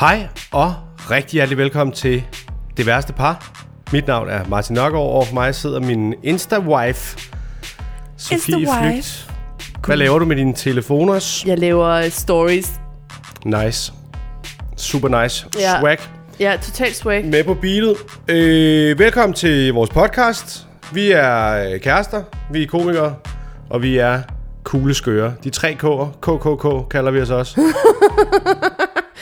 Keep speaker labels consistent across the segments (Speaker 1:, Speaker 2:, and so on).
Speaker 1: Hej og rigtig hjertelig velkommen til Det Værste Par. Mit navn er Martin Nørgaard, og for mig sidder min Insta-wife, Sofie
Speaker 2: Insta-wife.
Speaker 1: Flygt. Hvad laver du med dine telefoner?
Speaker 2: Jeg laver stories.
Speaker 1: Nice. Super nice.
Speaker 2: Ja.
Speaker 1: Swag.
Speaker 2: Ja, totalt swag.
Speaker 1: Med på beatet. Øh, velkommen til vores podcast. Vi er øh, kærester, vi er komikere, og vi er kugleskøre. De tre K'er, KKK kalder vi os også.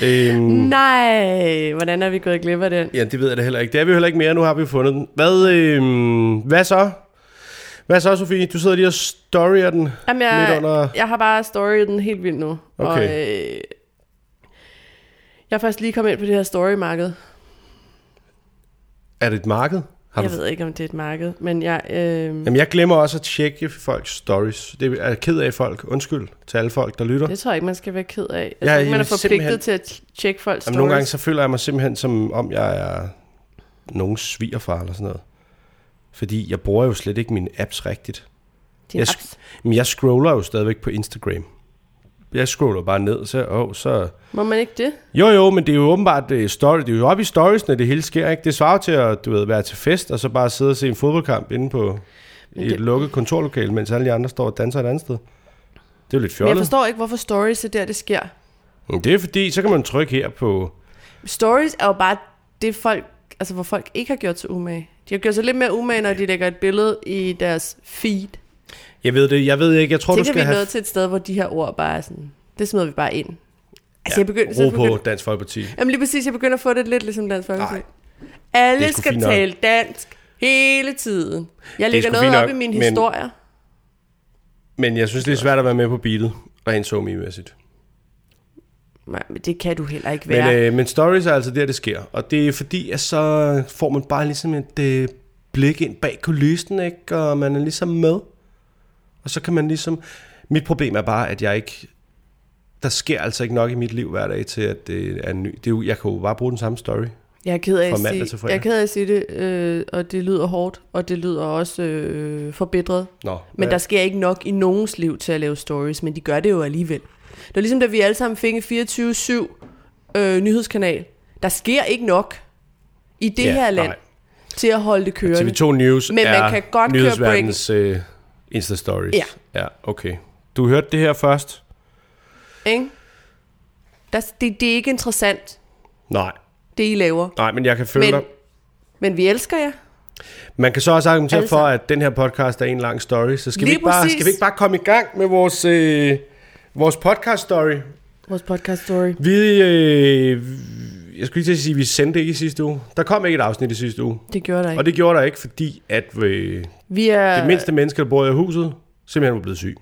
Speaker 1: øhm,
Speaker 2: Nej, hvordan er vi gået glip af den?
Speaker 1: Ja, det ved jeg da heller ikke. Det er vi jo heller ikke mere. Nu har vi jo fundet den. Hvad, øh, hvad så? Hvad så, Sofie? Du sidder lige og storyer den
Speaker 2: Jamen,
Speaker 1: lidt
Speaker 2: jeg,
Speaker 1: under...
Speaker 2: jeg har bare storyet den helt vildt nu. Og,
Speaker 1: Okay.
Speaker 2: øh, jeg er først lige kommet ind på det her storymarked.
Speaker 1: Er det et marked? Har
Speaker 2: Jeg
Speaker 1: du...
Speaker 2: ved ikke, om det er et marked, men jeg... Øh,
Speaker 1: Jamen, jeg glemmer også at tjekke folks stories. Det er jeg er ked af folk. Undskyld til alle folk, der lytter.
Speaker 2: det tror jeg ikke, man skal være ked af.
Speaker 1: Ja,
Speaker 2: Jeg ja, tror ikke, man
Speaker 1: jeg
Speaker 2: er
Speaker 1: er
Speaker 2: forpligtet
Speaker 1: simpelthen-
Speaker 2: til at tjekke folks stories.
Speaker 1: Jamen, nogle gange så føler jeg mig simpelthen som om, jeg er nogen svigerfar eller sådan noget. Fordi jeg bruger jo slet ikke mine apps rigtigt.
Speaker 2: Din
Speaker 1: jeg-
Speaker 2: apps.
Speaker 1: Men jeg scroller jo stadigvæk på Instagram. Jeg scroller bare ned, så, åh, så
Speaker 2: Må man ikke det?
Speaker 1: Jo, jo, men det er jo åbenbart det er story. Det er jo oppe i storiesene, det hele sker, ikke? Det svarer jo til at du ved, være til fest, og så bare sidde og se en fodboldkamp inde på
Speaker 2: Men
Speaker 1: et
Speaker 2: det-
Speaker 1: lukket kontorlokale, mens alle de andre står og danser et andet sted. Det er jo lidt
Speaker 2: Men jeg
Speaker 1: fjollet.
Speaker 2: forstår ikke, hvorfor stories er der, det sker.
Speaker 1: Men Det er fordi, så kan man trykke her på...
Speaker 2: Stories er jo bare det folk, altså hvor folk ikke har gjort sig umage. De har gjort sig lidt mere umage, når de lægger et billede i deres feed.
Speaker 1: Jeg ved det, jeg ved ikke, jeg tror,
Speaker 2: Tror,
Speaker 1: du
Speaker 2: Tænker vi
Speaker 1: skal
Speaker 2: have...
Speaker 1: have
Speaker 2: noget til et sted, hvor de her ord bare er sådan, det smider vi bare ind. Altså ja, jeg begynder, så
Speaker 1: ro på
Speaker 2: begynder,
Speaker 1: Dansk Folkeparti.
Speaker 2: jamen lige præcis, jeg begynder at få det lidt ligesom Dansk Folkeparti.
Speaker 1: Nej. Det er
Speaker 2: Alle
Speaker 1: sgu
Speaker 2: skal
Speaker 1: fint nok.
Speaker 2: tale dansk hele tiden. Jeg lægger
Speaker 1: sgu
Speaker 2: noget
Speaker 1: fint
Speaker 2: op
Speaker 1: nok,
Speaker 2: i mine
Speaker 1: men-
Speaker 2: historier.
Speaker 1: Men jeg synes, det er svært at være med på beatet, rent så mæssigt
Speaker 2: Nej, men det kan du heller ikke være.
Speaker 1: Men,
Speaker 2: Men, øh...
Speaker 1: øh, men stories er altså der, det sker. Og det er fordi, at så får man bare ligesom et øh, blik ind bag kulissen, ikke? Og man er ligesom med. Og så kan man ligesom... Mit problem er bare, at jeg ikke... Der sker altså ikke nok i mit liv hver dag til, at det er en ny... Det er jo, jeg kan jo bare bruge den samme story.
Speaker 2: Jeg er ked af
Speaker 1: fra
Speaker 2: at
Speaker 1: mandag til
Speaker 2: sige,
Speaker 1: fredag.
Speaker 2: jeg er ked af at sige det, øh, og det lyder hårdt, og det lyder også øh, forbedret.
Speaker 1: Nå,
Speaker 2: Men
Speaker 1: hvad-
Speaker 2: der sker ikke nok i nogens liv til at lave stories, men de gør det jo alligevel. Det var ligesom, da vi alle sammen fik en 24-7 øh, nyhedskanal. Der sker ikke nok i det
Speaker 1: Ja,
Speaker 2: ja, her land
Speaker 1: nej. Altså,
Speaker 2: nej. til at holde det kørende.
Speaker 1: TV2 News
Speaker 2: Men man
Speaker 1: er
Speaker 2: kan godt køre
Speaker 1: nyhedsverdens øh, Insta-stories.
Speaker 2: Ja.
Speaker 1: ja, okay. Du hørte det her først?
Speaker 2: Ikke? Der, det, det er ikke interessant,
Speaker 1: Nej.
Speaker 2: det I laver.
Speaker 1: Nej, men jeg kan føle
Speaker 2: Men,
Speaker 1: dig.
Speaker 2: men vi elsker jer.
Speaker 1: Man kan så også argumentere
Speaker 2: Altså.
Speaker 1: for, at den her podcast er en lang story, så skal, vi
Speaker 2: Lige
Speaker 1: ikke, bare,
Speaker 2: præcis.
Speaker 1: skal vi ikke bare komme i gang med vores, øh, vores podcast story?
Speaker 2: Vores podcast story.
Speaker 1: Vi, øh, jeg skulle lige til at sige, at vi sendte ikke i sidste uge. Der kom ikke et afsnit i sidste uge,
Speaker 2: Det gjorde der ikke.
Speaker 1: og det gjorde der ikke, fordi at øh,
Speaker 2: vi er,
Speaker 1: det mindste menneske, der bor i huset, simpelthen var blevet syg.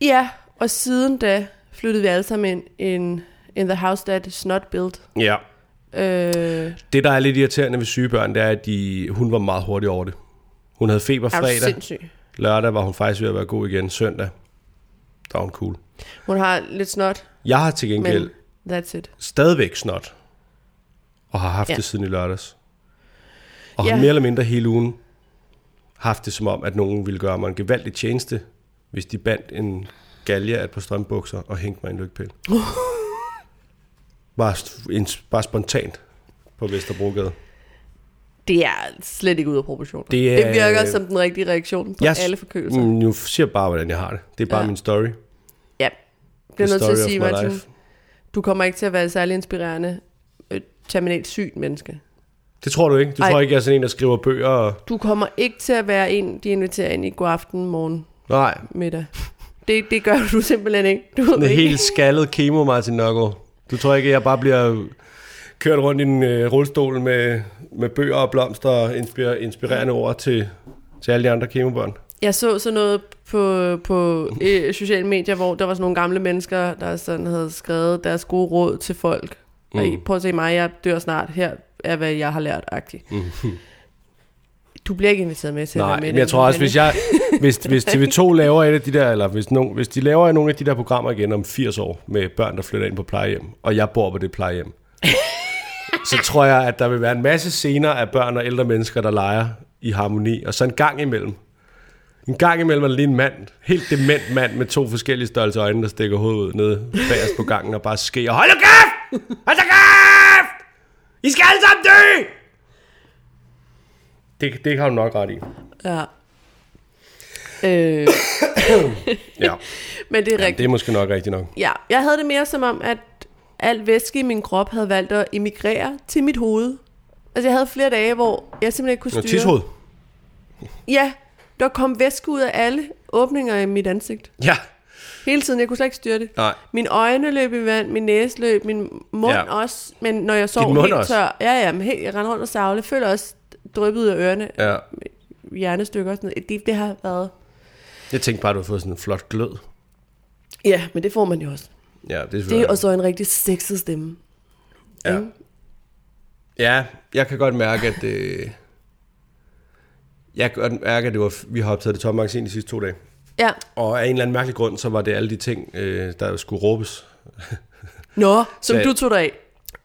Speaker 2: Ja, og siden da flyttede vi alle sammen ind in, in the house that is not built.
Speaker 1: Ja.
Speaker 2: Øh,
Speaker 1: Det, der er lidt irriterende ved syge børn, det er, at de, hun var meget hurtig over det. Hun havde feber
Speaker 2: er du
Speaker 1: fredag,
Speaker 2: sindssyg?
Speaker 1: lørdag var hun faktisk ved at være god igen, søndag, der var hun cool.
Speaker 2: Hun har lidt snot,
Speaker 1: Jeg har til gengæld
Speaker 2: men that's it.
Speaker 1: stadigvæk snot. Og har haft ja.
Speaker 2: Ja.
Speaker 1: det siden i lørdags. Og ja.
Speaker 2: Ja.
Speaker 1: har mere eller mindre hele ugen haft det som om, at nogen ville gøre mig en gevaldig tjeneste, hvis de bandt en galge af et par strømbukser og hængte mig i en lygtpæl. bare, st- en, bare spontant på Vesterbrogade.
Speaker 2: Det er slet ikke ude af proportioner.
Speaker 1: Det er- øh,
Speaker 2: det virker som den rigtige reaktion på
Speaker 1: Jeg s-
Speaker 2: alle forkølelser. Mm.
Speaker 1: Mm, nu siger jeg bare, hvordan jeg har det. Det er bare ja.
Speaker 2: Ja.
Speaker 1: min story. Jeg
Speaker 2: Ja, bliver nødt til at sige,
Speaker 1: Martin.
Speaker 2: Martin, du kommer ikke til at være et særlig inspirerende, øh, terminalt sygt menneske.
Speaker 1: Det tror du ikke? Du Ej.
Speaker 2: Ej.
Speaker 1: tror ikke, jeg er sådan en, der skriver bøger? Og...
Speaker 2: Du kommer ikke til at være en, de inviterer ind i god aften, morgen,
Speaker 1: Nej,
Speaker 2: middag. Det, det gør du simpelthen ikke. Du
Speaker 1: Sådan
Speaker 2: er
Speaker 1: en
Speaker 2: ikke.
Speaker 1: helt skaldet kemo, Martin Nørgaard. Du tror ikke, at jeg bare bliver kørt rundt i en øh, rullestol med, med bøger og blomster og inspirer, inspirerende ord til, til alle de andre kemobørn?
Speaker 2: Jeg så sådan noget på, på øh, sociale medier, hvor der var sådan nogle gamle mennesker, der sådan havde skrevet deres gode råd til folk. Mm. Og I, prøv at se mig, jeg dør snart. Her er, hvad jeg har lært, agtigt. Mm. Du bliver ikke inviteret med til at
Speaker 1: Nej,
Speaker 2: være med.
Speaker 1: men jeg tror også, hvis, jeg, hvis, hvis TV2 laver et af de der, eller hvis, nogen, hvis de laver nogle af de der programmer igen om 80 år med børn, der flytter ind på plejehjem, og jeg bor på det plejehjem, så tror jeg, at der vil være en masse scener af børn og ældre mennesker, der leger i harmoni, og så en gang imellem. En gang imellem er der lige en mand, helt dement mand med to forskellige størrelser øjne, der stikker hovedet ud nede bagerst på gangen og bare skriger, hold nu kæft! Hold da kæft! I skal alle sammen dø! Det, det har du nok ret i.
Speaker 2: Ja. Øh,
Speaker 1: Ja,
Speaker 2: men det er rigtigt.
Speaker 1: det er måske nok rigtigt nok.
Speaker 2: Ja, jeg havde det mere som om, at al væske i min krop havde valgt at emigrere til mit hoved. Altså, jeg havde flere dage, hvor jeg simpelthen ikke kunne
Speaker 1: Nå,
Speaker 2: styre...
Speaker 1: tishoved.
Speaker 2: Ja, der kom væske ud af alle åbninger i mit ansigt.
Speaker 1: Ja.
Speaker 2: Hele tiden, jeg kunne slet ikke styre det.
Speaker 1: Nej.
Speaker 2: Mine øjne løb i vand, min næse løb, min mund
Speaker 1: Ja.
Speaker 2: ja. også. Men når jeg sov
Speaker 1: mund
Speaker 2: helt
Speaker 1: også?
Speaker 2: tør... Ja, ja, men helt, jeg rendte rundt og savle. Føler også dryppet ud af ørerne,
Speaker 1: ja.
Speaker 2: hjernestykker og sådan noget. Det, det har været...
Speaker 1: Jeg tænkte bare, at du havde fået sådan en flot glød.
Speaker 2: Ja, men det får man jo også.
Speaker 1: Ja, det er
Speaker 2: Det er
Speaker 1: selvfølgelig.
Speaker 2: også en rigtig sexet stemme.
Speaker 1: ja. ja, jeg kan godt mærke, at det... Jeg kan godt mærke, at det var, vi har optaget det tomme magasin de sidste to dage.
Speaker 2: Ja.
Speaker 1: Og af en eller anden mærkelig grund, så var det alle de ting, øh, der skulle råbes.
Speaker 2: Nå, som
Speaker 1: Ja.
Speaker 2: du tog dig af.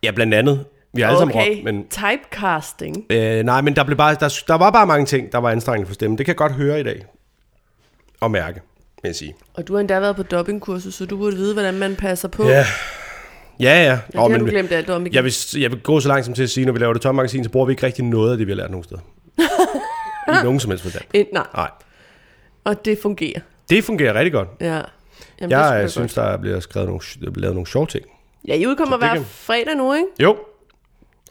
Speaker 1: Ja, blandt andet. Vi har alle sammen råbt, men...
Speaker 2: typecasting.
Speaker 1: Øh, nej, men der, blev bare, der, der var bare mange ting, der var anstrengende for stemmen. Det kan jeg godt høre i dag. Og mærke, vil jeg sige.
Speaker 2: Og du har endda været på dobbingkursus, så du burde vide, hvordan man passer på.
Speaker 1: Ja. Ja, ja.
Speaker 2: Ja, det har du glemt alt om igen.
Speaker 1: jeg, vil, jeg vil gå så langt som til at sige, når vi laver det tomme magasin, så bruger vi ikke rigtig noget af det, vi har lært nogen steder. I nogen som helst forstand.
Speaker 2: Eh, nej,
Speaker 1: Nej.
Speaker 2: og det fungerer.
Speaker 1: Det fungerer rigtig godt.
Speaker 2: Ja. Jamen, det
Speaker 1: Jeg
Speaker 2: er sgu da
Speaker 1: det synes,
Speaker 2: godt.
Speaker 1: der bliver skrevet nogle, der bliver lavet nogle sjove ting.
Speaker 2: Ja, I udkommer
Speaker 1: Så det
Speaker 2: hver
Speaker 1: kan-
Speaker 2: fredag nu, ikke?
Speaker 1: Jo.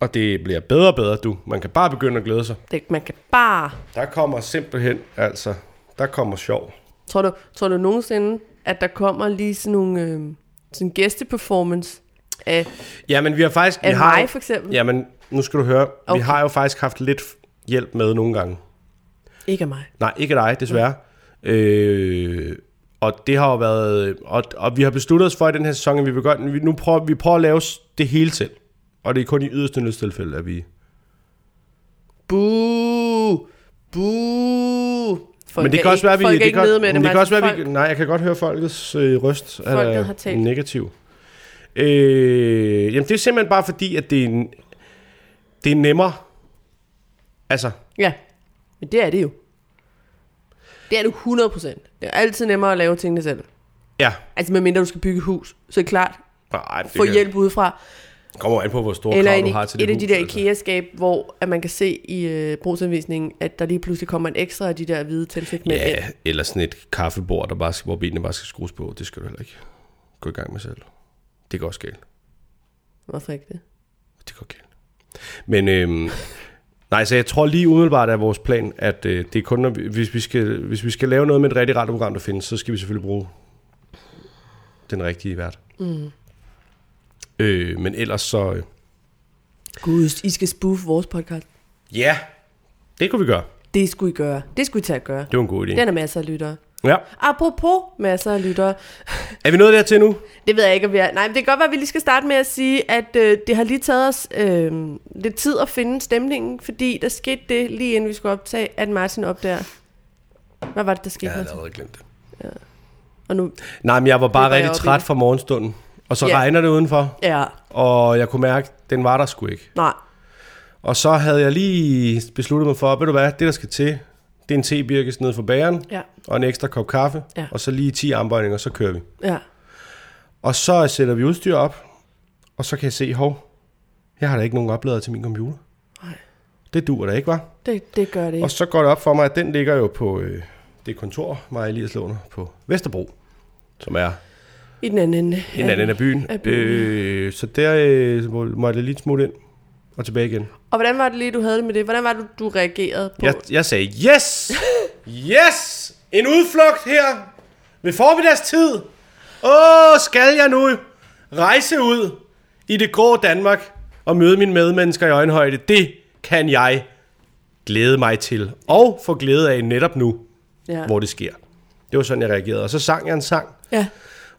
Speaker 1: Og det bliver bedre og bedre, du. Man kan bare begynde at glæde sig.
Speaker 2: Det, man kan bare...
Speaker 1: Der kommer simpelthen, altså, der kommer sjov.
Speaker 2: Tror du, tror du nogensinde, at der kommer lige sådan nogle øh, sådan gæsteperformance af,
Speaker 1: Jamen, vi har faktisk... Vi
Speaker 2: af
Speaker 1: har,
Speaker 2: mig, for eksempel?
Speaker 1: Jamen, nu skal du høre. Okay. Vi
Speaker 2: Okay.
Speaker 1: har jo faktisk haft lidt hjælp med nogle gange.
Speaker 2: Ikke af mig.
Speaker 1: Nej, ikke dig, desværre. Øh, og det har jo været... Og, og vi har besluttet os for i den her sæson, at vi vil godt... Vi, nu prøver, vi prøver at lave s- det hele selv. Og det er kun i yderste nødstilfælde, at vi...
Speaker 2: Boo! Boo! Folk
Speaker 1: Men det
Speaker 2: er
Speaker 1: kan også
Speaker 2: ikke-
Speaker 1: være, at vi...
Speaker 2: folk er
Speaker 1: det
Speaker 2: ikke
Speaker 1: kan,
Speaker 2: nede med
Speaker 1: men det kan
Speaker 2: Martin.
Speaker 1: også være, at
Speaker 2: Folk-
Speaker 1: vi... Nej, jeg kan godt høre folkets øh, røst. er
Speaker 2: Folket har talt.
Speaker 1: Negativ. Øh, jamen, det er simpelthen bare fordi, at det er... en- Det er nemmere. Altså,
Speaker 2: Ja, men det er det jo. Det er det 100%. Det er altid nemmere at lave tingene selv.
Speaker 1: ja.
Speaker 2: Altså medmindre du skal bygge et hus, så er det klart,
Speaker 1: Nej, det
Speaker 2: få
Speaker 1: kan-
Speaker 2: hjælp udefra.
Speaker 1: Kommer an på, hvor store
Speaker 2: Eller
Speaker 1: krav
Speaker 2: en,
Speaker 1: du har til
Speaker 2: et
Speaker 1: dit
Speaker 2: af de der
Speaker 1: hus, altså.
Speaker 2: IKEA-skab, hvor at man kan se i øh, brugsanvisningen, at der lige pludselig kommer en ekstra af de der hvide tilfælde yeah.
Speaker 1: Ja, eller sådan et kaffebord, der bare skal, hvor benene bare skal skrues på. Det skal du heller ikke gå i gang med selv. Det går også galt.
Speaker 2: Hvorfor ikke det?
Speaker 1: Det går galt. Men øhm, nej, så jeg tror lige umiddelbart er vores plan, at øh, det er kun, når vi, hvis, vi skal, hvis vi skal lave noget med et rigtigt radioprogram, der findes, så skal vi selvfølgelig bruge den rigtige vært. Mm. Øh, men ellers så... Øh,
Speaker 2: Gud, I skal spoofe vores podcast.
Speaker 1: ja, det kunne vi gøre.
Speaker 2: Det skulle I gøre. Det skulle I tage at gøre.
Speaker 1: Det var en god idé.
Speaker 2: Den er masser af lyttere.
Speaker 1: Ja.
Speaker 2: Apropos masser af lyttere.
Speaker 1: Er vi nået dertil nu?
Speaker 2: Det ved jeg ikke, om vi er. Nej, men det kan godt være, at vi lige skal starte med at sige, at øh, det har lige taget os øh, lidt tid at finde stemningen, fordi der skete det, lige inden vi skulle optage, at Martin opdager. Hvad var det, der skete? Ja,
Speaker 1: allerede glemt det.
Speaker 2: og nu,
Speaker 1: Nej, men jeg var bare
Speaker 2: Det var jeg
Speaker 1: rigtig
Speaker 2: oppe i
Speaker 1: træt
Speaker 2: det.
Speaker 1: fra morgenstunden. Og så
Speaker 2: Ja.
Speaker 1: regner det udenfor.
Speaker 2: ja,
Speaker 1: Og jeg kunne mærke, at den var der sgu ikke.
Speaker 2: nej,
Speaker 1: Og så havde jeg lige besluttet mig for, ved du hvad, det der skal til, det er en tebirkes nede for bageren,
Speaker 2: ja,
Speaker 1: og en ekstra kop kaffe,
Speaker 2: Ja.
Speaker 1: og så lige 10 armbøjninger, så kører vi.
Speaker 2: ja.
Speaker 1: Og så sætter vi udstyr op, og så kan jeg se, hov, jeg har da ikke nogen oplader til min computer.
Speaker 2: Nej.
Speaker 1: Det duer da ikke, var.
Speaker 2: Det, det gør det
Speaker 1: Og
Speaker 2: ikke.
Speaker 1: så går det op for mig, at den ligger jo på øh, det kontor, mig lige låner på Vesterbro, som er
Speaker 2: I den anden ende.
Speaker 1: en anden af byen.
Speaker 2: af byen.
Speaker 1: Øh, så der øh, må- måtte jeg lige smutte ind og tilbage igen.
Speaker 2: Og hvordan var det lige, du havde det med det? Hvordan var det, du reagerede på?
Speaker 1: Jeg, jeg sagde, yes! Yes! En udflugt her ved formiddagstid. Åh, skal jeg nu rejse ud i det grå Danmark og møde mine medmennesker i øjenhøjde? Det kan jeg glæde mig til og få glæde af netop nu,
Speaker 2: ja.
Speaker 1: hvor det sker. Det var sådan, jeg reagerede. Og så sang jeg en sang,
Speaker 2: ja.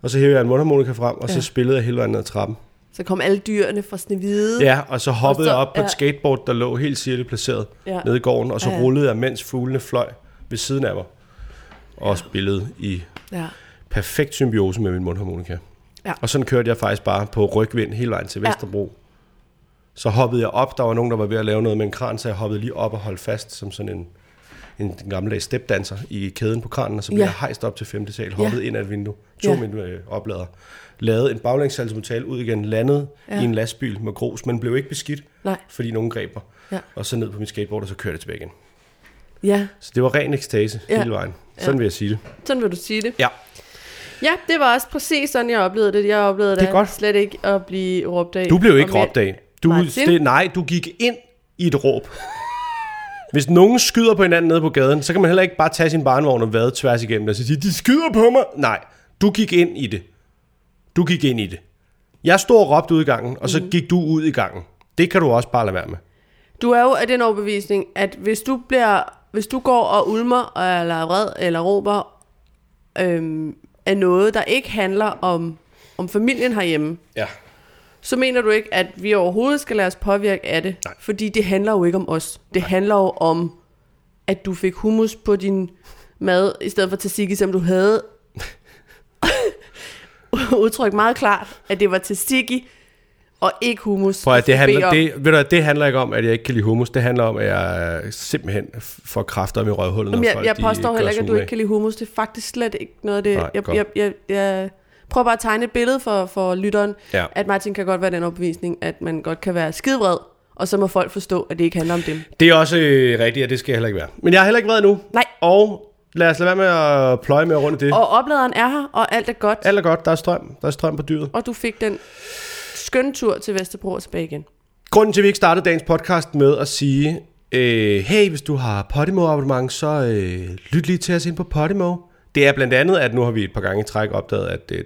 Speaker 1: og så hævde jeg en mundharmonika frem, og så
Speaker 2: Ja.
Speaker 1: spillede jeg hele vejen ned ad trappen.
Speaker 2: Så kom alle dyrene fra Snevide.
Speaker 1: Ja, og så hoppede og
Speaker 2: Og så-
Speaker 1: jeg op på et
Speaker 2: ja.
Speaker 1: skateboard, der lå helt cirkeligt placeret ja.
Speaker 2: Ja.
Speaker 1: nede i gården, og så
Speaker 2: Ja, ja.
Speaker 1: rullede jeg, mens fuglene fløj ved siden af mig, og spillede i
Speaker 2: ja.
Speaker 1: perfekt symbiose med min mundharmonika.
Speaker 2: Ja.
Speaker 1: Og sådan kørte jeg faktisk bare på rygvind hele vejen til
Speaker 2: Ja.
Speaker 1: Vesterbro. Så hoppede jeg op, der var nogen, der var ved at lave noget med en kran, så jeg hoppede lige op og holdt fast som sådan en en den gammeldags stepdanser i kæden på kranen, og så
Speaker 2: Ja.
Speaker 1: blev jeg hejst op til 5. sal, hoppet ind ad et vindue, tog
Speaker 2: Ja.
Speaker 1: min øh, oplader, lavede en baglængssaltomotale ud igen, landede
Speaker 2: Ja.
Speaker 1: i en lastbil med grus, men blev ikke beskidt,
Speaker 2: Nej.
Speaker 1: fordi nogen greb mig.
Speaker 2: Ja.
Speaker 1: Og så ned på min skateboard, og så kørte jeg tilbage igen.
Speaker 2: Ja,
Speaker 1: Så det var ren ekstase
Speaker 2: Ja.
Speaker 1: ja. hele vejen. Sådan
Speaker 2: Ja.
Speaker 1: vil jeg sige det.
Speaker 2: sådan vil du sige det.
Speaker 1: Ja.
Speaker 2: Ja, det var også præcis sådan, jeg oplevede det. Jeg oplevede
Speaker 1: Det er
Speaker 2: da
Speaker 1: godt.
Speaker 2: slet ikke at blive råbt af.
Speaker 1: Du blev ikke
Speaker 2: Og med-
Speaker 1: råbt af. Du,
Speaker 2: Martin?
Speaker 1: det, nej, du gik ind i et råb. Hvis nogen skyder på hinanden nede på gaden, så kan man heller ikke bare tage sin barnevogn og vade tværs igennem det og så sige, de skyder på mig. Nej, du gik ind i det. Du gik ind i det. Jeg stod og råbte ud i gangen, og så
Speaker 2: Mhm.
Speaker 1: gik du ud i gangen. Det kan du også bare lade være med.
Speaker 2: Du er jo af den overbevisning, at hvis du bliver, hvis du går og ulmer, eller er vred, eller råber øhm, af noget, der ikke handler om, om familien herhjemme,
Speaker 1: Ja.
Speaker 2: så mener du ikke, at vi overhovedet skal lade os påvirke af det.
Speaker 1: Nej.
Speaker 2: Fordi det handler jo ikke om os. Det Nej. handler jo om, at du fik hummus på din mad, i stedet for tzatziki, som du havde udtrykt meget klart, at det var tzatziki og ikke hummus.
Speaker 1: Prøv
Speaker 2: du
Speaker 1: at det
Speaker 2: skulle bede
Speaker 1: handler,
Speaker 2: om.
Speaker 1: det, ved du, hvad, det handler ikke om, at jeg ikke kan lide hummus. Det handler om, at jeg simpelthen får kræfter om i røvhullet, når
Speaker 2: Jamen, jeg,
Speaker 1: folk
Speaker 2: jeg
Speaker 1: de
Speaker 2: påstår
Speaker 1: gør
Speaker 2: heller ikke,
Speaker 1: sådan
Speaker 2: at du
Speaker 1: med.
Speaker 2: ikke kan lide hummus. Det er faktisk slet ikke noget af det.
Speaker 1: Nej,
Speaker 2: jeg,
Speaker 1: godt.
Speaker 2: jeg, jeg, jeg prøver bare at tegne et billede for, for lytteren,
Speaker 1: Ja.
Speaker 2: at Martin kan godt være den opbevisning, at man godt kan være skidevred, og så må folk forstå, at det ikke handler om dem.
Speaker 1: Det er også øh, rigtigt, og det skal jeg heller ikke være. Men jeg er heller ikke vred nu.
Speaker 2: Nej.
Speaker 1: Og lad os lade være med at pløje med rundt det. Og...
Speaker 2: Og opladeren er her, og alt er godt,
Speaker 1: Alt er godt, der er strøm. Der er strøm på dyret.
Speaker 2: og du fik den skønne tur til Vesterbro og tilbage igen.
Speaker 1: Grunden til, at vi ikke startede dagens podcast med at sige, øh, hey, hvis du har Podimo-abonnement, så øh, lyt lige til os ind på Podimo. Det er blandt andet, at nu har vi et par gange i træk opdaget, at øh,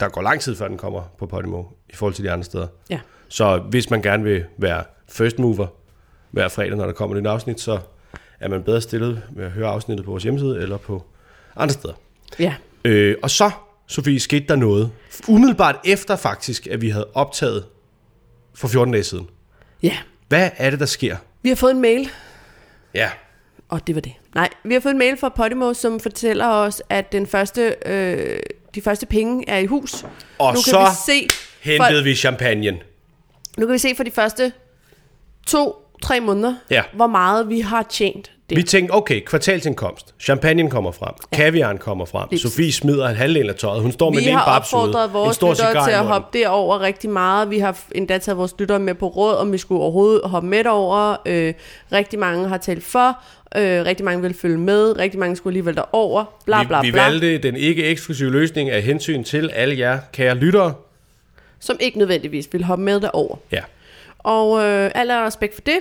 Speaker 1: der går lang tid, før den kommer på Podimo, i forhold til de andre steder.
Speaker 2: Ja.
Speaker 1: Så hvis man gerne vil være first mover hver fredag, når der kommer et nyt afsnit, så er man bedre stillet med at høre afsnittet på vores hjemmeside eller på andre steder.
Speaker 2: Ja.
Speaker 1: Øh, og så, Sofie, skete der noget. Umiddelbart efter faktisk, at vi havde optaget for 14 dage siden.
Speaker 2: Ja.
Speaker 1: Hvad er det, der sker?
Speaker 2: Vi har fået en mail,
Speaker 1: Ja.
Speaker 2: og det var det. Nej, vi har fået en mail fra Podimo, som fortæller os, at den første, øh, de første penge er i hus.
Speaker 1: Og
Speaker 2: nu kan
Speaker 1: så
Speaker 2: vi se
Speaker 1: Hentede Folk. vi champagnen.
Speaker 2: Nu kan vi se for de første to-tre måneder,
Speaker 1: Ja.
Speaker 2: hvor meget vi har tjent det.
Speaker 1: Vi tænkte, okay, kvartalsindkomst. Champagnen kommer frem. Ja. Kaviaren kommer frem.
Speaker 2: Lige
Speaker 1: Sofie smider en halvdel af tøjet. Hun står med
Speaker 2: vi
Speaker 1: en
Speaker 2: har
Speaker 1: babs
Speaker 2: opfordret
Speaker 1: ude. En
Speaker 2: vores
Speaker 1: stor
Speaker 2: lyttere
Speaker 1: cigar
Speaker 2: til
Speaker 1: i
Speaker 2: at
Speaker 1: munden.
Speaker 2: hoppe derover rigtig meget. Vi har f- endda taget vores lyttere med på råd, om vi skulle overhovedet hoppe med over. Øh, rigtig mange har talt for. Øh, rigtig mange vil følge med. Rigtig mange skulle alligevel derover. Bla, bla,
Speaker 1: vi, vi
Speaker 2: bla.
Speaker 1: valgte den ikke eksklusive løsning af hensyn til alle jer kære lyttere.
Speaker 2: Som ikke nødvendigvis vil hoppe med derover.
Speaker 1: Ja.
Speaker 2: Og øh, alle har respekt for det.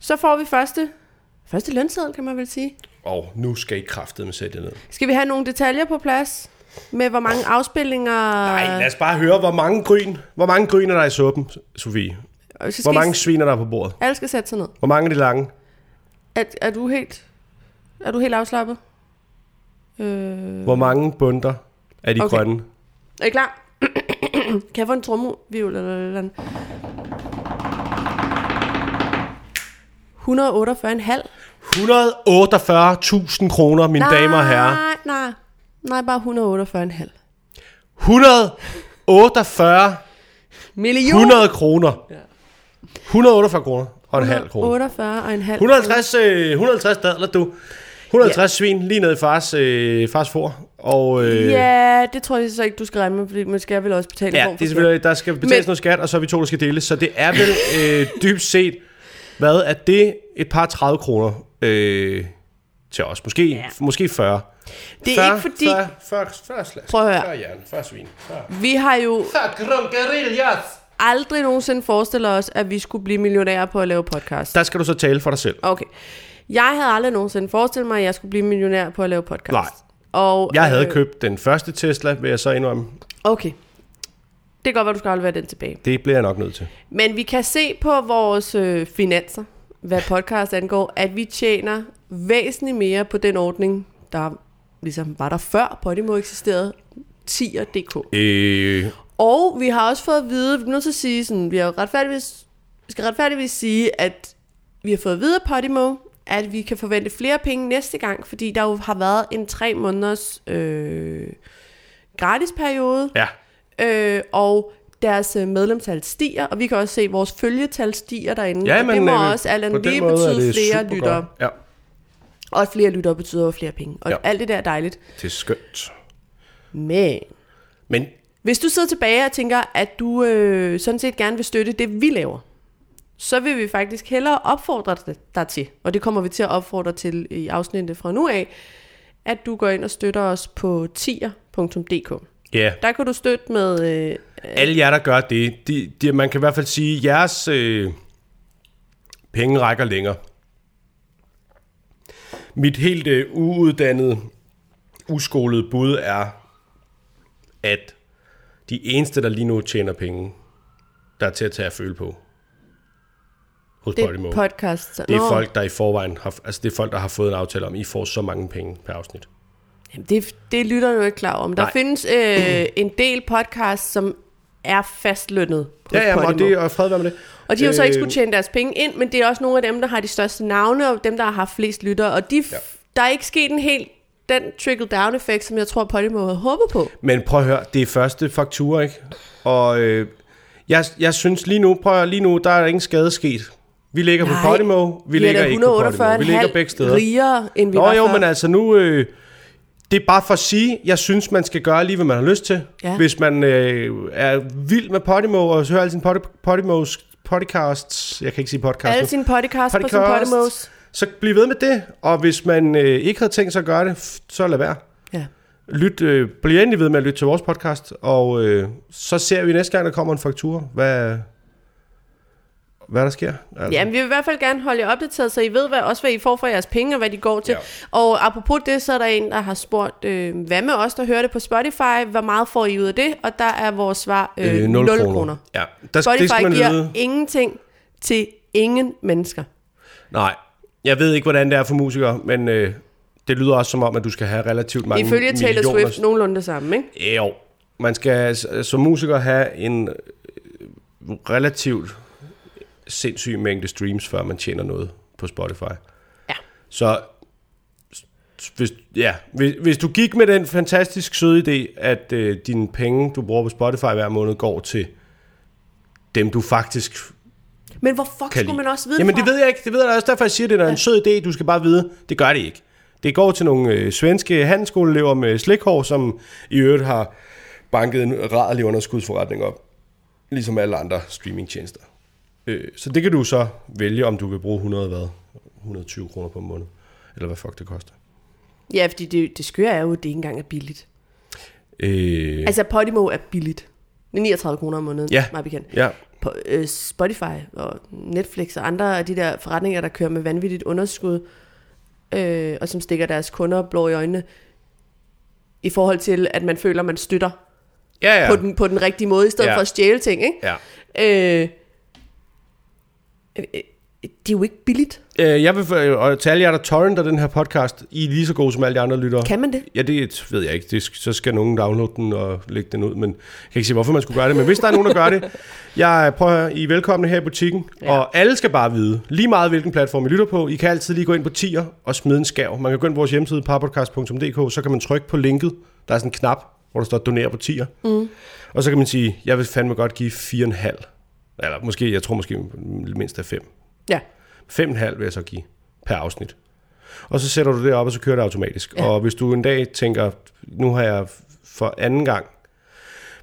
Speaker 2: Så får vi første, første lønseddel, kan man vel sige.
Speaker 1: Og nu skal I kraftedeme sætte jer ned.
Speaker 2: Skal vi have nogle detaljer på plads? Med hvor mange afspilninger...
Speaker 1: Nej, lad os bare høre, hvor mange gryn, hvor mange gryn er der i suppen, Sofie?
Speaker 2: Og Øh, så skal
Speaker 1: Hvor
Speaker 2: I-
Speaker 1: mange svin er der på bordet?
Speaker 2: Alle skal sætte sig ned.
Speaker 1: Hvor mange er de lange?
Speaker 2: Er, er du helt... Er du helt afslappet? Øh,
Speaker 1: Hvor mange bunder er de
Speaker 2: Okay.
Speaker 1: okay. grønne?
Speaker 2: er I klar? kan jeg få en trommevivl eller noget andet? 148,5.
Speaker 1: 148.000 kroner, mine nej. damer og herrer.
Speaker 2: Nej, nej. Nej, bare 148,5.
Speaker 1: 148
Speaker 2: Million!
Speaker 1: 100 kroner. 148 kroner og en halv krone.
Speaker 2: 148 og en halv.
Speaker 1: 150, øh, 150 dadler, du. 150 svin lige ned i fars, øh, fars for. Og, øh,
Speaker 2: Ja, det tror jeg så ikke, du skal regne med, fordi man skal vel også betale en
Speaker 1: Ja,
Speaker 2: form for
Speaker 1: det er selvfølgelig, der skal betales
Speaker 2: Men-
Speaker 1: Men... noget skat, og så er vi to, der skal dele. Så det er vel øh, dybt set, hvad er det? Et par 30 kroner øh, til os. Måske, ja. måske 40.
Speaker 2: skat. Det er ikke fordi...
Speaker 1: 40, 40, 40 slags.
Speaker 2: Prøv at høre.
Speaker 1: 40 jern, 40 svin. 40.
Speaker 2: Vi har jo
Speaker 1: 40 grunkerillas.
Speaker 2: aldrig nogensinde forestillet os, at vi skulle blive millionærer på at lave podcast.
Speaker 1: Der skal du så tale for dig selv.
Speaker 2: Okay. Jeg havde aldrig nogensinde forestillet mig, at jeg skulle blive millionær på at lave podcast.
Speaker 1: Nej.
Speaker 2: Og, øh,
Speaker 1: Jeg havde købt den første Tesla, vil jeg så indrømme.
Speaker 2: Okay. Det kan godt være, du skal aflevere den tilbage.
Speaker 1: Det bliver jeg nok nødt til.
Speaker 2: Men vi kan se på vores øh, finanser, hvad podcast angår, at vi tjener væsentligt mere på den ordning, der ligesom var der før Podimo eksisterede, 10.dk.
Speaker 1: Øh,
Speaker 2: Og vi har også fået at vide, vi er nødt til at sige sådan, vi har jo retfærdigvis, vi skal retfærdigvis sige, at vi har fået at vide af Podimo, at vi kan forvente flere penge næste gang, fordi der jo har været en tre måneders øh, gratis periode,
Speaker 1: ja.
Speaker 2: øh, og deres øh, medlemstal stiger, og vi kan også se, at vores følgetal stiger derinde.
Speaker 1: ja
Speaker 2: og
Speaker 1: men,
Speaker 2: det må
Speaker 1: øh,
Speaker 2: også alt
Speaker 1: på
Speaker 2: andet
Speaker 1: den
Speaker 2: lige
Speaker 1: måde er
Speaker 2: betyde
Speaker 1: det
Speaker 2: flere
Speaker 1: supergodt.
Speaker 2: lyttere.
Speaker 1: Ja.
Speaker 2: Og at flere lyttere betyder jo flere penge. Og
Speaker 1: Ja.
Speaker 2: ja. alt det der er dejligt.
Speaker 1: Det er skønt.
Speaker 2: Men
Speaker 1: Men
Speaker 2: hvis du sidder tilbage og tænker, at du øh, sådan set gerne vil støtte det, vi laver, så vil vi faktisk hellere opfordre dig- dig til, og det kommer vi til at opfordre til i afsnittet fra nu af, at du går ind og støtter os på tier.dk.
Speaker 1: ja,
Speaker 2: Der kan du støtte med... Øh,
Speaker 1: alle jer, der gør det, de, de, man kan i hvert fald sige, at jeres øh, penge rækker længere. Mit helt øh, uuddannede, uskolede bud er, at de eneste, der lige nu tjener penge, der er til at tage at føle på hos
Speaker 2: det
Speaker 1: Podimo,
Speaker 2: er podcast.
Speaker 1: det er
Speaker 2: Nå,
Speaker 1: folk, der i forvejen har, altså det er folk, der har fået en aftale om, I får så mange penge per afsnit.
Speaker 2: Jamen, det, det lytter du ikke klar om. Der
Speaker 1: Nej.
Speaker 2: Nej. findes øh, en del podcasts, som er fastlønnet på
Speaker 1: Ja, ja,
Speaker 2: Podimo.
Speaker 1: og, det, og fred være med det.
Speaker 2: Og de har jo så ikke
Speaker 1: Øh,
Speaker 2: skulle tjene deres penge ind, men det er også nogle af dem, der har de største navne, og dem, der har haft flest lyttere. Og de, f-
Speaker 1: Ja.
Speaker 2: ja. der er ikke sket en helt den trickle-down-effekt, som jeg tror, Podimo havde håbet på.
Speaker 1: Men prøv at høre, det er første faktura, ikke? Og øh, jeg, jeg synes lige nu, prøv at høre, lige nu, der er ingen skade sket. Vi ligger Nej, på
Speaker 2: Nej,
Speaker 1: Podimo, vi ligger
Speaker 2: er da
Speaker 1: ikke på Podimo, vi ligger
Speaker 2: 148,5
Speaker 1: begge steder.
Speaker 2: rigere, end vi
Speaker 1: Nå
Speaker 2: var
Speaker 1: jo,
Speaker 2: før.
Speaker 1: men altså nu, øh, det er bare for at sige, jeg synes, man skal gøre lige, hvad man har lyst til.
Speaker 2: Ja.
Speaker 1: Hvis man øh, er vild med Podimo og hører alle sine pod, Podimos podcasts, jeg kan ikke sige podcasts,
Speaker 2: Alle sine podcasts på sin
Speaker 1: altså- Podcast.
Speaker 2: Podimos.
Speaker 1: så bliv ved med det, og hvis man øh, ikke havde tænkt sig at gøre det, f- så lad være.
Speaker 2: Ja.
Speaker 1: Lyt, øh, bliv endelig ved med at lytte til vores podcast, og øh, så ser vi næste gang, der kommer en faktura, hvad, hvad der sker. Altså,
Speaker 2: Jamen, vi vil i hvert fald gerne holde jer opdateret, så I ved hvad, også, hvad I får for jeres penge, og hvad de går til.
Speaker 1: Ja.
Speaker 2: Ja. Og apropos det, så er der en, der har spurgt, øh, hvad med os, der hører det på Spotify? Hvor meget får I ud af det? Og der er vores svar øh, øh, 0, 0 kroner.
Speaker 1: Ja, der,
Speaker 2: Spotify
Speaker 1: Altså, det skal man
Speaker 2: giver
Speaker 1: vide.
Speaker 2: ingenting til ingen mennesker.
Speaker 1: Nej, jeg ved ikke, hvordan det er for musikere, men øh, det lyder også som om, at du skal have relativt mange
Speaker 2: Ifølge Taylor
Speaker 1: millioner.
Speaker 2: Swift nogenlunde det samme, ikke?
Speaker 1: Ja, Jo, man skal s- som musiker have en øh, relativt sindssyg mængde streams, før man tjener noget på Spotify.
Speaker 2: Ja.
Speaker 1: Så s- hvis, ja, hvis, hvis du gik med den fantastisk søde idé, at øh, dine penge, du bruger på Spotify hver måned, går til dem, du faktisk
Speaker 2: Men hvor fuck
Speaker 1: kan
Speaker 2: skulle
Speaker 1: lide.
Speaker 2: man også vide
Speaker 1: Jamen
Speaker 2: fra?
Speaker 1: det ved jeg ikke, det ved jeg da også, derfor jeg siger, det er da en sød idé, du skal bare vide, det gør det ikke. Det går til nogle øh, svenske handelsskoleelever med slikhår, som i øvrigt har banket en rædelig underskudsforretning op, ligesom alle andre streamingtjenester. Øh, så det kan du så vælge, om du vil bruge 100 hvad? 120 kroner på måned, eller hvad fuck det koster.
Speaker 2: Ja, fordi det, det skøre er jo, at det ikke engang er billigt.
Speaker 1: Øh,
Speaker 2: Altså, Podimo er billigt. Det er 39 kroner om måneden,
Speaker 1: Ja.
Speaker 2: meget bekendt.
Speaker 1: ja,
Speaker 2: På, øh, Spotify og Netflix og andre af de der forretninger, der kører med vanvittigt underskud, øh, og som stikker deres kunder blå i øjnene, i forhold til, at man føler, man støtter
Speaker 1: ja, ja.
Speaker 2: ja. på, den, på den rigtige måde, i stedet
Speaker 1: Ja.
Speaker 2: ja. for at stjæle ting, ikke?
Speaker 1: ja.
Speaker 2: Øh, øh, øh, det er jo ikke billigt.
Speaker 1: Øh, jeg vil, øh, og til alle jer, der torrenter den her podcast, I er lige så gode som alle de andre lyttere.
Speaker 2: Kan man det?
Speaker 1: Ja, det ved jeg ikke. Det, sk- så skal nogen downloade den og lægge den ud, men jeg kan ikke se, hvorfor man skulle gøre det. Men hvis der er nogen, der gør det, jeg prøver at høre, I er velkomne her i butikken. Ja.
Speaker 2: Ja.
Speaker 1: Og alle skal bare vide, lige meget hvilken platform I lytter på. I kan altid lige gå ind på tier og smide en skærv. Man kan gå ind på vores hjemmeside, parpodcast.dk, så kan man trykke på linket. Der er sådan en knap, hvor der står doner på tier. Mm. Og så kan man sige, jeg vil fandme godt give 4,5. Eller måske, jeg tror måske mindst af 5.
Speaker 2: Ja.
Speaker 1: 5,5 vil jeg så give per afsnit. Og så sætter du det op, og så kører det automatisk. Ja.
Speaker 2: Ja.
Speaker 1: Og hvis du en dag tænker, nu har jeg for anden gang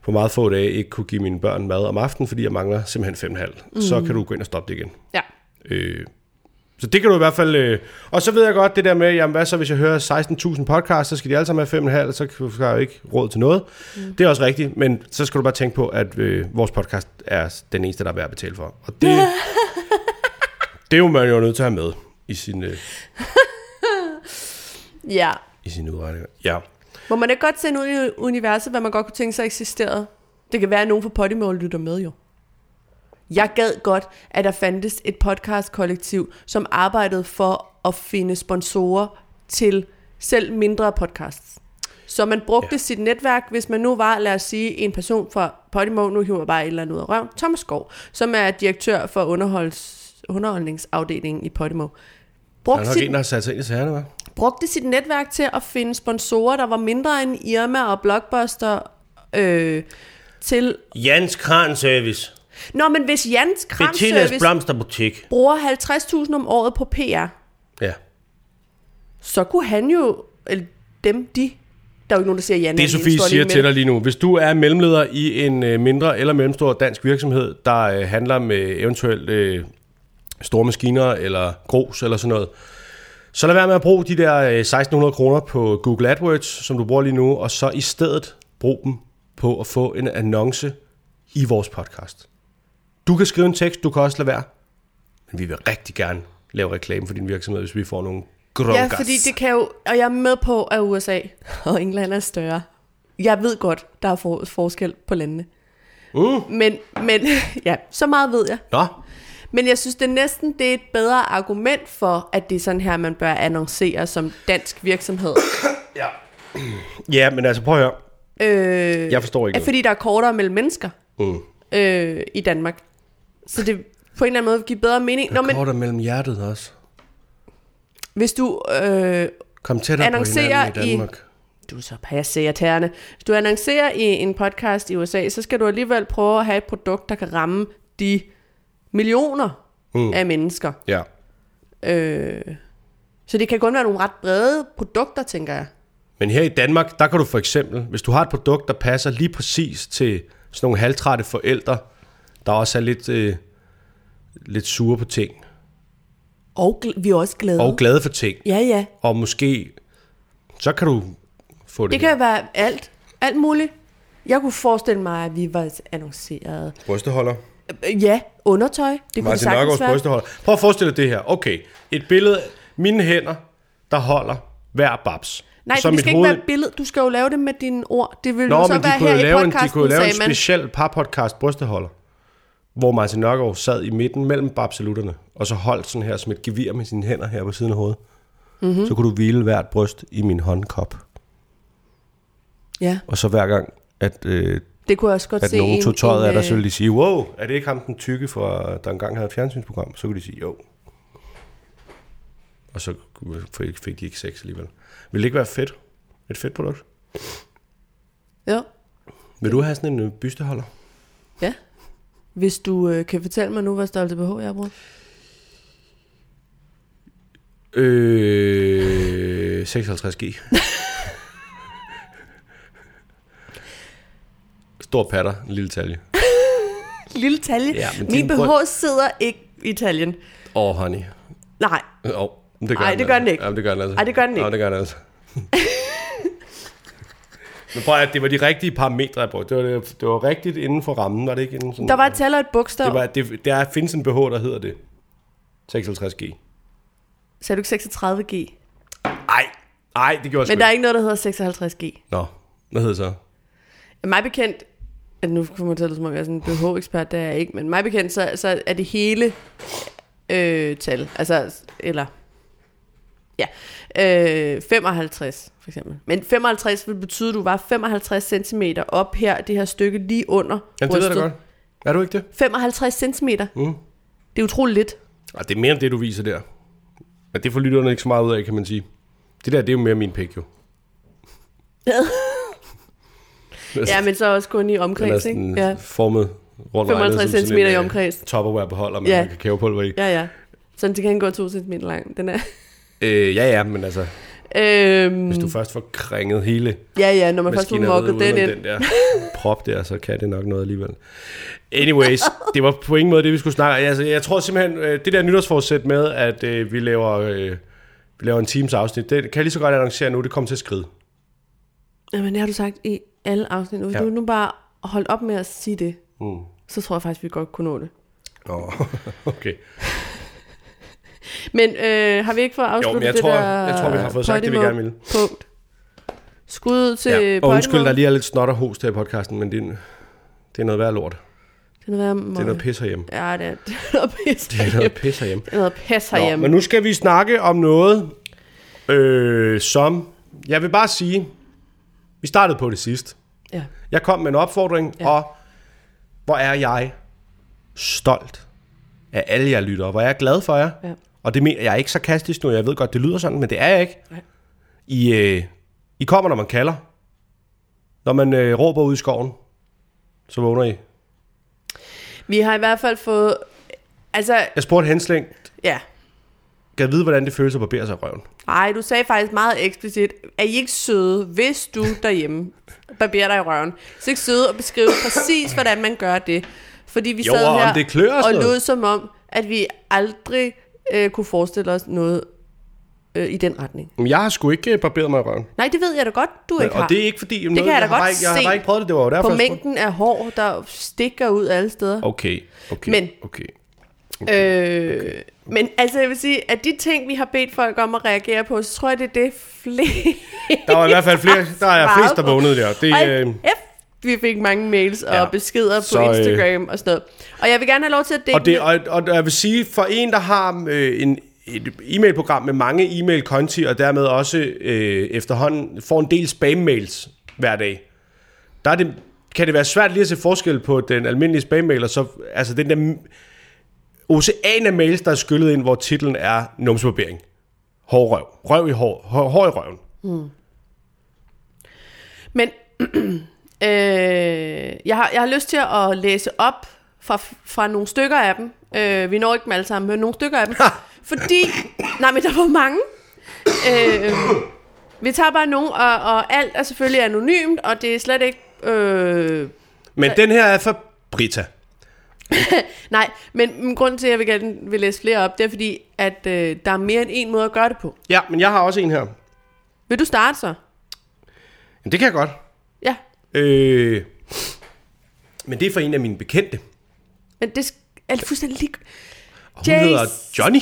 Speaker 1: på meget få dage ikke kunne give mine børn mad om aftenen, fordi jeg mangler simpelthen 5,5, mm. så kan du gå ind og stoppe det igen.
Speaker 2: Ja.
Speaker 1: Øh, så det kan du i hvert fald... Øh. Og så ved jeg godt det der med, jamen hvad så hvis jeg hører 16.000 podcasts, så skal de alle sammen have 5,5, så har jeg jo ikke råd til noget. Mm. Det er også rigtigt, men så skal du bare tænke på, at øh, vores podcast er den eneste, der er værd at betale for. Og det, det er jo man jo nødt til at have med i sin, øh,
Speaker 2: Ja.
Speaker 1: i sin udregning. Ja.
Speaker 2: Må man ikke godt sende ud i universet, hvad man godt kunne tænke sig eksisterede? Det kan være, at nogen fra Podimo lytter med jo. Jeg gad godt, at der fandtes et podcast-kollektiv, som arbejdede for at finde sponsorer til selv mindre podcasts. Så man brugte
Speaker 1: Ja.
Speaker 2: ja. sit netværk, hvis man nu var, lad os sige, en person fra Podimo, nu hiver jeg bare et eller andet ud af røven, Thomas Skov, som er direktør for underholds, underholdningsafdelingen i Podimo.
Speaker 1: Der er
Speaker 2: Brugte
Speaker 1: nok
Speaker 2: sit
Speaker 1: en, der har sat sig ind i sagerne, hva'?
Speaker 2: brugte sit netværk til at finde sponsorer, der var mindre end Irma og Blockbuster øh, til...
Speaker 1: Jans Kran Service.
Speaker 2: Nå, men hvis Jans Kramservice
Speaker 1: Blomsterbutik.
Speaker 2: bruger 50.000 om året på PR,
Speaker 1: Ja.
Speaker 2: så kunne han jo, eller dem, de, der er jo ikke nogen, der siger ja. nej,
Speaker 1: Det
Speaker 2: hele
Speaker 1: Sofie
Speaker 2: står lige
Speaker 1: siger
Speaker 2: imellem.
Speaker 1: til dig lige nu, hvis du er mellemleder i en øh, mindre eller mellemstor dansk virksomhed, der øh, handler med eventuelt øh, store maskiner eller grus eller sådan noget, så lad være med at bruge de der øh, 1600 kroner på Google AdWords, som du bruger lige nu, og så i stedet brug dem på at få en annonce i vores podcast. Du kan skrive en tekst, du kan også lade være, men vi vil rigtig gerne lave reklame for din virksomhed, hvis vi får nogle grungas.
Speaker 2: Ja, fordi det kan jo, og jeg er med på, at USA og England er større. Jeg ved godt, der er for, forskel på landene.
Speaker 1: Mm.
Speaker 2: Men, men ja, så meget ved jeg.
Speaker 1: Nå,
Speaker 2: Men jeg synes, det er næsten det er et bedre argument for, at det er sådan her, man bør annoncere som dansk virksomhed.
Speaker 1: ja. Ja, men altså prøv at høre.
Speaker 2: Øh,
Speaker 1: Jeg forstår ikke
Speaker 2: er,
Speaker 1: noget.
Speaker 2: fordi der er kortere mellem mennesker
Speaker 1: Mm.
Speaker 2: øh, i Danmark. Så det på en eller anden måde giver bedre mening. Nå, men
Speaker 1: Korter mellem hjertet også.
Speaker 2: hvis du... Øh,
Speaker 1: Kom tættere
Speaker 2: Annoncerer
Speaker 1: på hinanden i
Speaker 2: i-
Speaker 1: Danmark.
Speaker 2: du er så passer tæerne. Hvis du annoncerer i en podcast i USA, så skal du alligevel prøve at have et produkt, der kan ramme de millioner
Speaker 1: Mm.
Speaker 2: mm. af mennesker.
Speaker 1: Ja.
Speaker 2: Øh, så det kan kun være nogle ret brede produkter, tænker jeg.
Speaker 1: Men her i Danmark, der kan du for eksempel, hvis du har et produkt, der passer lige præcis til sådan nogle halvtrætte forældre, der også er lidt, øh, lidt sure på ting,
Speaker 2: Og gl- vi er også glade.
Speaker 1: og glade for ting,
Speaker 2: Ja, ja.
Speaker 1: og måske, så kan du få det,
Speaker 2: Det
Speaker 1: her.
Speaker 2: kan være alt. Alt muligt. Jeg kunne forestille mig, at vi var annonceret.
Speaker 1: Brysteholder.
Speaker 2: Øh, Ja, undertøj. Det kunne det
Speaker 1: Martin
Speaker 2: sagtens
Speaker 1: Nørgaards
Speaker 2: være.
Speaker 1: brysteholder. Prøv at forestille dig det her. Okay, et billede, mine hænder, der holder hver babs.
Speaker 2: Nej,
Speaker 1: Så
Speaker 2: for det
Speaker 1: mit
Speaker 2: skal
Speaker 1: hoved-
Speaker 2: ikke være billede. Du skal jo lave det med dine ord. Det vil
Speaker 1: Nå,
Speaker 2: jo så
Speaker 1: men de
Speaker 2: være
Speaker 1: kunne,
Speaker 2: her
Speaker 1: jo lave
Speaker 2: i
Speaker 1: en, de
Speaker 2: podcasten,
Speaker 1: kunne jo lave en
Speaker 2: sagde man.
Speaker 1: speciel parpodcast brysteholder, hvor Martin Nørgaard sad i midten mellem babsalutterne, og så holdt sådan her som et gevir med sine hænder her på siden af hovedet.
Speaker 2: Mhm.
Speaker 1: Mm-hmm. Så kunne du hvile hvert bryst i min håndkop.
Speaker 2: Ja,
Speaker 1: Og så hver gang, at, øh,
Speaker 2: det kunne jeg også godt
Speaker 1: at
Speaker 2: se.
Speaker 1: nogen
Speaker 2: en-
Speaker 1: tog tøjet
Speaker 2: en,
Speaker 1: af dig, så
Speaker 2: øh,
Speaker 1: ville de sige, wow, er det ikke ham den tykke, fra, der engang havde et fjernsynsprogram? Så kunne de sige, jo. Og så fik- fik de ikke sex alligevel. Vil det ikke være fedt? Et fedt produkt?
Speaker 2: Ja,
Speaker 1: Vil du have sådan en øh, bysteholder?
Speaker 2: ja. Hvis du øh, kan fortælle mig nu, hvad størrelse BH jeg bruger.
Speaker 1: Øh, 56G. Stor patter, en lille talje.
Speaker 2: Lille talje.
Speaker 1: Ja, men
Speaker 2: Min
Speaker 1: din
Speaker 2: BH
Speaker 1: bryst-
Speaker 2: sidder ikke i taljen.
Speaker 1: Åh, oh, honey.
Speaker 2: Nej,
Speaker 1: Oh, det gør
Speaker 2: Ej,
Speaker 1: den
Speaker 2: det gør
Speaker 1: altså.
Speaker 2: den ikke.
Speaker 1: Jamen, det gør den altså.
Speaker 2: Ej, det gør den ikke.
Speaker 1: Jamen, det gør den altså. Men prøv at det var de rigtige parametre, jeg brugte. Det var, det, det var rigtigt inden for rammen, var det ikke? Inden sådan,
Speaker 2: der var et tal og et bogstav.
Speaker 1: det var, det, der findes en BH, der hedder det. 56G.
Speaker 2: Sagde du ikke 36G?
Speaker 1: Ej, ej, det gjorde jeg
Speaker 2: Men
Speaker 1: sgu
Speaker 2: der er ikke noget, der hedder 56G.
Speaker 1: ikke. Nå, hvad hedder det så?
Speaker 2: Mig bekendt, at nu kommer jeg til at lyde, som om jeg er sådan en BH-ekspert, det er jeg ikke, men mig bekendt, så, så er det hele øh, tal, altså, eller, ja, øh, 55 for eksempel. Men 55 vil betyde, at du var 55 cm op her, det her stykke lige under
Speaker 1: Jamen, det ved jeg da godt. Er du ikke det?
Speaker 2: 55 cm,
Speaker 1: Mm.
Speaker 2: det er utroligt lidt.
Speaker 1: Og det er mere end det, du viser der. Men det får lytterne ikke så meget ud af, kan man sige. Det der, det er jo mere min pik, jo.
Speaker 2: Ja, men så også kun i
Speaker 1: Den er
Speaker 2: omkreds, ikke?
Speaker 1: sådan
Speaker 2: Ja.
Speaker 1: formet rundt
Speaker 2: 55 centimeter i omkreds.
Speaker 1: øh, Topperware beholder med
Speaker 2: Ja.
Speaker 1: ja. kakaopulver i. Ja.
Speaker 2: ja, ja. Sådan, det kan gå 2 cm lang, den er.
Speaker 1: Øh, ja, ja, men altså,
Speaker 2: Øhm,
Speaker 1: hvis du først får kringet hele
Speaker 2: ja, ja, når man først får
Speaker 1: maskineriet
Speaker 2: mokket
Speaker 1: ud den,
Speaker 2: den ind.
Speaker 1: den der prop der, så kan det nok noget alligevel. Anyways, det var på ingen måde det, vi skulle snakke om. Altså, jeg tror simpelthen, øh, det der nytårsforsæt med, at øh, vi laver... Øh, vi laver en times afsnit. Det kan jeg lige så godt annoncere nu, det kommer til at skride.
Speaker 2: Jamen, det har du sagt i alle afsnit. Hvis
Speaker 1: Ja.
Speaker 2: ja. du nu bare holdt op med at sige det,
Speaker 1: Mm.
Speaker 2: så tror jeg faktisk, vi godt kunne nå det.
Speaker 1: Nå, okay.
Speaker 2: Men øh, har vi ikke fået afsluttet
Speaker 1: jeg
Speaker 2: det
Speaker 1: tror-
Speaker 2: der
Speaker 1: jeg tror, vi har fået sagt det, vi
Speaker 2: Podimo
Speaker 1: gerne ville.
Speaker 2: Punkt. Skud ud til ja.
Speaker 1: Ja. Og undskyld, der lige er lidt snot og host her i podcasten, men det er, en- det er noget værd lort. Det
Speaker 2: Det er noget,
Speaker 1: er noget pis herhjemme.
Speaker 2: Ja, det er det er noget pis
Speaker 1: Det er noget
Speaker 2: herhjemme.
Speaker 1: pis herhjemme.
Speaker 2: Det er noget pis
Speaker 1: Nå,
Speaker 2: herhjemme.
Speaker 1: men nu skal vi snakke om noget, øh, som... Jeg vil bare sige, vi startede på det sidst.
Speaker 2: Ja.
Speaker 1: Jeg kom med en opfordring, ja.
Speaker 2: Ja.
Speaker 1: og hvor er jeg stolt af alle jer lyttere. Hvor er jeg glad for jer.
Speaker 2: Ja.
Speaker 1: Og det mener jeg er ikke sarkastisk nu. Jeg ved godt, det lyder sådan, men det er jeg ikke.
Speaker 2: Nej.
Speaker 1: I, øh, I kommer, når man kalder. Når man øh, råber ud i skoven, så vågner I.
Speaker 2: Vi har i hvert fald fået... Altså,
Speaker 1: Jeg spurgte henslængt,
Speaker 2: ja.
Speaker 1: Kan vide, hvordan det føles at barbere sig i røven?
Speaker 2: Nej, du sagde faktisk meget eksplicit, er I ikke søde, hvis du derhjemme barberer dig i røven? Så er I ikke søde at beskrive præcis, hvordan man gør det. Fordi vi
Speaker 1: Jo,
Speaker 2: sad
Speaker 1: og om
Speaker 2: her
Speaker 1: det klør og
Speaker 2: og
Speaker 1: sådan noget.
Speaker 2: lød som om, at vi aldrig øh, kunne forestille os noget øh, i den retning.
Speaker 1: Jamen, Jeg har sgu ikke øh, barberet mig i røven.
Speaker 2: Nej, det ved jeg da godt, du ikke har.
Speaker 1: Og det er ikke fordi... Jamen,
Speaker 2: Det
Speaker 1: noget,
Speaker 2: kan jeg da
Speaker 1: har bare
Speaker 2: godt
Speaker 1: ikke, jeg har
Speaker 2: se
Speaker 1: bare ikke prøvet det, det var jo derfor...
Speaker 2: På
Speaker 1: jeg spurgte.
Speaker 2: mængden af hår, der stikker ud alle steder.
Speaker 1: Okay, okay,
Speaker 2: Men-
Speaker 1: okay.
Speaker 2: Øh, men altså, jeg vil sige, at de ting, vi har bedt folk om at reagere på, så tror jeg, det er det flere.
Speaker 1: Der var i hvert fald flere, der er
Speaker 2: svaret
Speaker 1: flest, der
Speaker 2: på.
Speaker 1: vågnede der. Det,
Speaker 2: Og
Speaker 1: øh,
Speaker 2: F, vi fik mange mails og
Speaker 1: Ja.
Speaker 2: ja. beskeder på
Speaker 1: Så, øh,
Speaker 2: Instagram og sådan noget. Og jeg vil gerne have lov til at dele
Speaker 1: og, det, og, og jeg vil sige, for en, der har øh, en, et e-mailprogram med mange e-mail-konti, og dermed også øh, efterhånden får en del spam-mails hver dag, der er det, kan det være svært lige at se forskel på den almindelige spam-mail, og så altså den der m- ocean af mails, der er skyllet ind, hvor titlen er numsebarbering. Hårrøv. Røv i hår. Hår, hår i røven.
Speaker 2: Men øh, jeg, har, jeg har lyst til at læse op fra, fra nogle stykker af dem. Øh, vi når ikke dem alle sammen, men nogle stykker af dem. fordi, nej, men der var mange. Øh, vi tager bare nogle, og, og alt er selvfølgelig anonymt, og det er slet ikke... Øh,
Speaker 1: Men den her er fra Brita.
Speaker 2: nej, men mm, grunden til, at jeg vil, gerne vil læse flere op, det er fordi, at øh, der er mere end en måde at gøre det på.
Speaker 1: Ja, men jeg har også en her.
Speaker 2: Vil du starte så?
Speaker 1: Jamen, det kan jeg godt.
Speaker 2: Ja,
Speaker 1: Øh, men det er for en af mine bekendte.
Speaker 2: men det sk- er fuldstændig lige...
Speaker 1: Og hun
Speaker 2: Jace.
Speaker 1: hedder Johnny.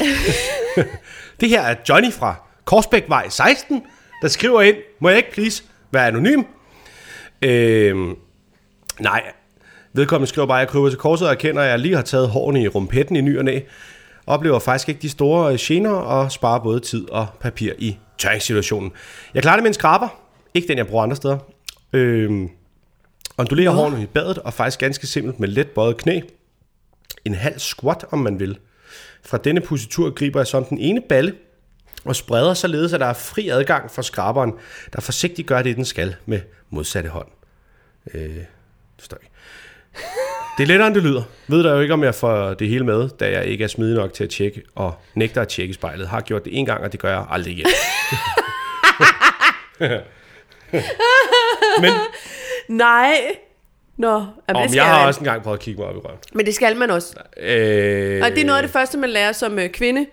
Speaker 1: det her er Johnny fra Korsbækvej 16, der skriver ind, må jeg ikke please være anonym? Øh, nej, vedkommende skriver bare, at jeg kryber til korset og erkender, at jeg lige har taget hårene i rumpetten i ny og næ. Oplever faktisk ikke de store øh, gener og sparer både tid og papir i tørringssituationen. Jeg klarer det med en skraber, ikke den jeg bruger andre steder. Øh, ondulerer hårene i badet og faktisk ganske simpelt med let bøjet knæ. En halv squat, om man vil. Fra denne positur griber jeg som den ene balle og spreder således, at der er fri adgang for skraberen, der forsigtigt gør det, den skal med modsatte hånd. Øh, det forstår jeg ikke. Det er lettere, end det lyder. Ved der jo ikke, om jeg får det hele med, da jeg ikke er smidig nok til at tjekke og nægter at tjekke spejlet. Har gjort det en gang, og det gør jeg aldrig igen. Men
Speaker 2: Nej! Nå, jamen, det
Speaker 1: om
Speaker 2: skal
Speaker 1: jeg
Speaker 2: man.
Speaker 1: har også engang prøvet at kigge mig op i røven.
Speaker 2: Men det skal man også.
Speaker 1: Øh,
Speaker 2: Og det er noget af det første, man lærer som øh, kvinde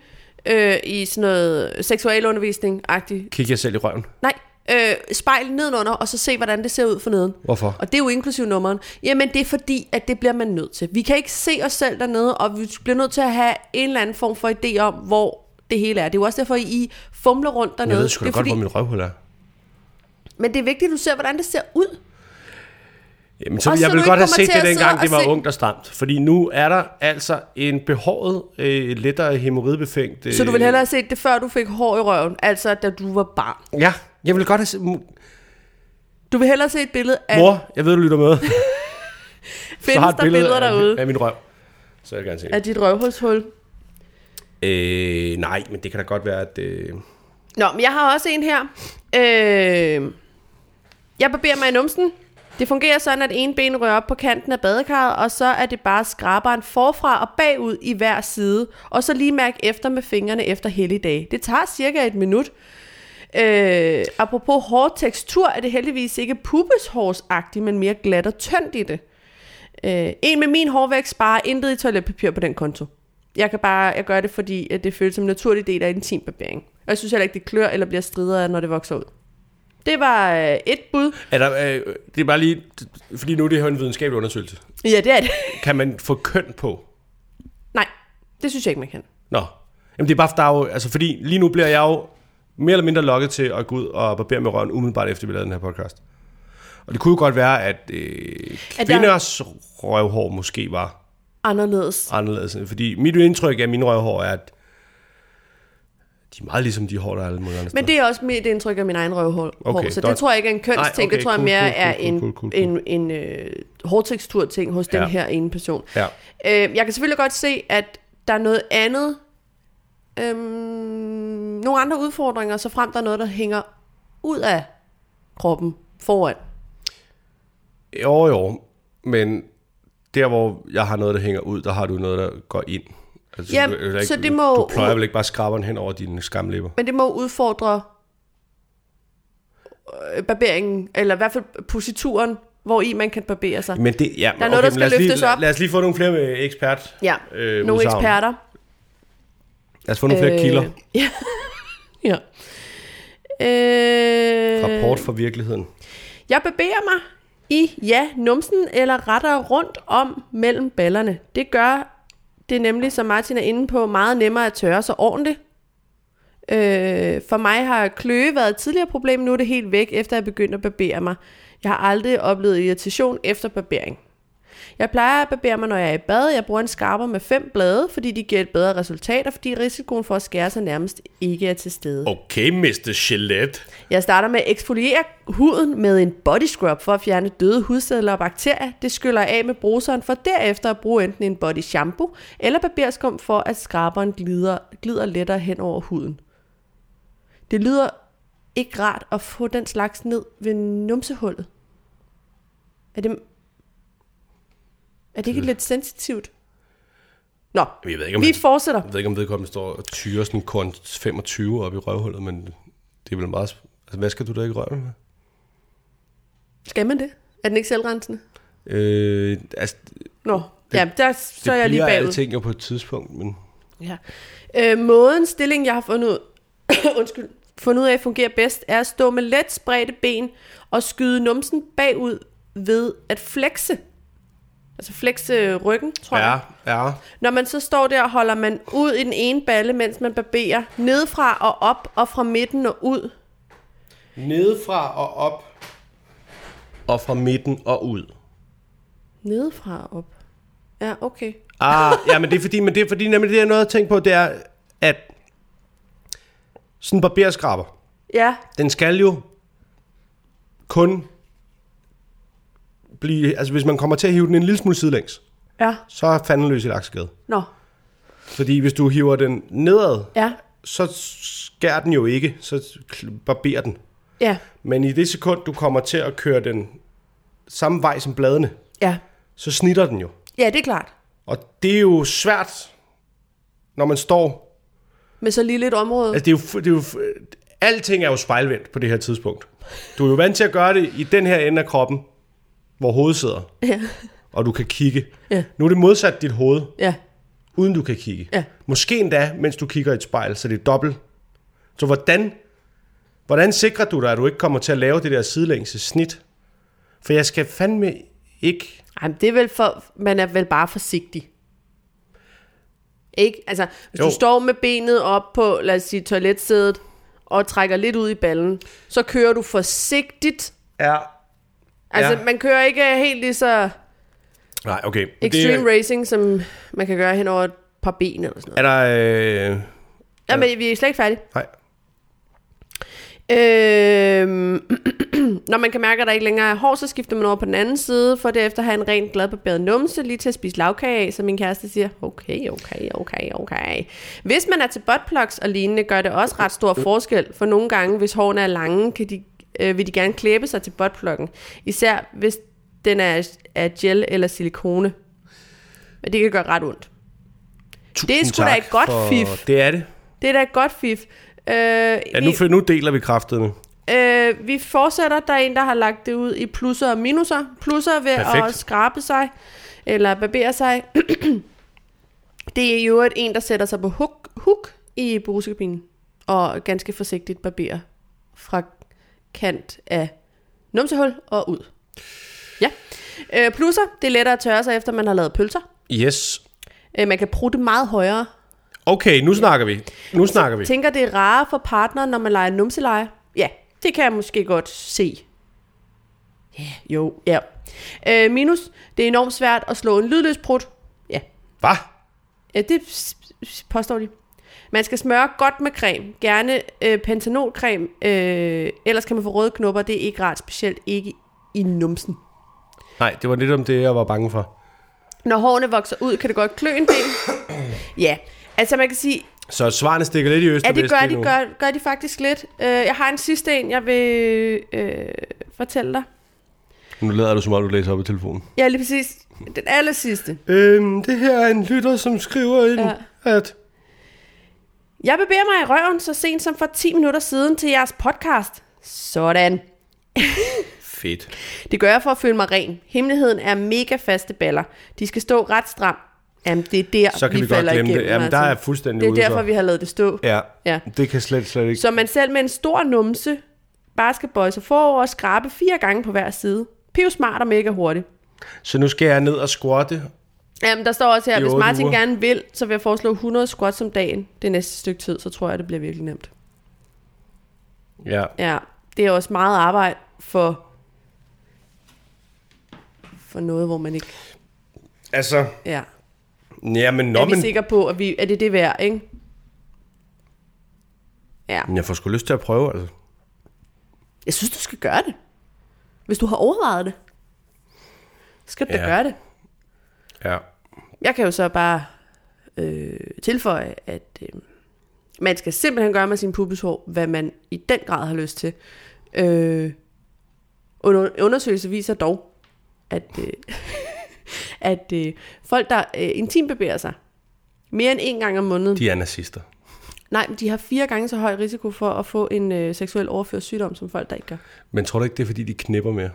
Speaker 2: øh, i sådan noget seksualundervisning-agtigt.
Speaker 1: Kigger jeg selv i røven?
Speaker 2: Nej, øh, spejl nedenunder, og så se, hvordan det ser ud for neden.
Speaker 1: Hvorfor?
Speaker 2: Og det er jo inklusiv nummeren. Jamen, det er fordi, at det bliver man nødt til. Vi kan ikke se os selv dernede, og vi bliver nødt til at have en eller anden form for idé om, hvor det hele er. Det er jo også derfor, I fumler rundt dernede.
Speaker 1: Jeg ved sgu da
Speaker 2: det er
Speaker 1: godt, hvor min røvhul er.
Speaker 2: Men det er vigtigt, at du ser, hvordan det ser ud.
Speaker 1: Jamen, så
Speaker 2: Og
Speaker 1: jeg
Speaker 2: så
Speaker 1: ville
Speaker 2: du
Speaker 1: godt
Speaker 2: ikke
Speaker 1: have set
Speaker 2: kommer til
Speaker 1: det
Speaker 2: at sidde
Speaker 1: dengang,
Speaker 2: og
Speaker 1: det var
Speaker 2: se-
Speaker 1: ungt og stramt. Fordi nu er der altså en behåret, øh, lettere hemorridbefængt... Øh,
Speaker 2: Så du ville hellere have set det, før du fik hår i røven, altså da du var barn.
Speaker 1: Ja, jeg ville godt have set... Mor,
Speaker 2: Du vil hellere se et billede af,
Speaker 1: jeg ved, du lytter med. Findes
Speaker 2: findes der billeder
Speaker 1: af,
Speaker 2: derude,
Speaker 1: af min røv. Så jeg vil gerne se
Speaker 2: af
Speaker 1: det.
Speaker 2: dit røvhulshul.
Speaker 1: Øh, nej, men det kan da godt være, at... Øh...
Speaker 2: Nå, men jeg har også en her. Øh, jeg barberer mig i numsen. Det fungerer sådan, at en ben rører op på kanten af badekarret, og så er det bare skraberen forfra og bagud i hver side, og så lige mærke efter med fingrene efter helligdage. Det tager cirka et minut. Øh, apropos hård tekstur, er det heldigvis ikke pubeshårsagtigt, men mere glat og tyndt i det. Øh, en med min hårvækst sparer intet i toiletpapir på den konto. Jeg kan bare, jeg gør det, fordi at det føles som en naturlig del af intimbarbering. Og jeg synes heller ikke, det klør eller bliver stridere, når det vokser ud. Det var øh, et bud.
Speaker 1: Er der, øh, det er bare lige... Fordi nu er det her en videnskabelig undersøgelse.
Speaker 2: Ja, det er det.
Speaker 1: Kan man få køn på?
Speaker 2: Nej, det synes jeg ikke, man kan.
Speaker 1: Nå. Jamen det er bare, for der er jo, altså fordi lige nu bliver jeg jo mere eller mindre lokket til at gå ud og barbere med røven umiddelbart efter vi lavede den her podcast. Og det kunne jo godt være, at øh,
Speaker 2: At der-
Speaker 1: kvinders der... røvhår måske var
Speaker 2: Anderledes.
Speaker 1: anderledes. Fordi mit indtryk af mine røvhår er, at de er meget ligesom de hår, der er alle mulige andre
Speaker 2: Men det er også mit indtryk af min egen røvhår.
Speaker 1: Okay,
Speaker 2: så
Speaker 1: dot.
Speaker 2: det tror jeg ikke er en
Speaker 1: Nej,
Speaker 2: kønsting.
Speaker 1: okay,
Speaker 2: det tror jeg
Speaker 1: cool,
Speaker 2: mere
Speaker 1: cool, cool,
Speaker 2: er
Speaker 1: cool,
Speaker 2: en,
Speaker 1: cool, cool, cool.
Speaker 2: en, en øh, hårdtekstur-ting hos
Speaker 1: Ja.
Speaker 2: den her ene person.
Speaker 1: Ja.
Speaker 2: Øh, jeg kan selvfølgelig godt se, at der er noget andet, øhm, nogle andre udfordringer, så frem der er noget, der hænger ud af kroppen foran.
Speaker 1: steder. Jo, jo. Men der, hvor jeg har noget, der hænger ud, der har du noget, der går ind. Altså,
Speaker 2: Ja,
Speaker 1: du, eller ikke,
Speaker 2: så det må-
Speaker 1: Du pløjer vel ikke bare skraberen hen over dine skamlæber?
Speaker 2: Men det må udfordre øh, barberingen, eller i hvert fald posituren, hvor i man kan barbere sig.
Speaker 1: Men det, ja,
Speaker 2: Der er noget, der
Speaker 1: men lad
Speaker 2: skal
Speaker 1: os lige,
Speaker 2: løftes op.
Speaker 1: Lad os lige få nogle flere øh, ekspert.
Speaker 2: Ja,
Speaker 1: øh,
Speaker 2: nogle
Speaker 1: udsagn.
Speaker 2: eksperter.
Speaker 1: Lad os få nogle flere øh, kilder.
Speaker 2: Ja. ja. Øh,
Speaker 1: Rapport fra virkeligheden.
Speaker 2: Jeg bevæger mig i, ja, numsen, eller rettere rundt om mellem ballerne. Det gør det nemlig, som Martin er inde på, meget nemmere at tørre sig ordentligt. Øh, for mig har kløe været et tidligere problem, nu er det helt væk, efter jeg begyndte at barbere mig. Jeg har aldrig oplevet irritation efter barbering. Jeg plejer at barbere mig, når jeg er i bad. Jeg bruger en skarper med fem blade, fordi de giver et bedre resultat, og fordi risikoen for at skære sig nærmest ikke er til stede.
Speaker 1: Okay, Mr. Gillette.
Speaker 2: Jeg starter med at eksfoliere huden med en body scrub for at fjerne døde hudceller og bakterier. Det skyller jeg af med bruseren for derefter at bruge enten en body shampoo eller barberskum for at skraberen glider, glider lettere hen over huden. Det lyder ikke rart at få den slags ned ved numsehullet. Er det, er det ikke lidt sensitivt? Nå,
Speaker 1: Jeg ved ikke, om,
Speaker 2: vi fortsætter.
Speaker 1: jeg ved ikke, om vedkommende står og tyrer sådan korn 25 op i røvhullet, men det er vel meget... sp- Altså, hvad skal du da ikke røre med?
Speaker 2: Skal man det? Er den ikke selvrensende?
Speaker 1: Øh, altså,
Speaker 2: Nå, ja, der så er jeg lige
Speaker 1: bliver
Speaker 2: bagud.
Speaker 1: alting jo på et tidspunkt, men...
Speaker 2: Ja. Øh, måden stilling, jeg har fundet ud, undskyld, fundet ud af, fungerer bedst, er at stå med let spredte ben og skyde numsen bagud ved at flexe. Altså flexe ryggen, tror jeg.
Speaker 1: ja.
Speaker 2: Når man så står der, holder man ud i den ene balle, mens man barberer. Nedefra og op og fra midten og ud.
Speaker 1: Nedefra og op. Og fra midten og ud.
Speaker 2: Nedefra og op. Ja, okay.
Speaker 1: Ah, ja, men det er fordi, men det er fordi, nemlig det jeg er noget at tænke på, det er, at sådan en barberskraber,
Speaker 2: Ja,
Speaker 1: den skal jo kun blive, altså hvis man kommer til at hive den en lille smule sidelæns,
Speaker 2: ja.
Speaker 1: så er fanden løs i laksegade.
Speaker 2: Nå,
Speaker 1: Fordi hvis du hiver den nedad,
Speaker 2: ja,
Speaker 1: så skærer den jo ikke, så kl- barberer den.
Speaker 2: ja,
Speaker 1: Men i det sekund, du kommer til at køre den samme vej som bladene,
Speaker 2: ja.
Speaker 1: så snitter den jo.
Speaker 2: Ja, det er klart.
Speaker 1: Og det er jo svært, når man står
Speaker 2: Med så lille et område.
Speaker 1: Altså, det er jo, det er jo, alting er jo spejlvendt på det her tidspunkt. Du er jo vant til at gøre det i den her ende af kroppen, hvor hovedet sidder,
Speaker 2: Ja,
Speaker 1: og du kan kigge.
Speaker 2: Ja.
Speaker 1: Nu er det modsat dit hoved,
Speaker 2: ja,
Speaker 1: uden du kan kigge.
Speaker 2: Ja.
Speaker 1: Måske endda, mens du kigger i et spejl, så det er dobbelt. Så hvordan, hvordan sikrer du dig, at du ikke kommer til at lave det der sidelængse snit? For jeg skal fandme ikke...
Speaker 2: Ej, men det er vel for, man er vel bare forsigtig. Ikke? Altså, hvis jo.
Speaker 1: Jo.
Speaker 2: du står med benet op på, lad os sige, toiletsædet, og trækker lidt ud i ballen, så kører du forsigtigt.
Speaker 1: Ja.
Speaker 2: Altså,
Speaker 1: Ja.
Speaker 2: ja. man kører ikke helt lige så
Speaker 1: Nej, okay. Men
Speaker 2: extreme
Speaker 1: det,
Speaker 2: det... racing, som man kan gøre hen over et par ben eller sådan noget.
Speaker 1: er der... Øh...
Speaker 2: Ja, men vi er slet ikke færdige.
Speaker 1: Nej.
Speaker 2: Øhm, når man kan mærke, at der ikke længere er hår, så skifter man over på den anden side, for derefter at have en rent glad barberet numse, lige til at spise lavkage af, som min kæreste siger. Okay, okay, okay, okay. Hvis man er til buttplugs og lignende, gør det også ret stor forskel, for nogle gange, hvis hårene er lange, kan de, øh, vil de gerne klæbe sig til buttpluggen. Især hvis den er af gel eller silikone. Men det kan gøre ret ondt. Det er sgu da
Speaker 1: Tak
Speaker 2: et godt
Speaker 1: for-
Speaker 2: fif.
Speaker 1: Det er det.
Speaker 2: Det er da et godt fif. Øh,
Speaker 1: Ja,
Speaker 2: i-
Speaker 1: nu, nu deler vi kraftedeme.
Speaker 2: Øh, vi fortsætter. Der er en, der har lagt det ud i plusser og minuser. Plusser ved Perfekt. at
Speaker 1: Perfekt.
Speaker 2: skrabe sig, eller barbere sig. det er jo et en, der sætter sig på huk, huk i brugskabinen, og ganske forsigtigt barberer fra kant af numsehul og ud. Ja. Øh, plusser, det er lettere at tørre sig, efter man har lavet pølser.
Speaker 1: Yes.
Speaker 2: Øh, man kan prutte meget højere.
Speaker 1: Okay, nu snakker vi. Nu snakker vi.
Speaker 2: Tænker, det er rarere for partneren, når man leger numseleje? Ja, det kan jeg måske godt se. Ja, jo, ja. Øh, minus, det er enormt svært at slå en lydløs prut. Ja,
Speaker 1: Hvad?
Speaker 2: ja det s- s- påstår de. Man skal smøre godt med creme, gerne øh, pantanolcreme, øh, ellers kan man få røde knopper, det er ikke rart, specielt ikke i numsen.
Speaker 1: Nej, det var lidt om det, jeg var bange for.
Speaker 2: Når hårene vokser ud, kan det godt klø en del. Ja, altså man kan sige,
Speaker 1: Så svarene stikker lidt i øst
Speaker 2: Ja,
Speaker 1: og
Speaker 2: det
Speaker 1: vest
Speaker 2: gør
Speaker 1: lige
Speaker 2: de,
Speaker 1: nu.
Speaker 2: gør, gør de faktisk lidt. Øh, jeg har en sidste en, jeg vil øh, fortælle dig.
Speaker 1: Nu lader du som om, du læser op i telefonen.
Speaker 2: Ja, lige præcis. Den aller sidste.
Speaker 1: Øhm, det her er en lytter, som skriver en...
Speaker 2: Ja.
Speaker 1: at...
Speaker 2: Jeg bevæger mig i røven så sent som for 10 minutter siden til jeres podcast. Sådan.
Speaker 1: Fedt.
Speaker 2: Det gør jeg for at føle mig ren. Hemmeligheden er mega faste baller. De skal stå ret stramt. Jamen, det er der,
Speaker 1: Så kan vi godt
Speaker 2: falder
Speaker 1: glemme det.
Speaker 2: igennem.
Speaker 1: Jamen, der er jeg
Speaker 2: Martin.
Speaker 1: fuldstændig
Speaker 2: Det er
Speaker 1: ude
Speaker 2: derfor,
Speaker 1: for.
Speaker 2: vi har lavet det stå.
Speaker 1: Ja,
Speaker 2: Ja.
Speaker 1: det kan slet, slet ikke...
Speaker 2: Så man selv med en stor numse bare skal bøje sig forover og skrabe fire gange på hver side. Piv smart og mega hurtigt.
Speaker 1: Så nu skal jeg ned og squatte.
Speaker 2: Jamen, Øhm, der står også her,
Speaker 1: I
Speaker 2: hvis
Speaker 1: otte
Speaker 2: Martin
Speaker 1: uger.
Speaker 2: gerne vil, så vil jeg foreslå 100 squats om dagen det næste stykke tid, så tror jeg, det bliver virkelig nemt.
Speaker 1: Ja.
Speaker 2: Ja, det er også meget arbejde for, for noget, hvor man ikke...
Speaker 1: Altså,
Speaker 2: Ja.
Speaker 1: jamen, nå,
Speaker 2: er vi
Speaker 1: men...
Speaker 2: sikre på, at vi, er det det værd, ikke? Ja.
Speaker 1: Jeg får sgu lyst til at prøve, altså.
Speaker 2: Jeg synes, du skal gøre det. Hvis du har overvejet det, så skal du ja.
Speaker 1: Ja.
Speaker 2: da gøre det.
Speaker 1: Ja.
Speaker 2: Jeg kan jo så bare øh, tilføje, at øh, man skal simpelthen gøre med sin pubeshår, hvad man i den grad har lyst til. Øh, under, undersøgelser viser dog, at, øh, at øh, folk, der øh, intimt bevæger sig mere end en gang om måneden,
Speaker 1: De er nazister.
Speaker 2: Nej, men de har fire gange så høj risiko for at få en øh, seksuel overført sygdom, som folk, der ikke gør.
Speaker 1: Men tror du ikke, det er, fordi de knipper mere?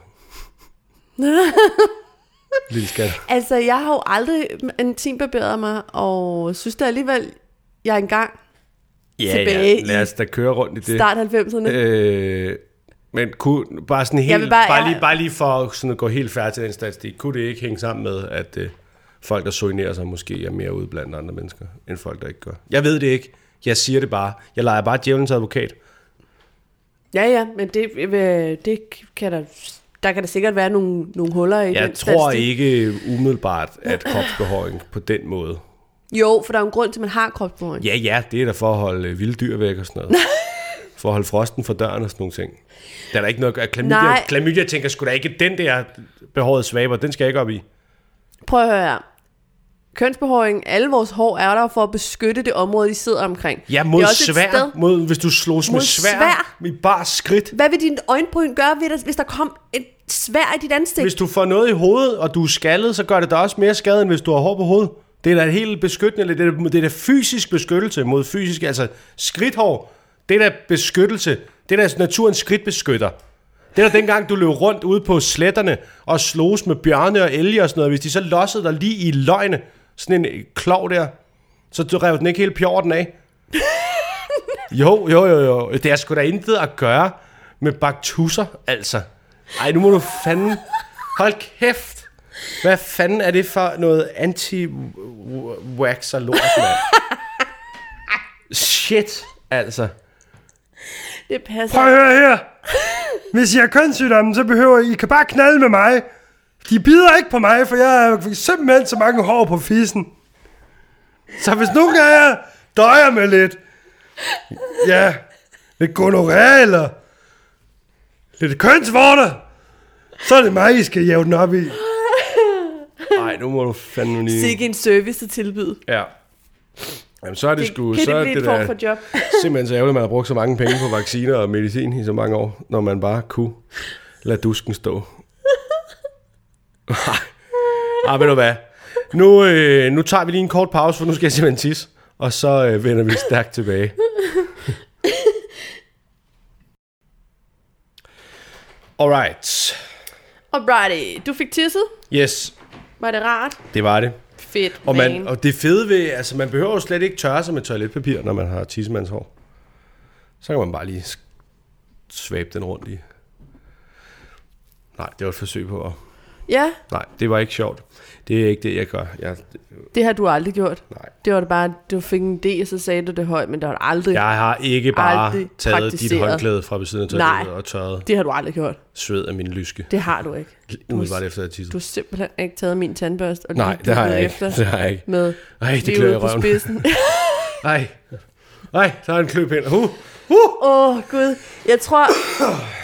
Speaker 1: Lille skat.
Speaker 2: Altså, jeg har jo aldrig intimbarberet mig, og synes da alligevel, jeg engang
Speaker 1: Ja,
Speaker 2: Tilbage
Speaker 1: ja. Lad os da køre rundt i det.
Speaker 2: start 90'erne. Øh,
Speaker 1: Øh, men kunne, bare sådan
Speaker 2: vil
Speaker 1: helt,
Speaker 2: bare-
Speaker 1: bare, bare,
Speaker 2: jeg-
Speaker 1: lige, bare lige for sådan at gå helt færdig til den statistik, kunne det ikke hænge sammen med, at øh, folk, der soignerer sig, måske er mere ude blandt andre mennesker, end folk, der ikke gør? Jeg ved det ikke. Jeg siger det bare. Jeg leger bare djævelens advokat.
Speaker 2: ja, ja, men det, øh, det kan der, der kan der sikkert være nogle, nogle huller i
Speaker 1: Jeg
Speaker 2: den
Speaker 1: tror
Speaker 2: statistik.
Speaker 1: ikke umiddelbart, at kropsbehåring på den måde...
Speaker 2: Jo, for der er jo en grund til, at man har kropsbehåring.
Speaker 1: Ja, ja, det er da for at holde øh, vilde dyr væk og sådan noget. For at holde frosten fra døren og sådan nogle ting. Der er da ikke noget at gøre. Klamydia,
Speaker 2: Nej.
Speaker 1: klamydia tænker sgu da ikke, den der behårede svaber, den skal jeg ikke op i.
Speaker 2: Prøv at høre her. Kønsbehåring, alle vores hår er der jo for at beskytte det område, de sidder omkring.
Speaker 1: Ja,
Speaker 2: Det
Speaker 1: mod
Speaker 2: er også et sted-
Speaker 1: svær. Mod, hvis du slås med
Speaker 2: Mod
Speaker 1: svær,
Speaker 2: svær.
Speaker 1: med bare skridt.
Speaker 2: Hvad vil dine øjenbryn gøre, ved dig, hvis der kom et svær i dit ansigt?
Speaker 1: Hvis du får noget i hovedet, og du er skaldet, så gør det da også mere skade, end hvis du har hår på hovedet. Det er da helt beskyttende. Det er, da- det er da fysisk beskyttelse mod fysisk, altså skridthår. Det er da beskyttelse. Det er da naturens skridtbeskytter. Det er da dengang, du løb rundt ude på sletterne og slogs med bjørne og elge og sådan noget. Hvis de så lossede dig lige i løgne, sådan en øh, klov der, så du rev den ikke hele pjorten af. Jo, jo, jo, jo. Det er sgu da intet at gøre med baktusser, altså. Ej, nu må du fanden... Hold kæft! Hvad fanden er det for noget anti-waxer lort, mand? Shit, altså.
Speaker 2: Det passer.
Speaker 1: Prøv at høre her. Hvis I har kønssygdomme, så behøver I, I kan bare knalde med mig. De bider ikke på mig, for jeg har simpelthen så mange hår på fissen. Så hvis nogen af jer døjer med lidt, ja, lidt gonoré eller lidt kønsvorter, så er det mig, I skal jævne den op i. Nej, nu må du fandme lige...
Speaker 2: Sikke en service at tilbyde.
Speaker 1: Ja. Jamen, så er det,
Speaker 2: Det,
Speaker 1: sgu...
Speaker 2: kan
Speaker 1: så
Speaker 2: det
Speaker 1: er
Speaker 2: blive
Speaker 1: det
Speaker 2: en form
Speaker 1: da-
Speaker 2: for job?
Speaker 1: Simpelthen så ærgerligt, at man har brugt så mange penge på vacciner og medicin i så mange år, når man bare kunne lade dusken stå. Ej, Ej, Ah, ved du hvad? Nu, øh, nu tager vi lige en kort pause, for nu skal jeg simpelthen tisse, og så øh, vender vi stærkt tilbage. Alright.
Speaker 2: Alrighty, du fik tisset.
Speaker 1: Yes,
Speaker 2: Var det rart?
Speaker 1: det var det.
Speaker 2: Fedt,
Speaker 1: Og, man,
Speaker 2: man.
Speaker 1: og det fede ved, altså man behøver jo slet ikke tørre sig med toiletpapir, når man har tissemandshår. Så kan man bare lige s- svabe den rundt i. Nej, det var et forsøg på at...
Speaker 2: Ja,
Speaker 1: Nej, det var ikke sjovt. Det er ikke det, jeg gør. Jeg,
Speaker 2: det har du aldrig gjort.
Speaker 1: nej.
Speaker 2: Det var det bare, du fik en idé, og så sagde du det højt, men det har du aldrig.
Speaker 1: jeg har ikke bare
Speaker 2: Aldrig
Speaker 1: taget dit
Speaker 2: praktiseret.
Speaker 1: håndklæde fra ved siden af toilettet
Speaker 2: Nej.
Speaker 1: og tørret
Speaker 2: Det har du aldrig gjort.
Speaker 1: sved af min lyske.
Speaker 2: Det har du ikke.
Speaker 1: Umiddelbart efter at
Speaker 2: Du
Speaker 1: tisse.
Speaker 2: har simpelthen ikke taget min tandbørste og
Speaker 1: Nej,
Speaker 2: lige
Speaker 1: det har
Speaker 2: dyppet
Speaker 1: jeg ikke.
Speaker 2: efter
Speaker 1: Det har jeg ikke.
Speaker 2: med
Speaker 1: Ej, det
Speaker 2: lige
Speaker 1: klør
Speaker 2: ude
Speaker 1: i
Speaker 2: på
Speaker 1: røven.
Speaker 2: spidsen.
Speaker 1: Nej, nej, der er en kløpind. Uh.
Speaker 2: Åh, oh, Gud. Jeg tror,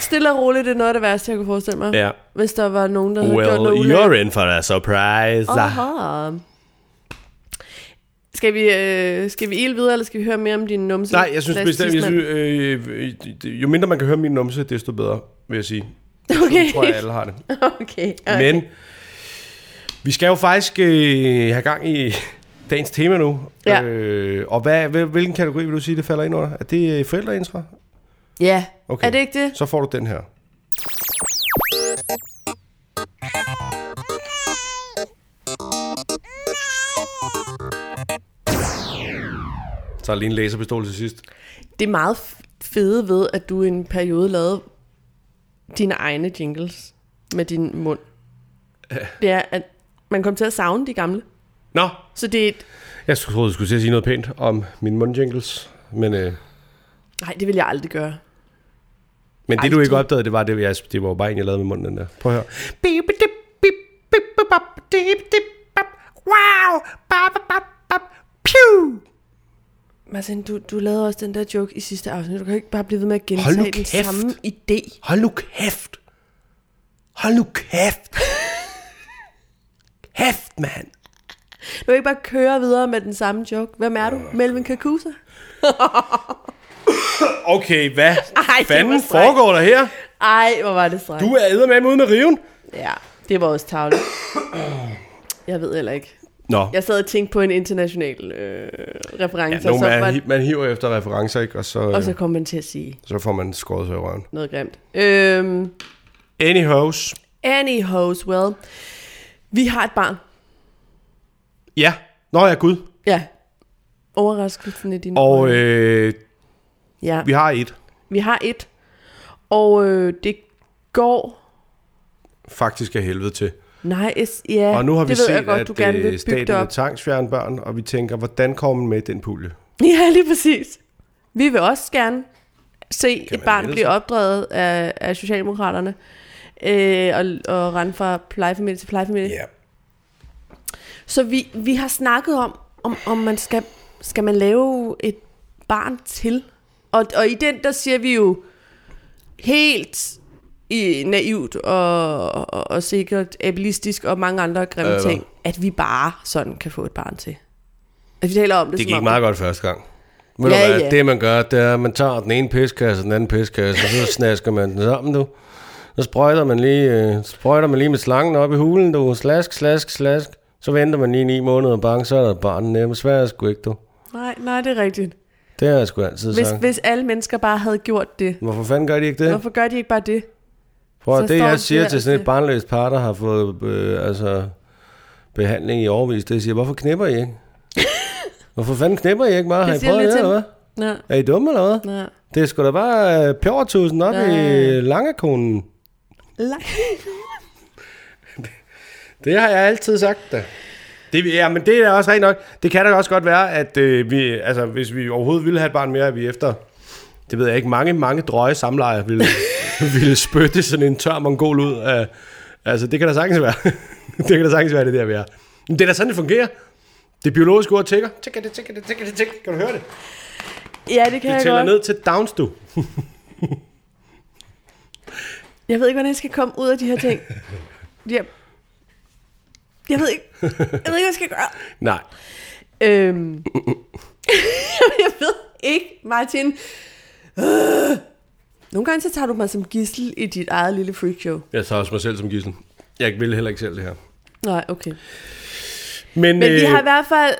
Speaker 2: stille og roligt, det er noget af det værste, jeg kunne forestille mig.
Speaker 1: Ja.
Speaker 2: Hvis der var nogen, der havde gjort
Speaker 1: Well,
Speaker 2: noget
Speaker 1: you're in for a surprise.
Speaker 2: Aha. Skal vi, øh, skal vi ele videre, eller skal vi høre mere om din numse?
Speaker 1: Nej, jeg synes
Speaker 2: Lad os
Speaker 1: bestemt, jeg
Speaker 2: tisse,
Speaker 1: synes, øh, øh, jo mindre man kan høre min numse, desto bedre, vil jeg sige.
Speaker 2: mand.
Speaker 1: Okay. Jeg tror, jeg
Speaker 2: Okay,
Speaker 1: alle har det.
Speaker 2: okay. okay.
Speaker 1: Men vi skal jo faktisk øh, have gang i dagens tema nu.
Speaker 2: Ja.
Speaker 1: Øh, og hvad, hvil- hvilken kategori vil du sige, det falder ind under? Er det øh, forældreintra?
Speaker 2: Ja.
Speaker 1: Okay.
Speaker 2: Er det ikke det?
Speaker 1: Så får du den her. Så er lige en laserpistol til sidst.
Speaker 2: Det er meget f- fede ved, at du i en periode lavede dine egne jingles med din mund. Det er, at man kom til at savne de gamle.
Speaker 1: Nå,
Speaker 2: Så det er et...
Speaker 1: jeg troede, du skulle til at sige noget pænt om mine mundjingles. Men, øh,
Speaker 2: Nej, det vil jeg aldrig gøre.
Speaker 1: men det, du
Speaker 2: Aldrig.
Speaker 1: ikke opdagede, det var, det, jeg, det var jo bare en, jeg lavede med munden den der. Prøv at høre.
Speaker 3: Wow! Bop, bop, bop. Pew!
Speaker 2: Martin, du, du lavede også den der joke i sidste afsnit. Du kan ikke bare blive ved med at
Speaker 1: Hold nu
Speaker 2: gentage den
Speaker 1: kæft.
Speaker 2: samme idé.
Speaker 1: Hold nu kæft. Hold nu kæft. Kæft, mand.
Speaker 2: Du kan ikke bare køre videre med den samme joke. Hvem er du? Melvin Kakusa?
Speaker 1: Okay, hvad
Speaker 2: var
Speaker 1: fanden
Speaker 2: strengt.
Speaker 1: foregår der her?
Speaker 2: Ej, hvor var det strengt.
Speaker 1: Du er ædermame uden at riven.
Speaker 2: Ja, det var også tavligt. Jeg ved heller ikke.
Speaker 1: Nå,
Speaker 2: Jeg sad og tænkte på en international øh,
Speaker 1: ja,
Speaker 2: reference, ja, og,
Speaker 1: nogle
Speaker 2: så var,
Speaker 1: man, hi- man hiver efter referencer, ikke? Og så,
Speaker 2: og
Speaker 1: og
Speaker 2: så
Speaker 1: så,
Speaker 2: kom man til at sige
Speaker 1: så får man skåret sig i røven.
Speaker 2: noget grimt. Øhm,
Speaker 1: Anyhows.
Speaker 2: anyhows, well, vi har et barn.
Speaker 1: Ja. Nå ja, gud.
Speaker 2: Ja. Overraskelsen i din
Speaker 1: Og øh,
Speaker 2: ja.
Speaker 1: vi har et,
Speaker 2: vi har et, og øh, det går...
Speaker 1: faktisk af helvede til.
Speaker 2: Nej, nice, ja,
Speaker 1: Og nu har vi
Speaker 2: det ved
Speaker 1: set,
Speaker 2: jeg godt, du gerne
Speaker 1: at øh,
Speaker 2: vil bygge det
Speaker 1: staten
Speaker 2: op.
Speaker 1: vil tvangsfjerne børn, og vi tænker, hvordan kommer man med i den pulje?
Speaker 2: Ja, lige præcis. Vi vil også gerne se
Speaker 1: Kan man
Speaker 2: et barn
Speaker 1: melde
Speaker 2: blive
Speaker 1: sig?
Speaker 2: opdraget af, af Socialdemokraterne øh, og, og rende fra plejefamilie til plejefamilie. Yeah. Så vi, vi har snakket om, om, om man skal, skal man lave et barn til. Og, og i den, der siger vi jo helt i, naivt og, og, og sikkert ableistisk og mange andre grimme
Speaker 1: Ja, ja.
Speaker 2: ting, at vi bare sådan kan få et barn til. At vi taler om det,
Speaker 1: Det
Speaker 2: som
Speaker 1: gik
Speaker 2: om,
Speaker 1: meget godt første gang. Ved
Speaker 2: Ja,
Speaker 1: ja, du hvad,
Speaker 2: ja.
Speaker 1: ja. det man gør, det er, at man tager den ene piskasse og den anden piskasse, og så snasker man den sammen, du. Så sprøjter man lige, øh, sprøjter man lige med slangen op i hulen, du. Slask, slask, slask. Så venter man lige ni måneder, og bang, så er der barnet nemme. Svært sgu ikke, du.
Speaker 2: Nej, nej, det er rigtigt.
Speaker 1: Det har jeg sgu altid
Speaker 2: Hvis,
Speaker 1: sagt.
Speaker 2: hvis alle mennesker bare havde gjort det,
Speaker 1: Hvorfor fanden gør de ikke det?
Speaker 2: hvorfor gør de ikke bare det?
Speaker 1: Prøv at
Speaker 2: så
Speaker 1: det,
Speaker 2: står
Speaker 1: jeg
Speaker 2: det
Speaker 1: siger
Speaker 2: der,
Speaker 1: til sådan
Speaker 2: altså.
Speaker 1: et barnløst par, der har fået øh, altså, behandling i overvis, det jeg siger, hvorfor knipper I ikke? hvorfor fanden knipper I ikke bare? Har I
Speaker 2: siger jeg
Speaker 1: prøvet det,
Speaker 2: lige
Speaker 1: eller hvad?
Speaker 2: til Nå,
Speaker 1: Er I dumme, eller hvad?
Speaker 2: nå.
Speaker 1: Det er sgu da bare øh, pjortusen op
Speaker 2: Nej.
Speaker 1: i langekonen.
Speaker 2: Nej.
Speaker 1: Det har jeg altid sagt da. Det, ja, men det er også rent nok. Det kan da også godt være, at øh, vi, altså, hvis vi overhovedet ville have et barn mere, at vi efter, det ved jeg ikke, mange, mange drøje samlejer ville, ville spytte sådan en tør mongol ud. Af, altså, det kan da sagtens være. det kan da sagtens være, det er der, vi er. Men det er da sådan, det fungerer. Det biologiske ord tækker. Tækker det, tækker det, tækker det, tækker. Kan du høre det?
Speaker 2: Ja, det kan
Speaker 1: Det
Speaker 2: jeg
Speaker 1: tæller
Speaker 2: godt.
Speaker 1: ned til downs, du.
Speaker 2: Jeg ved ikke, hvordan jeg skal komme ud af de her ting. Jeg, jeg ved ikke, jeg ved ikke, hvad jeg skal gøre.
Speaker 1: Nej.
Speaker 2: Øhm. jeg ved ikke, Martin. Øh. Nogle gange så tager du mig som gissel i dit eget lille freakshow.
Speaker 1: Jeg tager også mig selv som gissel. Jeg ville heller ikke selv det her.
Speaker 2: Nej, okay.
Speaker 1: Men,
Speaker 2: Men vi
Speaker 1: øh,
Speaker 2: har i hvert fald...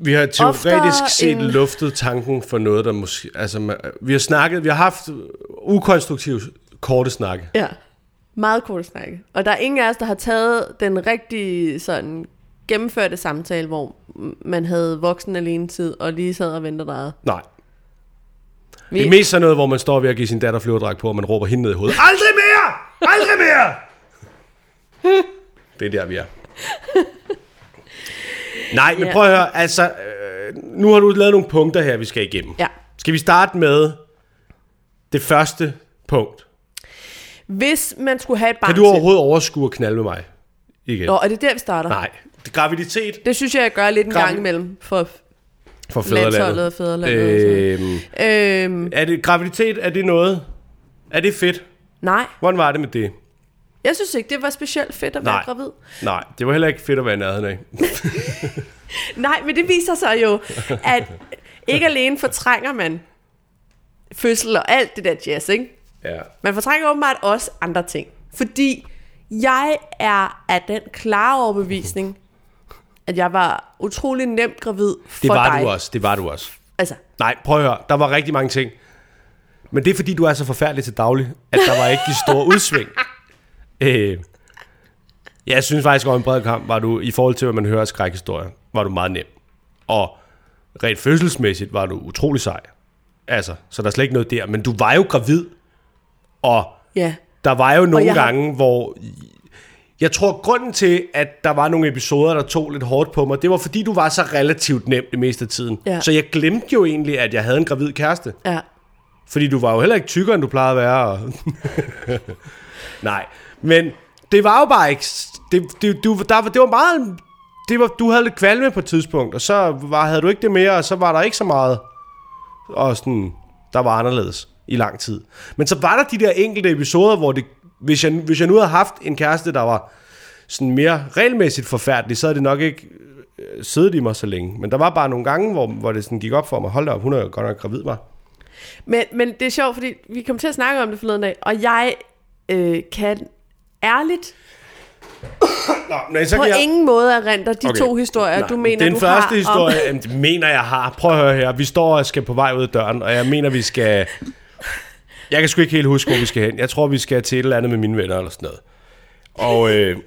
Speaker 1: Vi har
Speaker 2: oftere
Speaker 1: teoretisk set
Speaker 2: end-
Speaker 1: luftet tanken for noget, der måske... Altså, man- vi har snakket, vi har haft ukonstruktive korte snakke.
Speaker 2: Ja, meget kort snakke. Og der er ingen af os, der har taget den rigtige sådan gennemførte samtale, hvor man havde voksen alene tid og lige sad og ventede der.
Speaker 1: Nej. Det er mest sådan noget, hvor man står ved at give sin datter flyverdrag på, og man råber hende ned i hovedet. Aldrig mere! Aldrig mere! det er der, vi er. Nej, men
Speaker 2: Ja.
Speaker 1: prøv at høre, altså, øh, nu har du lavet nogle punkter her, vi skal igennem.
Speaker 2: Ja.
Speaker 1: Skal vi starte med det første punkt?
Speaker 2: Hvis man skulle have et barn
Speaker 1: Kan du overhovedet overskue at knalde med mig? Igen.
Speaker 2: til... Nå, er det der, vi starter?
Speaker 1: Nej. Det- Graviditet
Speaker 2: Det synes jeg, jeg gør lidt en
Speaker 1: Gravid-
Speaker 2: gang imellem for
Speaker 1: For
Speaker 2: landsholdet
Speaker 1: fædrelandet.
Speaker 2: og fædrelandet. og sådan noget.
Speaker 1: Øhm,
Speaker 2: Øhm,
Speaker 1: er det, graviditet, er det noget? Er det fedt?
Speaker 2: nej,
Speaker 1: Hvordan var det med det?
Speaker 2: jeg synes ikke, det var specielt fedt at være
Speaker 1: Nej.
Speaker 2: gravid.
Speaker 1: Nej, det var heller ikke fedt at være i nærheden af.
Speaker 2: Nej, men det viser sig jo, at ikke alene fortrænger man fødsel og alt det der jazz, ikke?
Speaker 1: Ja.
Speaker 2: Man fortrænger åbenbart også andre ting. Fordi jeg er af den klare overbevisning, at jeg var utrolig nemt gravid for
Speaker 1: Det var
Speaker 2: dig.
Speaker 1: du også, det var du også.
Speaker 2: Altså,
Speaker 1: Nej, prøv at høre, der var rigtig mange ting. Men det er fordi, du er så forfærdelig til daglig, at der var ikke de store udsving. Øh, jeg synes faktisk, over en bred kamp var du, i forhold til, hvad man hører af skrækhistorier, var du meget nem. Og rent fødselsmæssigt var du utrolig sej. Altså, så der er slet ikke noget der. Men du var jo gravid, og
Speaker 2: ja.
Speaker 1: der var jo nogle
Speaker 2: jeg har-
Speaker 1: gange, hvor... Jeg tror, grunden til, at der var nogle episoder, der tog lidt hårdt på mig, det var, fordi du var så relativt nem det meste af tiden.
Speaker 2: Ja.
Speaker 1: Så jeg glemte jo egentlig, at jeg havde en gravid kæreste.
Speaker 2: ja.
Speaker 1: Fordi du var jo heller ikke tykkere, end du plejede at være. Og... Nej, men det var jo bare ikke... Det, det, du, der, var- det var meget... Det var, du havde lidt kvalme på et tidspunkt, og så var, havde du ikke det mere, og så var der ikke så meget, og sådan, der var anderledes i lang tid. Men så var der de der enkelte episoder, hvor det, hvis, jeg, hvis jeg nu havde haft en kæreste, der var sådan mere regelmæssigt forfærdelig, så havde det nok ikke øh, siddet i mig så længe. Men der var bare nogle gange, hvor, hvor det sådan gik op for mig, hold da op, hun er jo godt nok gravid, var.
Speaker 2: Men, men det er sjovt, fordi vi kom til at snakke om det forleden dag, og jeg øh, kan ærligt
Speaker 1: Nå, men så
Speaker 2: på
Speaker 1: kan jeg...
Speaker 2: ingen måde erindre de
Speaker 1: Okay.
Speaker 2: to historier,
Speaker 1: Nej,
Speaker 2: du mener,
Speaker 1: Den
Speaker 2: du
Speaker 1: første
Speaker 2: har
Speaker 1: historie,
Speaker 2: om...
Speaker 1: jamen, det mener jeg har. Prøv at høre her. Vi står og skal på vej ud af døren, og jeg mener, vi skal... Jeg kan sgu ikke helt huske, hvor vi skal hen. Jeg tror, vi skal til et eller andet med mine venner eller sådan noget. Og, øh,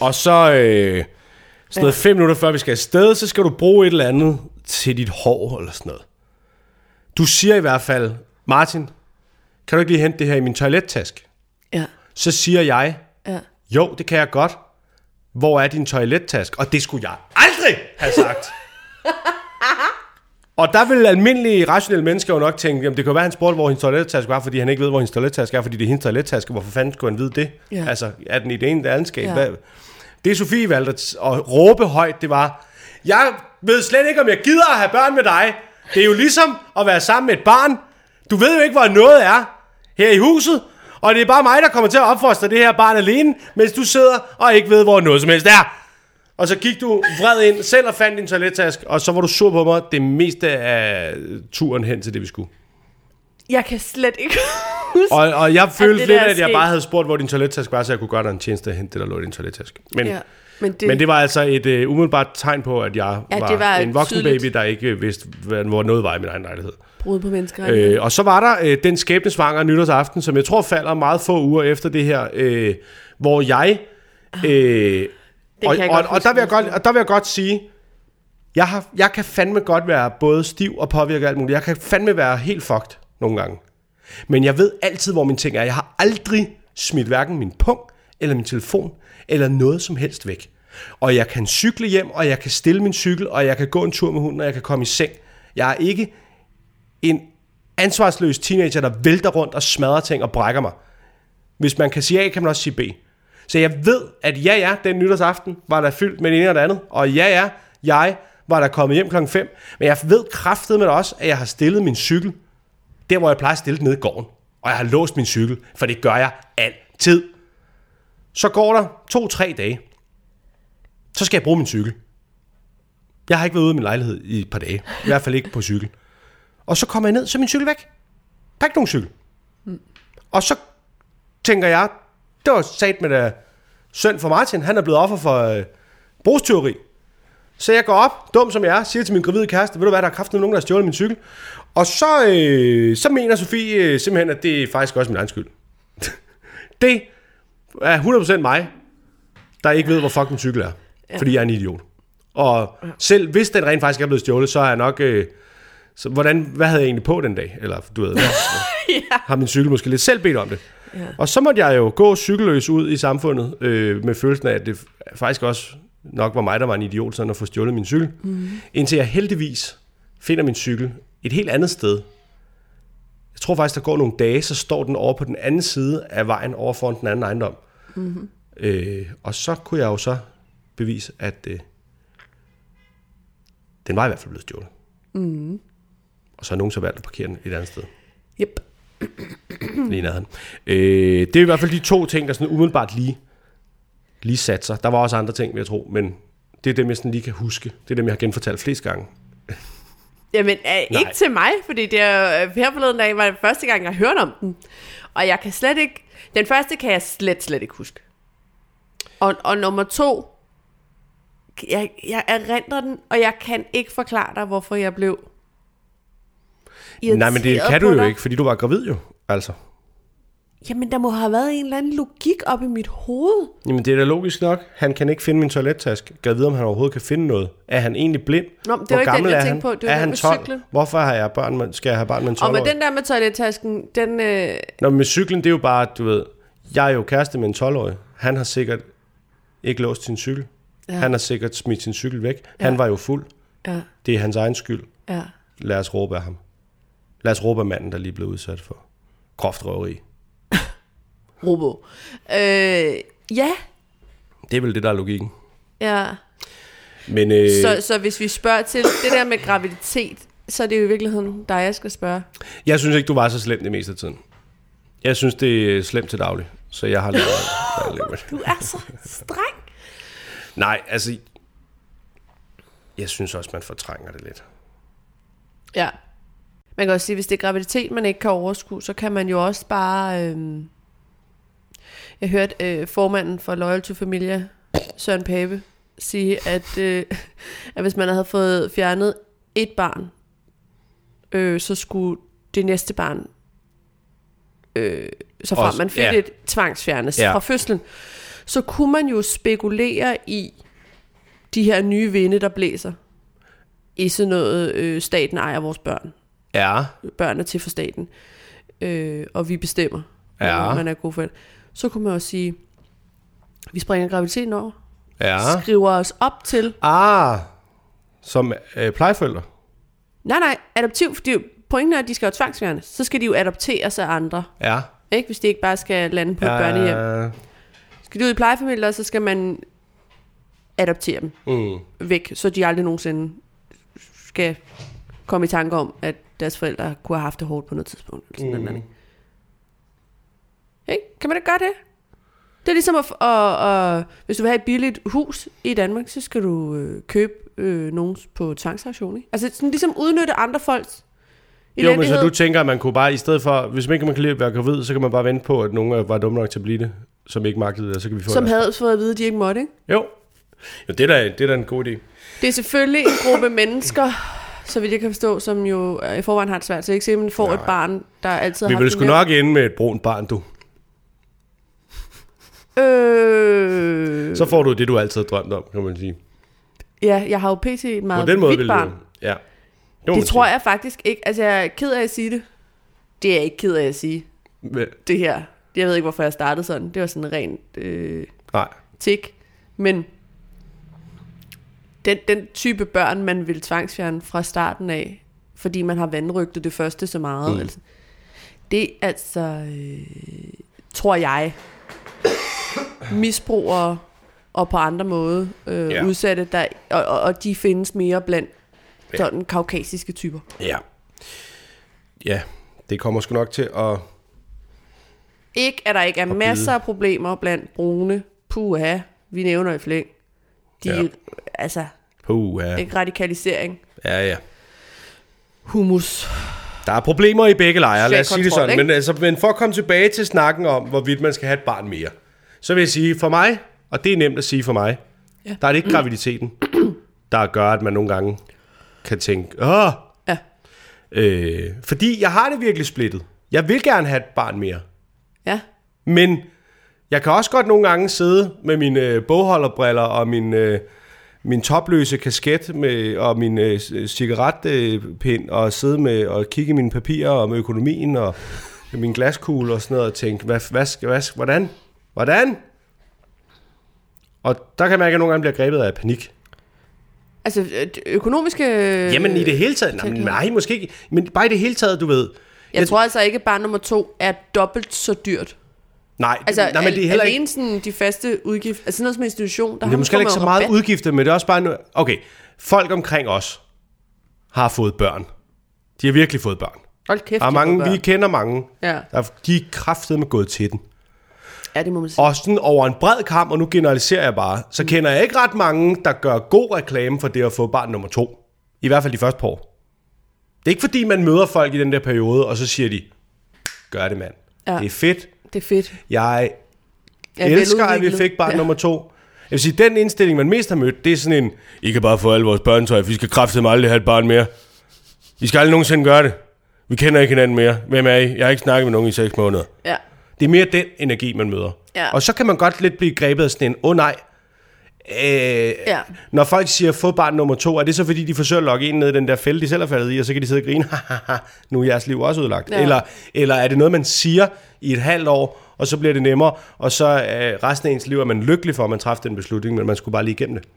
Speaker 1: og så... Øh, sådan noget fem minutter før vi skal afsted, så skal du bruge et eller andet til dit hår eller sådan noget. Du siger i hvert fald, Martin, kan du ikke lige hente det her i min toilettaske?
Speaker 2: Ja,
Speaker 1: Så siger jeg,
Speaker 2: ja.
Speaker 1: jo, det kan jeg godt. Hvor er din toilettaske? Og det skulle jeg aldrig have sagt. Og der vil almindelige, rationelle mennesker jo nok tænke, jamen det kan jo være, han spurgte, hvor hendes toilettaske var, fordi han ikke ved, hvor hendes toilettaske er, fordi det er hendes toilettaske. Hvorfor fanden skulle han vide det?
Speaker 2: Ja.
Speaker 1: Altså, er den i det ene eller det andet skab?
Speaker 2: Ja.
Speaker 1: Ja. Det Sofie valgte at at råbe højt, det var, jeg ved slet ikke, om jeg gider at have børn med dig. Det er jo ligesom at være sammen med et barn. Du ved jo ikke, hvor noget er her i huset. Og det er bare mig, der kommer til at opfostre det her barn alene, mens du sidder og ikke ved, hvor noget som helst er. Og så gik du vred ind selv og fandt din toilettaske, og så var du sur på mig det meste af turen hen til det, vi skulle.
Speaker 2: Jeg kan slet ikke huske...
Speaker 1: Og, og jeg følte
Speaker 2: det
Speaker 1: lidt,
Speaker 2: der er
Speaker 1: at jeg
Speaker 2: sket.
Speaker 1: bare havde spurgt, hvor din toilettaske var, så jeg kunne gøre dig en tjeneste at hente det, der lå i din toilettaske. Men,
Speaker 2: Ja,
Speaker 1: ja.
Speaker 2: men det...
Speaker 1: men det var altså et uh, umiddelbart tegn på, at jeg
Speaker 2: Ja,
Speaker 1: ja, var,
Speaker 2: det var
Speaker 1: en voksen
Speaker 2: tydeligt.
Speaker 1: baby,
Speaker 2: Mhm.
Speaker 1: der ikke vidste, hvad- hvor noget var i min egen lejlighed.
Speaker 2: brud på mennesker.
Speaker 1: Øh, og så var der øh, den skæbnesvangre nytårsaften, som jeg tror falder meget få uger efter det her, øh, hvor jeg... Øh, og,
Speaker 2: jeg
Speaker 1: og,
Speaker 2: godt
Speaker 1: og, der vil jeg
Speaker 2: huske.
Speaker 1: godt, og der vil jeg godt sige, jeg, har, jeg kan fandme godt være både stiv og påvirket af alt muligt. Jeg kan fandme være helt fucked nogle gange. Men jeg ved altid, hvor mine ting er. Jeg har aldrig smidt hverken min pung, eller min telefon, eller noget som helst væk. Og jeg kan cykle hjem, og jeg kan stille min cykel, og jeg kan gå en tur med hunden, og jeg kan komme i seng. Jeg er ikke en ansvarsløs teenager, der vælter rundt og smadrer ting og brækker mig. Hvis man kan sige A, kan man også sige B. Så jeg ved, at ja, ja, den nytårsaften var der fyldt med det ene og det andet, og ja, ja, jeg var der kommet hjem klokken 5, men jeg ved kraftet med også, at jeg har stillet min cykel der, hvor jeg plejer at stille den nede i gården, og jeg har låst min cykel, for det gør jeg altid. Så går der to-tre dage, så skal jeg bruge min cykel. Jeg har ikke været ude af min lejlighed i et par dage, i hvert fald ikke på cykel. Og så kommer jeg ned, så er min cykel væk. Der er ikke nogen cykel. Mm. Og så tænker jeg, det var sat med da søn for Martin, han er blevet offer for øh, brugstyveri. Så jeg går op, dum som jeg er, siger til min gravide kæreste, ved du hvad, der er kraftigt nogen, der har stjålet min cykel. Og så, øh, så mener Sofie øh, simpelthen, at det er faktisk også min egen skyld. det er 100% mig, der ikke ved, hvor fuck min cykel er. Ja. Fordi jeg er en idiot. Og selv hvis den rent faktisk er blevet stjålet, så er jeg nok... Øh, så hvordan, hvad havde jeg egentlig på den dag? Eller du ved, ja. har min cykel måske lidt selv bedt om det. Ja. Og så måtte jeg jo gå cykelløs ud i samfundet øh, med følelsen af, at det faktisk også nok var mig, der var en idiot, sådan at få stjålet min cykel. Mm. Indtil jeg heldigvis finder min cykel et helt andet sted. Jeg tror faktisk, der går nogle dage, så står den over på den anden side af vejen over foran den anden ejendom. Mm-hmm. Øh, og så kunne jeg jo så bevise, at øh, den var i hvert fald blevet stjålet. Mm. Og så har nogen så valgt at parkere den et andet sted. Øh,
Speaker 2: Yep.
Speaker 1: lige nærheden. Øh, det er i hvert fald de to ting, der sådan umiddelbart lige, lige satte sig. Der var også andre ting, vil jeg tro, men det er dem, jeg sådan lige kan huske. Det er dem, jeg har genfortalt flest gange.
Speaker 2: Jamen, øh, ikke
Speaker 1: Nej.
Speaker 2: til mig, fordi det er, jo- her forleden dag var det første gang, jeg hørte om den. Og jeg kan slet ikke... Den første kan jeg slet, slet ikke huske. Og, og nummer to jeg, jeg erindrer den, og jeg kan ikke forklare dig, hvorfor jeg blev
Speaker 1: Nej, men det
Speaker 2: irriteret
Speaker 1: kan
Speaker 2: på
Speaker 1: du jo
Speaker 2: dig.
Speaker 1: ikke, fordi du var gravid jo, altså.
Speaker 2: Jamen, der må have været en eller anden logik op i mit hoved.
Speaker 1: Jamen, det er da logisk nok. Han kan ikke finde min toilettaske. Gad vide, om han overhovedet kan finde noget. Er han egentlig blind?
Speaker 2: Nå, men det
Speaker 1: Hvor
Speaker 2: var ikke den,
Speaker 1: gammel
Speaker 2: jeg
Speaker 1: er
Speaker 2: tænkte
Speaker 1: han?
Speaker 2: på. Det var
Speaker 1: er
Speaker 2: den
Speaker 1: han
Speaker 2: med
Speaker 1: 12?
Speaker 2: cyklen.
Speaker 1: Hvorfor har jeg børn med, skal jeg have barn med en 12
Speaker 2: Og med den der med toilettasken, den... Øh,
Speaker 1: Nå, men med cyklen, det er jo bare, du ved, jeg er jo kæreste med en 12-årig. Han har sikkert ikke låst sin cykel. Ja. Han har sikkert smidt sin cykel væk. Ja. Han var jo fuld.
Speaker 2: ja,
Speaker 1: Det er hans egen skyld.
Speaker 2: ja.
Speaker 1: Lad os råbe af ham. Lad os råbe af manden, der lige blev udsat for groft røveri.
Speaker 2: Robo. Øh, ja,
Speaker 1: Det er vel det, der er logikken.
Speaker 2: ja.
Speaker 1: Men, øh,
Speaker 2: Så, så hvis vi spørger til det der med graviditet, så er det jo i virkeligheden dig, jeg skal spørge.
Speaker 1: Jeg synes ikke, du var så slem det meste af tiden. Jeg synes, det er slemt til daglig, så jeg har lavet...
Speaker 2: Du er så streng.
Speaker 1: Nej, altså... Jeg synes også, man fortrænger det lidt.
Speaker 2: Ja. Man kan også sige, at hvis det er graviditet, man ikke kan overskue, så kan man jo også bare... Øhm, jeg hørte øh, formanden for Loyal to Familia, Søren Pape, sige, at, øh, at hvis man havde fået fjernet et barn, øh, så skulle det næste barn, øh, så frem
Speaker 1: Også-
Speaker 2: man fik
Speaker 1: ja.
Speaker 2: ja. et tvangsfjernes
Speaker 1: Ja.
Speaker 2: ja. fra fødslen, så kunne man jo spekulere i de her nye vinde, der blæser i sådan noget, øh, staten ejer vores børn
Speaker 1: Ja,
Speaker 2: børn er til for staten, øh, og vi bestemmer,
Speaker 1: Ja.
Speaker 2: hvornår man er god for det, så kunne man også sige, vi springer graviditeten over,
Speaker 1: ja.
Speaker 2: skriver os op til,
Speaker 1: Ah, som øh, plejeforældre.
Speaker 2: nej nej, adoptiv, fordi pointen er, at de skal jo tvangsfjernes, så skal de jo adopteres af andre,
Speaker 1: Ja.
Speaker 2: ikke? hvis de ikke bare skal lande på et børnehjem.
Speaker 1: ja. øh,
Speaker 2: Skal de ud i plejefamilier, så skal man adoptere dem
Speaker 1: Mm.
Speaker 2: væk, så de aldrig nogensinde skal komme i tanke om, at deres forældre kunne have haft det hårdt på noget tidspunkt. Eller sådan mm. noget.
Speaker 1: Mm.
Speaker 2: Ikke? Kan man da gøre det? Det er ligesom, at, f- og, og, hvis du vil have et billigt hus i Danmark, så skal du øh, købe øh, nogen på tvangsauktion. Ikke? Altså sådan, ligesom udnytte andre folks
Speaker 1: Jo, men så
Speaker 2: elendighed.
Speaker 1: du tænker, at man kunne bare, i stedet for, hvis man ikke man kan lide at være gravid, så kan man bare vente på, at nogen var dumme nok til at blive det, som ikke magtede det, og så kan vi få
Speaker 2: som
Speaker 1: det.
Speaker 2: havde fået at vide, at de ikke måtte. Ikke?
Speaker 1: Jo. jo det, er da, det er da en god idé.
Speaker 2: Det er selvfølgelig en gruppe mennesker, så vidt jeg kan forstå, som jo øh, i forvejen har det svært. Så jeg ikke simpelthen får Nej. et barn, der altid
Speaker 1: Vi
Speaker 2: har
Speaker 1: vil
Speaker 2: haft
Speaker 1: sgu
Speaker 2: det nemt.
Speaker 1: nok ende med et brunt barn, du.
Speaker 2: Øh,
Speaker 1: Så får du det, du altid har drømt om, kan man sige.
Speaker 2: ja, jeg har jo pt. et
Speaker 1: På
Speaker 2: meget
Speaker 1: den måde
Speaker 2: hvidt
Speaker 1: vil
Speaker 2: barn.
Speaker 1: det. Ja.
Speaker 2: Det tror jeg faktisk ikke. Altså, jeg er ked af at sige det. Det er jeg ikke ked af at sige,
Speaker 1: jeg...
Speaker 2: det her. Jeg ved ikke, hvorfor jeg startede sådan. Det var sådan en ren øh,
Speaker 1: Nej.
Speaker 2: tik. Men den, den type børn, man vil tvangsfjerne fra starten af, fordi man har vandrygtet det første så meget,
Speaker 1: Mm.
Speaker 2: mm. altså, det er altså, øh, tror jeg, misbrugere og på andre måde øh,
Speaker 1: Ja.
Speaker 2: ja. udsatte, der, og, og, og de findes mere blandt sådan kaukasiske typer.
Speaker 1: Ja. Ja, det kommer sgu nok til at...
Speaker 2: Ikke, at der ikke er
Speaker 1: bide.
Speaker 2: masser af problemer blandt brune. Puha, vi nævner i flæng. De,
Speaker 1: Ja.
Speaker 2: ja. altså,
Speaker 1: Puh, ja.
Speaker 2: ikke radikalisering.
Speaker 1: ja, ja.
Speaker 2: Humus.
Speaker 1: Der er problemer i begge lejre, lad os sige det
Speaker 2: Social kontrol,
Speaker 1: sådan. Men, altså, men for at komme tilbage til snakken om, hvorvidt man skal have et barn mere, så vil jeg sige, for mig, og det er nemt at sige for mig, ja. der er det ikke graviditeten, der gør, at man nogle gange kan tænke, åh,
Speaker 2: Ja.
Speaker 1: øh, fordi jeg har det virkelig splittet. Jeg vil gerne have et barn mere.
Speaker 2: Ja.
Speaker 1: Men jeg kan også godt nogle gange sidde med mine øh, bogholderbriller og min, øh, min topløse kasket med, og min øh, c- cigaretpind og sidde med og kigge i mine papirer om økonomien og min glaskugle og sådan noget og tænke, hvad, hvad, skal- hvad, skal- hvordan? Hvordan? Og der kan man ikke nogle gange bliver grebet af panik.
Speaker 2: Altså, ø- ø- økonomiske... øh,
Speaker 1: Jamen i det hele taget, nej, men- nej måske ikke, men bare i det hele taget, du ved.
Speaker 2: Jeg tror altså ikke, at barn nummer to er dobbelt så dyrt.
Speaker 1: nej,
Speaker 2: Altså,
Speaker 1: nej, men det er heller ikke,
Speaker 2: alene sådan de faste udgifter... Altså sådan noget som institution, der
Speaker 1: Men det er måske heller ikke så meget udgifter, men det er også bare... nu- Okay, folk omkring os har fået børn. De har virkelig fået børn.
Speaker 2: Hold kæft,
Speaker 1: Der er
Speaker 2: de får
Speaker 1: mange,
Speaker 2: børn.
Speaker 1: vi kender mange.
Speaker 2: Ja.
Speaker 1: Der, er- de er kraftedeme gået til den.
Speaker 2: ja, det må man sige.
Speaker 1: Og sådan over en bred kamp, og nu generaliserer jeg bare,
Speaker 2: Mm.
Speaker 1: så kender jeg ikke ret mange, der gør god reklame for det at få barn nummer to. I hvert fald de første par år. Det er ikke fordi, man møder folk i den der periode, og så siger de, gør det mand.
Speaker 2: Ja.
Speaker 1: Det er fedt.
Speaker 2: Det er fedt.
Speaker 1: Jeg
Speaker 2: Jeg er
Speaker 1: elsker, at vi
Speaker 2: veludviklet.
Speaker 1: fik barn
Speaker 2: Ja.
Speaker 1: nummer to. vil sige, den indstilling, man mest har mødt, det er sådan en, I kan bare få alle vores børnetøj, vi skal kraftedeme aldrig have et barn mere. I skal aldrig nogensinde gøre det. Vi kender ikke hinanden mere. Hvem er I? Jeg har ikke snakket med nogen i seks måneder.
Speaker 2: Ja.
Speaker 1: Det er mere den energi, man møder.
Speaker 2: Ja.
Speaker 1: Og så kan man godt lidt blive grebet af sådan en, åh oh, nej, øh,
Speaker 2: Ja.
Speaker 1: når folk siger, få barn nummer to, er det så fordi, de forsøger at lokke en ned i den der fælde, de selv er faldet i, og så kan de sidde og grine, haha, nu er jeres liv også ødelagt?
Speaker 2: Ja.
Speaker 1: Eller, eller er det noget, man siger i et halvt år, og så bliver det nemmere, og så øh, resten af ens liv er man lykkelig for, at man træffede den beslutning, men man skulle bare lige igennem det.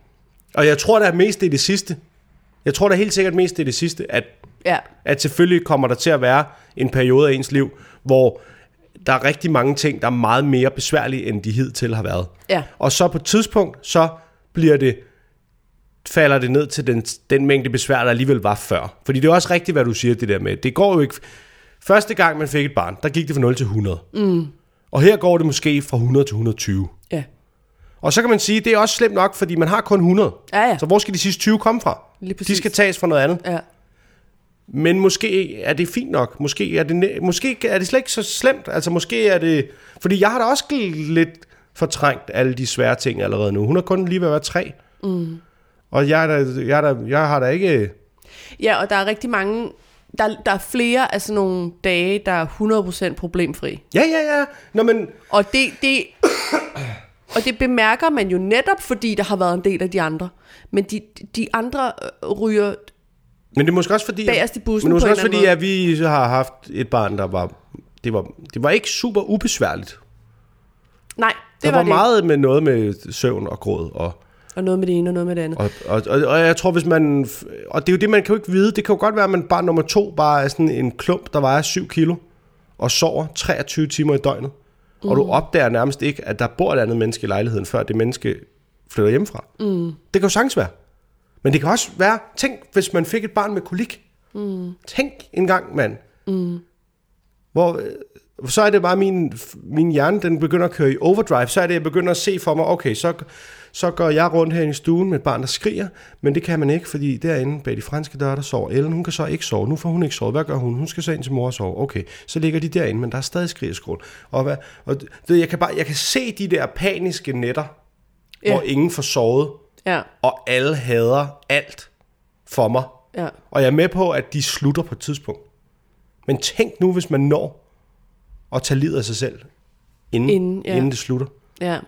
Speaker 1: Og jeg tror da mest, det er det sidste. Jeg tror da helt sikkert mest, det er det sidste, at
Speaker 2: Ja.
Speaker 1: at selvfølgelig kommer der til at være en periode af ens liv, hvor der er rigtig mange ting, der er meget mere besværlige, end de hidtil har været.
Speaker 2: Ja.
Speaker 1: Og så på et tidspunkt, så bliver det falder det ned til den, den mængde besvær, der alligevel var før. Fordi det er også rigtigt, hvad du siger, det der med, det går jo ikke... Første gang, man fik et barn, der gik det fra 0 til 100. Mm. Og her går det måske fra 100 til 120.
Speaker 2: Ja.
Speaker 1: Og så kan man sige, det er også slemt nok, fordi man har kun 100.
Speaker 2: Ja, ja.
Speaker 1: Så hvor skal de sidste 20 komme fra?
Speaker 2: Lige
Speaker 1: de
Speaker 2: præcis.
Speaker 1: skal tages fra noget andet.
Speaker 2: Ja.
Speaker 1: Men måske er det fint nok. Måske er det, ne- måske er det slet ikke så slemt. Altså måske er det... Fordi jeg har da også lidt fortrængt alle de svære ting allerede nu. Hun har kun lige ved at være tre. Mm. Og jeg, er da, jeg, er da, jeg har da ikke...
Speaker 2: Ja, og der er rigtig mange... Der, der er flere af sådan nogle dage, der er 100% problemfri.
Speaker 1: Ja, ja, ja. Nå, men...
Speaker 2: Og det, det, og det bemærker man jo netop, fordi der har været en del af de andre. Men de, de andre øh, ryger...
Speaker 1: Men det er måske også fordi...
Speaker 2: Bagerst i bussen
Speaker 1: men det er måske
Speaker 2: på
Speaker 1: også
Speaker 2: en eller
Speaker 1: fordi, at
Speaker 2: anden
Speaker 1: vi har haft et barn, der var... Det var, det var ikke super ubesværligt.
Speaker 2: Nej,
Speaker 1: Det
Speaker 2: det
Speaker 1: der var,
Speaker 2: var,
Speaker 1: var meget
Speaker 2: det
Speaker 1: med noget med søvn og gråd og...
Speaker 2: ikke. Og noget med det ene og noget med det andet.
Speaker 1: Og, og, og, og jeg tror, hvis man... Og det er jo det, man kan jo ikke vide. Det kan jo godt være, at man bare nummer to bare er sådan en klump, der vejer 7 kilo, og sover 23 timer i døgnet. Mm. Og du opdager nærmest ikke, at der bor et andet menneske i lejligheden, før det menneske flytter hjemmefra. Mm. Det kan jo sagtens være. Men det kan også være, tænk, hvis man fik et barn med kolik. Mm. Tænk en gang, mand. Mm. Hvor, øh, så er det bare min, min hjerne, den begynder at køre i overdrive. Så er det, jeg begynder at se for mig, okay, så, så går jeg rundt her i stuen med et barn, der skriger. Men det kan man ikke, fordi derinde bag de franske døre, der sover Ellen. Hun kan så ikke sove. Nu får hun ikke sovet. Hvad gør hun? Hun skal så ind til mor og sove. Okay, så ligger de derinde, men der er stadig skrigeskrål. Og, hvad, og det, jeg, kan bare, jeg kan se de der paniske nætter,
Speaker 2: Ja.
Speaker 1: hvor ingen får sovet,
Speaker 2: Ja,
Speaker 1: og alle hader alt for mig.
Speaker 2: ja.
Speaker 1: Og jeg er med på, at de slutter på et tidspunkt. Men tænk nu, hvis man når at tage livet af sig selv, inden, inden,
Speaker 2: Inden,
Speaker 1: ja.
Speaker 2: ja.
Speaker 1: inden det slutter.
Speaker 2: Ja,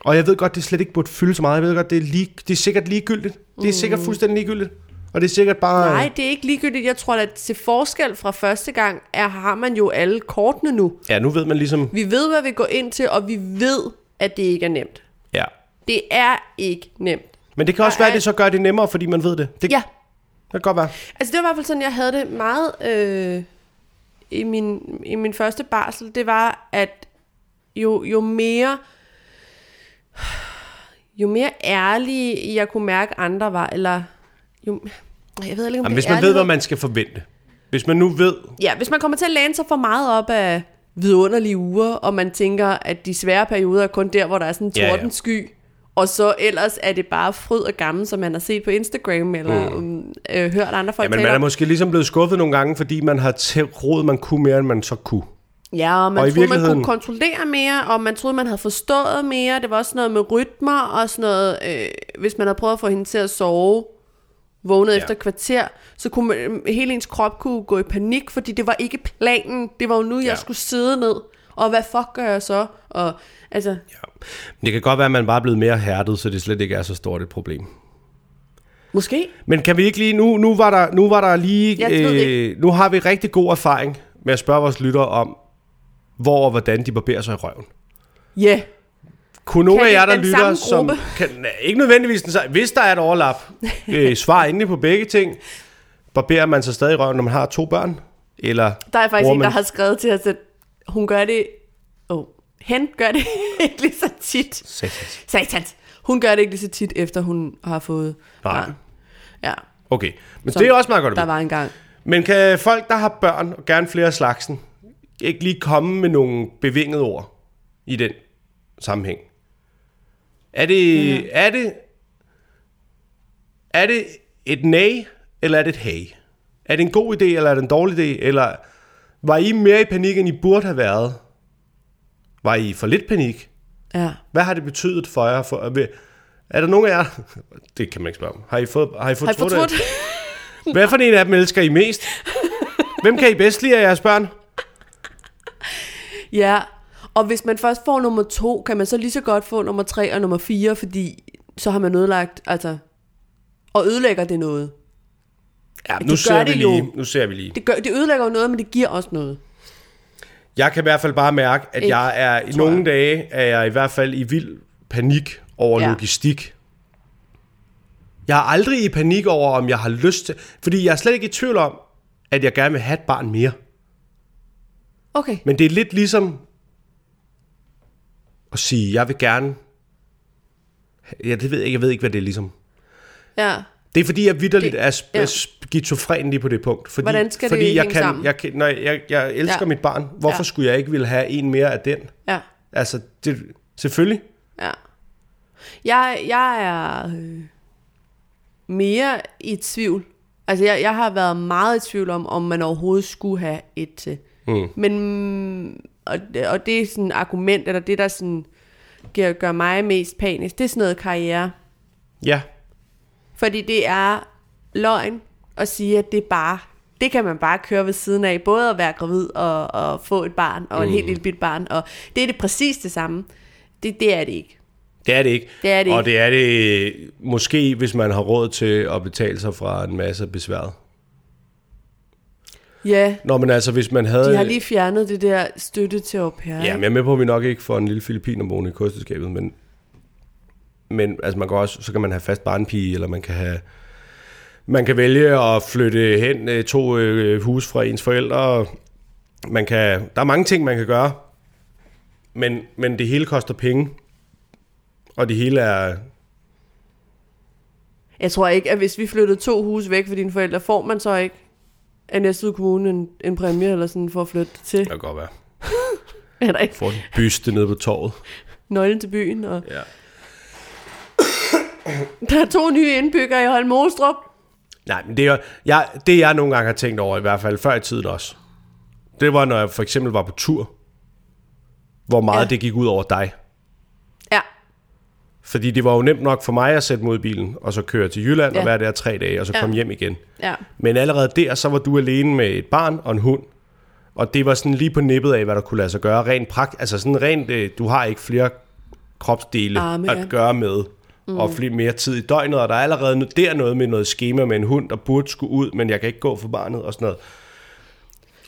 Speaker 1: Og jeg ved godt, det slet ikke burde fylde så meget. Jeg ved godt, det er, lige, det er sikkert ligegyldigt. Det er sikkert fuldstændig ligegyldigt. Og det er sikkert bare...
Speaker 2: Mm. Nej, det er ikke ligegyldigt. Jeg tror, at til forskel fra første gang, er, har man jo alle kortene nu.
Speaker 1: Ja, nu ved man ligesom...
Speaker 2: Vi ved, hvad vi går ind til, og vi ved, at det ikke er nemt.
Speaker 1: Ja.
Speaker 2: Det er ikke nemt.
Speaker 1: Men det kan også
Speaker 2: Der
Speaker 1: være,
Speaker 2: er-
Speaker 1: at det så gør det nemmere, fordi man ved det. Det
Speaker 2: Ja,
Speaker 1: det kan godt være.
Speaker 2: altså det var i hvert fald sådan, jeg havde det meget øh, i, min, i min første barsel. Det var, at jo, jo mere jo mere ærlig jeg kunne mærke, andre var, eller jo, jeg ved ikke, om
Speaker 1: Jamen,
Speaker 2: det
Speaker 1: hvis
Speaker 2: er
Speaker 1: man ved, hvad
Speaker 2: ærlighed.
Speaker 1: man skal forvente. Hvis man nu ved...
Speaker 2: Ja, hvis man kommer til at læne sig for meget op af vidunderlige uger, og man tænker, at de svære perioder er kun der, hvor der er sådan en
Speaker 1: Ja, ja.
Speaker 2: tordensky, og så ellers er det bare fryd og gammel, som man har set på Instagram, eller mm. øh, hørt andre folk
Speaker 1: Jamen,
Speaker 2: tale
Speaker 1: man er
Speaker 2: om.
Speaker 1: måske ligesom blevet skuffet nogle gange, fordi man har tæ- troet, man kunne mere, end man så kunne.
Speaker 2: Ja, og man
Speaker 1: og i
Speaker 2: troede, man
Speaker 1: virkeligheden-
Speaker 2: kunne kontrollere mere, og man troede, man havde forstået mere. Det var også noget med rytmer og sådan noget. Øh, hvis man havde prøvet at få hende til at sove, vågnet
Speaker 1: Ja.
Speaker 2: ja. efter et kvarter, så kunne man, øh, hele ens krop kunne gå i panik, fordi det var ikke planen. Det var jo nu, jeg
Speaker 1: Ja.
Speaker 2: skulle sidde ned. Og hvad fuck gør jeg så? Og, altså,
Speaker 1: Ja. Men Det kan godt være, at man bare er blevet mere hærdet, så det slet ikke er så stort et problem.
Speaker 2: måske?
Speaker 1: Men kan vi ikke lige... Nu, nu, var, der, nu var der lige... øh,
Speaker 2: Jeg ved det ikke.
Speaker 1: nu har vi rigtig god erfaring med at spørge vores lyttere om, hvor og hvordan de barberer sig i røven.
Speaker 2: Ja. Yeah.
Speaker 1: Kunne nogle
Speaker 2: Kan
Speaker 1: af
Speaker 2: det
Speaker 1: jer, der
Speaker 2: den
Speaker 1: lytter,
Speaker 2: samme
Speaker 1: som...
Speaker 2: gruppe?
Speaker 1: Kan, nej, ikke nødvendigvis den samme. Hvis der er et overlap, øh, svar endelig på begge ting. Barberer man sig stadig i røven, når man har to børn? Eller
Speaker 2: Der er faktisk
Speaker 1: bruger
Speaker 2: en,
Speaker 1: man-
Speaker 2: der har skrevet til os, at hun gør det... Oh, hen gør det ikke lige så tit.
Speaker 1: Satans.
Speaker 2: Satans. Hun gør det ikke lige så tit, efter hun har fået
Speaker 1: Nej.
Speaker 2: barn. Ja,
Speaker 1: Okay, men
Speaker 2: Som
Speaker 1: det er også meget godt at
Speaker 2: der
Speaker 1: vide.
Speaker 2: var en gang.
Speaker 1: Men kan folk, der har børn, og gerne flere af slagsen, ikke lige komme med nogle bevingede ord i den sammenhæng? Er det, ja. er det, er det et nej, eller er det et hey? Er det en god idé, eller er det en dårlig idé? Eller var I mere i panik, end I burde have været? Var I i for lidt panik?
Speaker 2: Ja.
Speaker 1: Hvad har det betydet for jer? For, er der nogen af jer... Det kan man ikke spørge om. Har I fået, har I
Speaker 2: Har I
Speaker 1: fortrudt,
Speaker 2: fortrudt?
Speaker 1: at- Hvad for en af dem elsker I mest? Hvem kan I bedst lide af jeres børn?
Speaker 2: ja. Og hvis man først får nummer to, kan man så lige så godt få nummer tre og nummer fire, fordi så har man ødelagt, altså, og ødelægger det noget.
Speaker 1: Ja,
Speaker 2: gør
Speaker 1: nu ser, vi
Speaker 2: det jo.
Speaker 1: lige, nu ser vi lige.
Speaker 2: Det, gør, det ødelægger jo noget, men det giver også noget.
Speaker 1: Jeg kan i hvert fald bare mærke, at
Speaker 2: Ikke,
Speaker 1: jeg er i
Speaker 2: tror
Speaker 1: nogle
Speaker 2: jeg.
Speaker 1: dage er jeg i hvert fald i vild panik over
Speaker 2: Ja.
Speaker 1: ja. logistik. Jeg er aldrig i panik over, om jeg har lyst til... Fordi jeg er slet ikke i tvivl om, at jeg gerne vil have et barn mere.
Speaker 2: Okay.
Speaker 1: Men det er lidt ligesom at sige, jeg vil gerne... Ja, det ved jeg, ikke. jeg ved ikke, hvad det er ligesom.
Speaker 2: Ja.
Speaker 1: Det er fordi, jeg vidderligt
Speaker 2: Det-
Speaker 1: er sp-
Speaker 2: ja.
Speaker 1: ja. skizofren lige på det punkt. Fordi,
Speaker 2: Hvordan skal det
Speaker 1: fordi jeg
Speaker 2: hænge
Speaker 1: kan,
Speaker 2: sammen?
Speaker 1: Jeg, kan, når jeg, jeg elsker
Speaker 2: Ja.
Speaker 1: ja. mit barn. Hvorfor
Speaker 2: Ja.
Speaker 1: ja. skulle jeg ikke ville have en mere af den?
Speaker 2: Ja.
Speaker 1: Altså, det, selvfølgelig.
Speaker 2: Ja. Jeg, jeg er øh, mere i tvivl. Altså, jeg, jeg har været meget i tvivl om, om man overhovedet skulle have et til. Mm. Men, og, og det er sådan et argument, eller det, der sådan gør, gør mig mest panisk, det er sådan noget karriere.
Speaker 1: Ja.
Speaker 2: Fordi det er løgn at sige, at det er bare, det kan man bare køre ved siden af, både at være gravid og, og få et barn, og mm. en helt lille bit barn, og det er det præcis det samme. Det, det er det ikke.
Speaker 1: Det er det ikke.
Speaker 2: Det er det
Speaker 1: Og
Speaker 2: ikke.
Speaker 1: det er det måske, hvis man har råd til at betale sig fra en masse besværet.
Speaker 2: Ja. Yeah.
Speaker 1: Nå, men altså, hvis man havde...
Speaker 2: De har lige fjernet det der støtte til au pair.
Speaker 1: Ja, men jeg er med på, at vi nok ikke får en lille filipiner boende i kosteskabet, men, men altså, man kan også, så kan man have fast barnpige, eller man kan have... Man kan vælge at flytte hen øh, to øh, hus fra ens forældre. og Man kan, der er mange ting, man kan gøre, men, men det hele koster penge. Og det hele er...
Speaker 2: Jeg tror ikke, at hvis vi flyttede to hus væk fra dine forældre, får man så ikke af næste kommune en, en præmie eller sådan for at flytte til.
Speaker 1: Det kan godt være.
Speaker 2: Er der ikke
Speaker 1: Får en byste nede på torvet.
Speaker 2: nøglen til byen? Og...
Speaker 1: Ja.
Speaker 2: Der er to nye indbyggere i Holm Olstrup.
Speaker 1: Nej, men det er, jeg, det jeg nogle gange har tænkt over, i hvert fald før i tiden også, det var, når jeg for eksempel var på tur, hvor meget
Speaker 2: Ja.
Speaker 1: ja. det gik ud over dig.
Speaker 2: Ja,
Speaker 1: Fordi det var jo nemt nok for mig at sætte mod i bilen, og så køre til Jylland ja.
Speaker 2: Ja.
Speaker 1: og være der tre dage, og så
Speaker 2: Ja.
Speaker 1: ja. komme hjem igen.
Speaker 2: ja,
Speaker 1: Men allerede der, så var du alene med et barn og en hund, og det var sådan lige på nippet af, hvad der kunne lade sig gøre. Rent pragt, altså sådan rent, øh, du har ikke flere kropsdele
Speaker 2: Arme,
Speaker 1: Arme, at
Speaker 2: ja.
Speaker 1: gøre med, Ah, mm. og flere mere tid i døgnet, og der er allerede nu- der noget med noget schema med en hund, der burde skulle ud, men jeg kan ikke gå for barnet og sådan noget.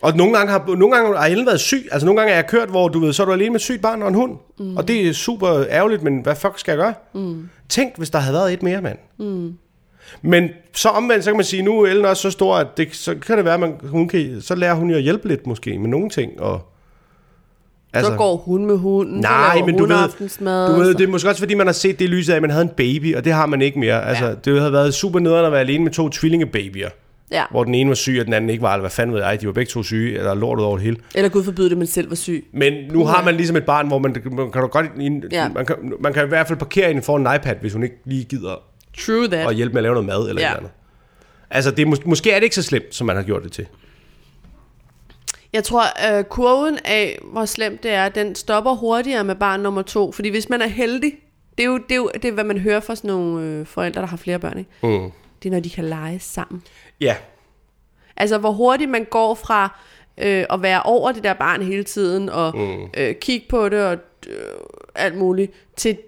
Speaker 1: Og nogle gange har, nogle gange har Ellen været syg. Altså nogle gange er jeg kørt, hvor du ved, så er du alene med et sygt barn og en hund. Mm. Og det er super ærgerligt, men hvad fuck skal jeg gøre? Mm. Tænk, hvis der havde været et mere, mand. Mm. Men så omvendt, så kan man sige, nu er Ellen også så stor, at det, så kan det være, at man, hun kan, så lærer hun jo at hjælpe lidt måske med nogle ting. Og,
Speaker 2: så går hun med hunden, så
Speaker 1: Altså- Nej,
Speaker 2: laver altså.
Speaker 1: men
Speaker 2: hun
Speaker 1: du ved,
Speaker 2: aftensmad.
Speaker 1: du ved,
Speaker 2: så-
Speaker 1: det er måske også fordi, man har set det i lyset af, at man havde en baby, og det har man ikke mere. Altså,
Speaker 2: Ja.
Speaker 1: ja. det havde været super nederen at være alene med to tvillingebabyer,
Speaker 2: Ja.
Speaker 1: hvor den ene var syg, og den anden ikke var, eller hvad fanden ved jeg, de var begge to syge, eller lort ud over det hele.
Speaker 2: Eller Gud forbyde det, men selv var syg.
Speaker 1: Men nu har man ligesom et barn, hvor man, man kan, jo godt,
Speaker 2: Ja.
Speaker 1: ja. man, kan, man kan i hvert fald parkere hende foran en iPad, hvis hun ikke lige gider
Speaker 2: True that.
Speaker 1: at hjælpe med at lave noget mad eller
Speaker 2: Ja.
Speaker 1: ja. et eller andet. Altså, det er mås- måske er det ikke så slemt, som man har gjort det til.
Speaker 2: Jeg tror, øh, kurven af, hvor slemt det er, den stopper hurtigere med barn nummer to. Fordi hvis man er heldig, det er jo, det er jo det er, hvad man hører fra sådan nogle øh, forældre, der har flere børn. Ikke?
Speaker 1: Mm.
Speaker 2: Det er, når de kan lege sammen.
Speaker 1: Ja,
Speaker 2: Altså, hvor hurtigt man går fra øh, at være over det der barn hele tiden, og mm. øh, kigge på det og øh, alt muligt, til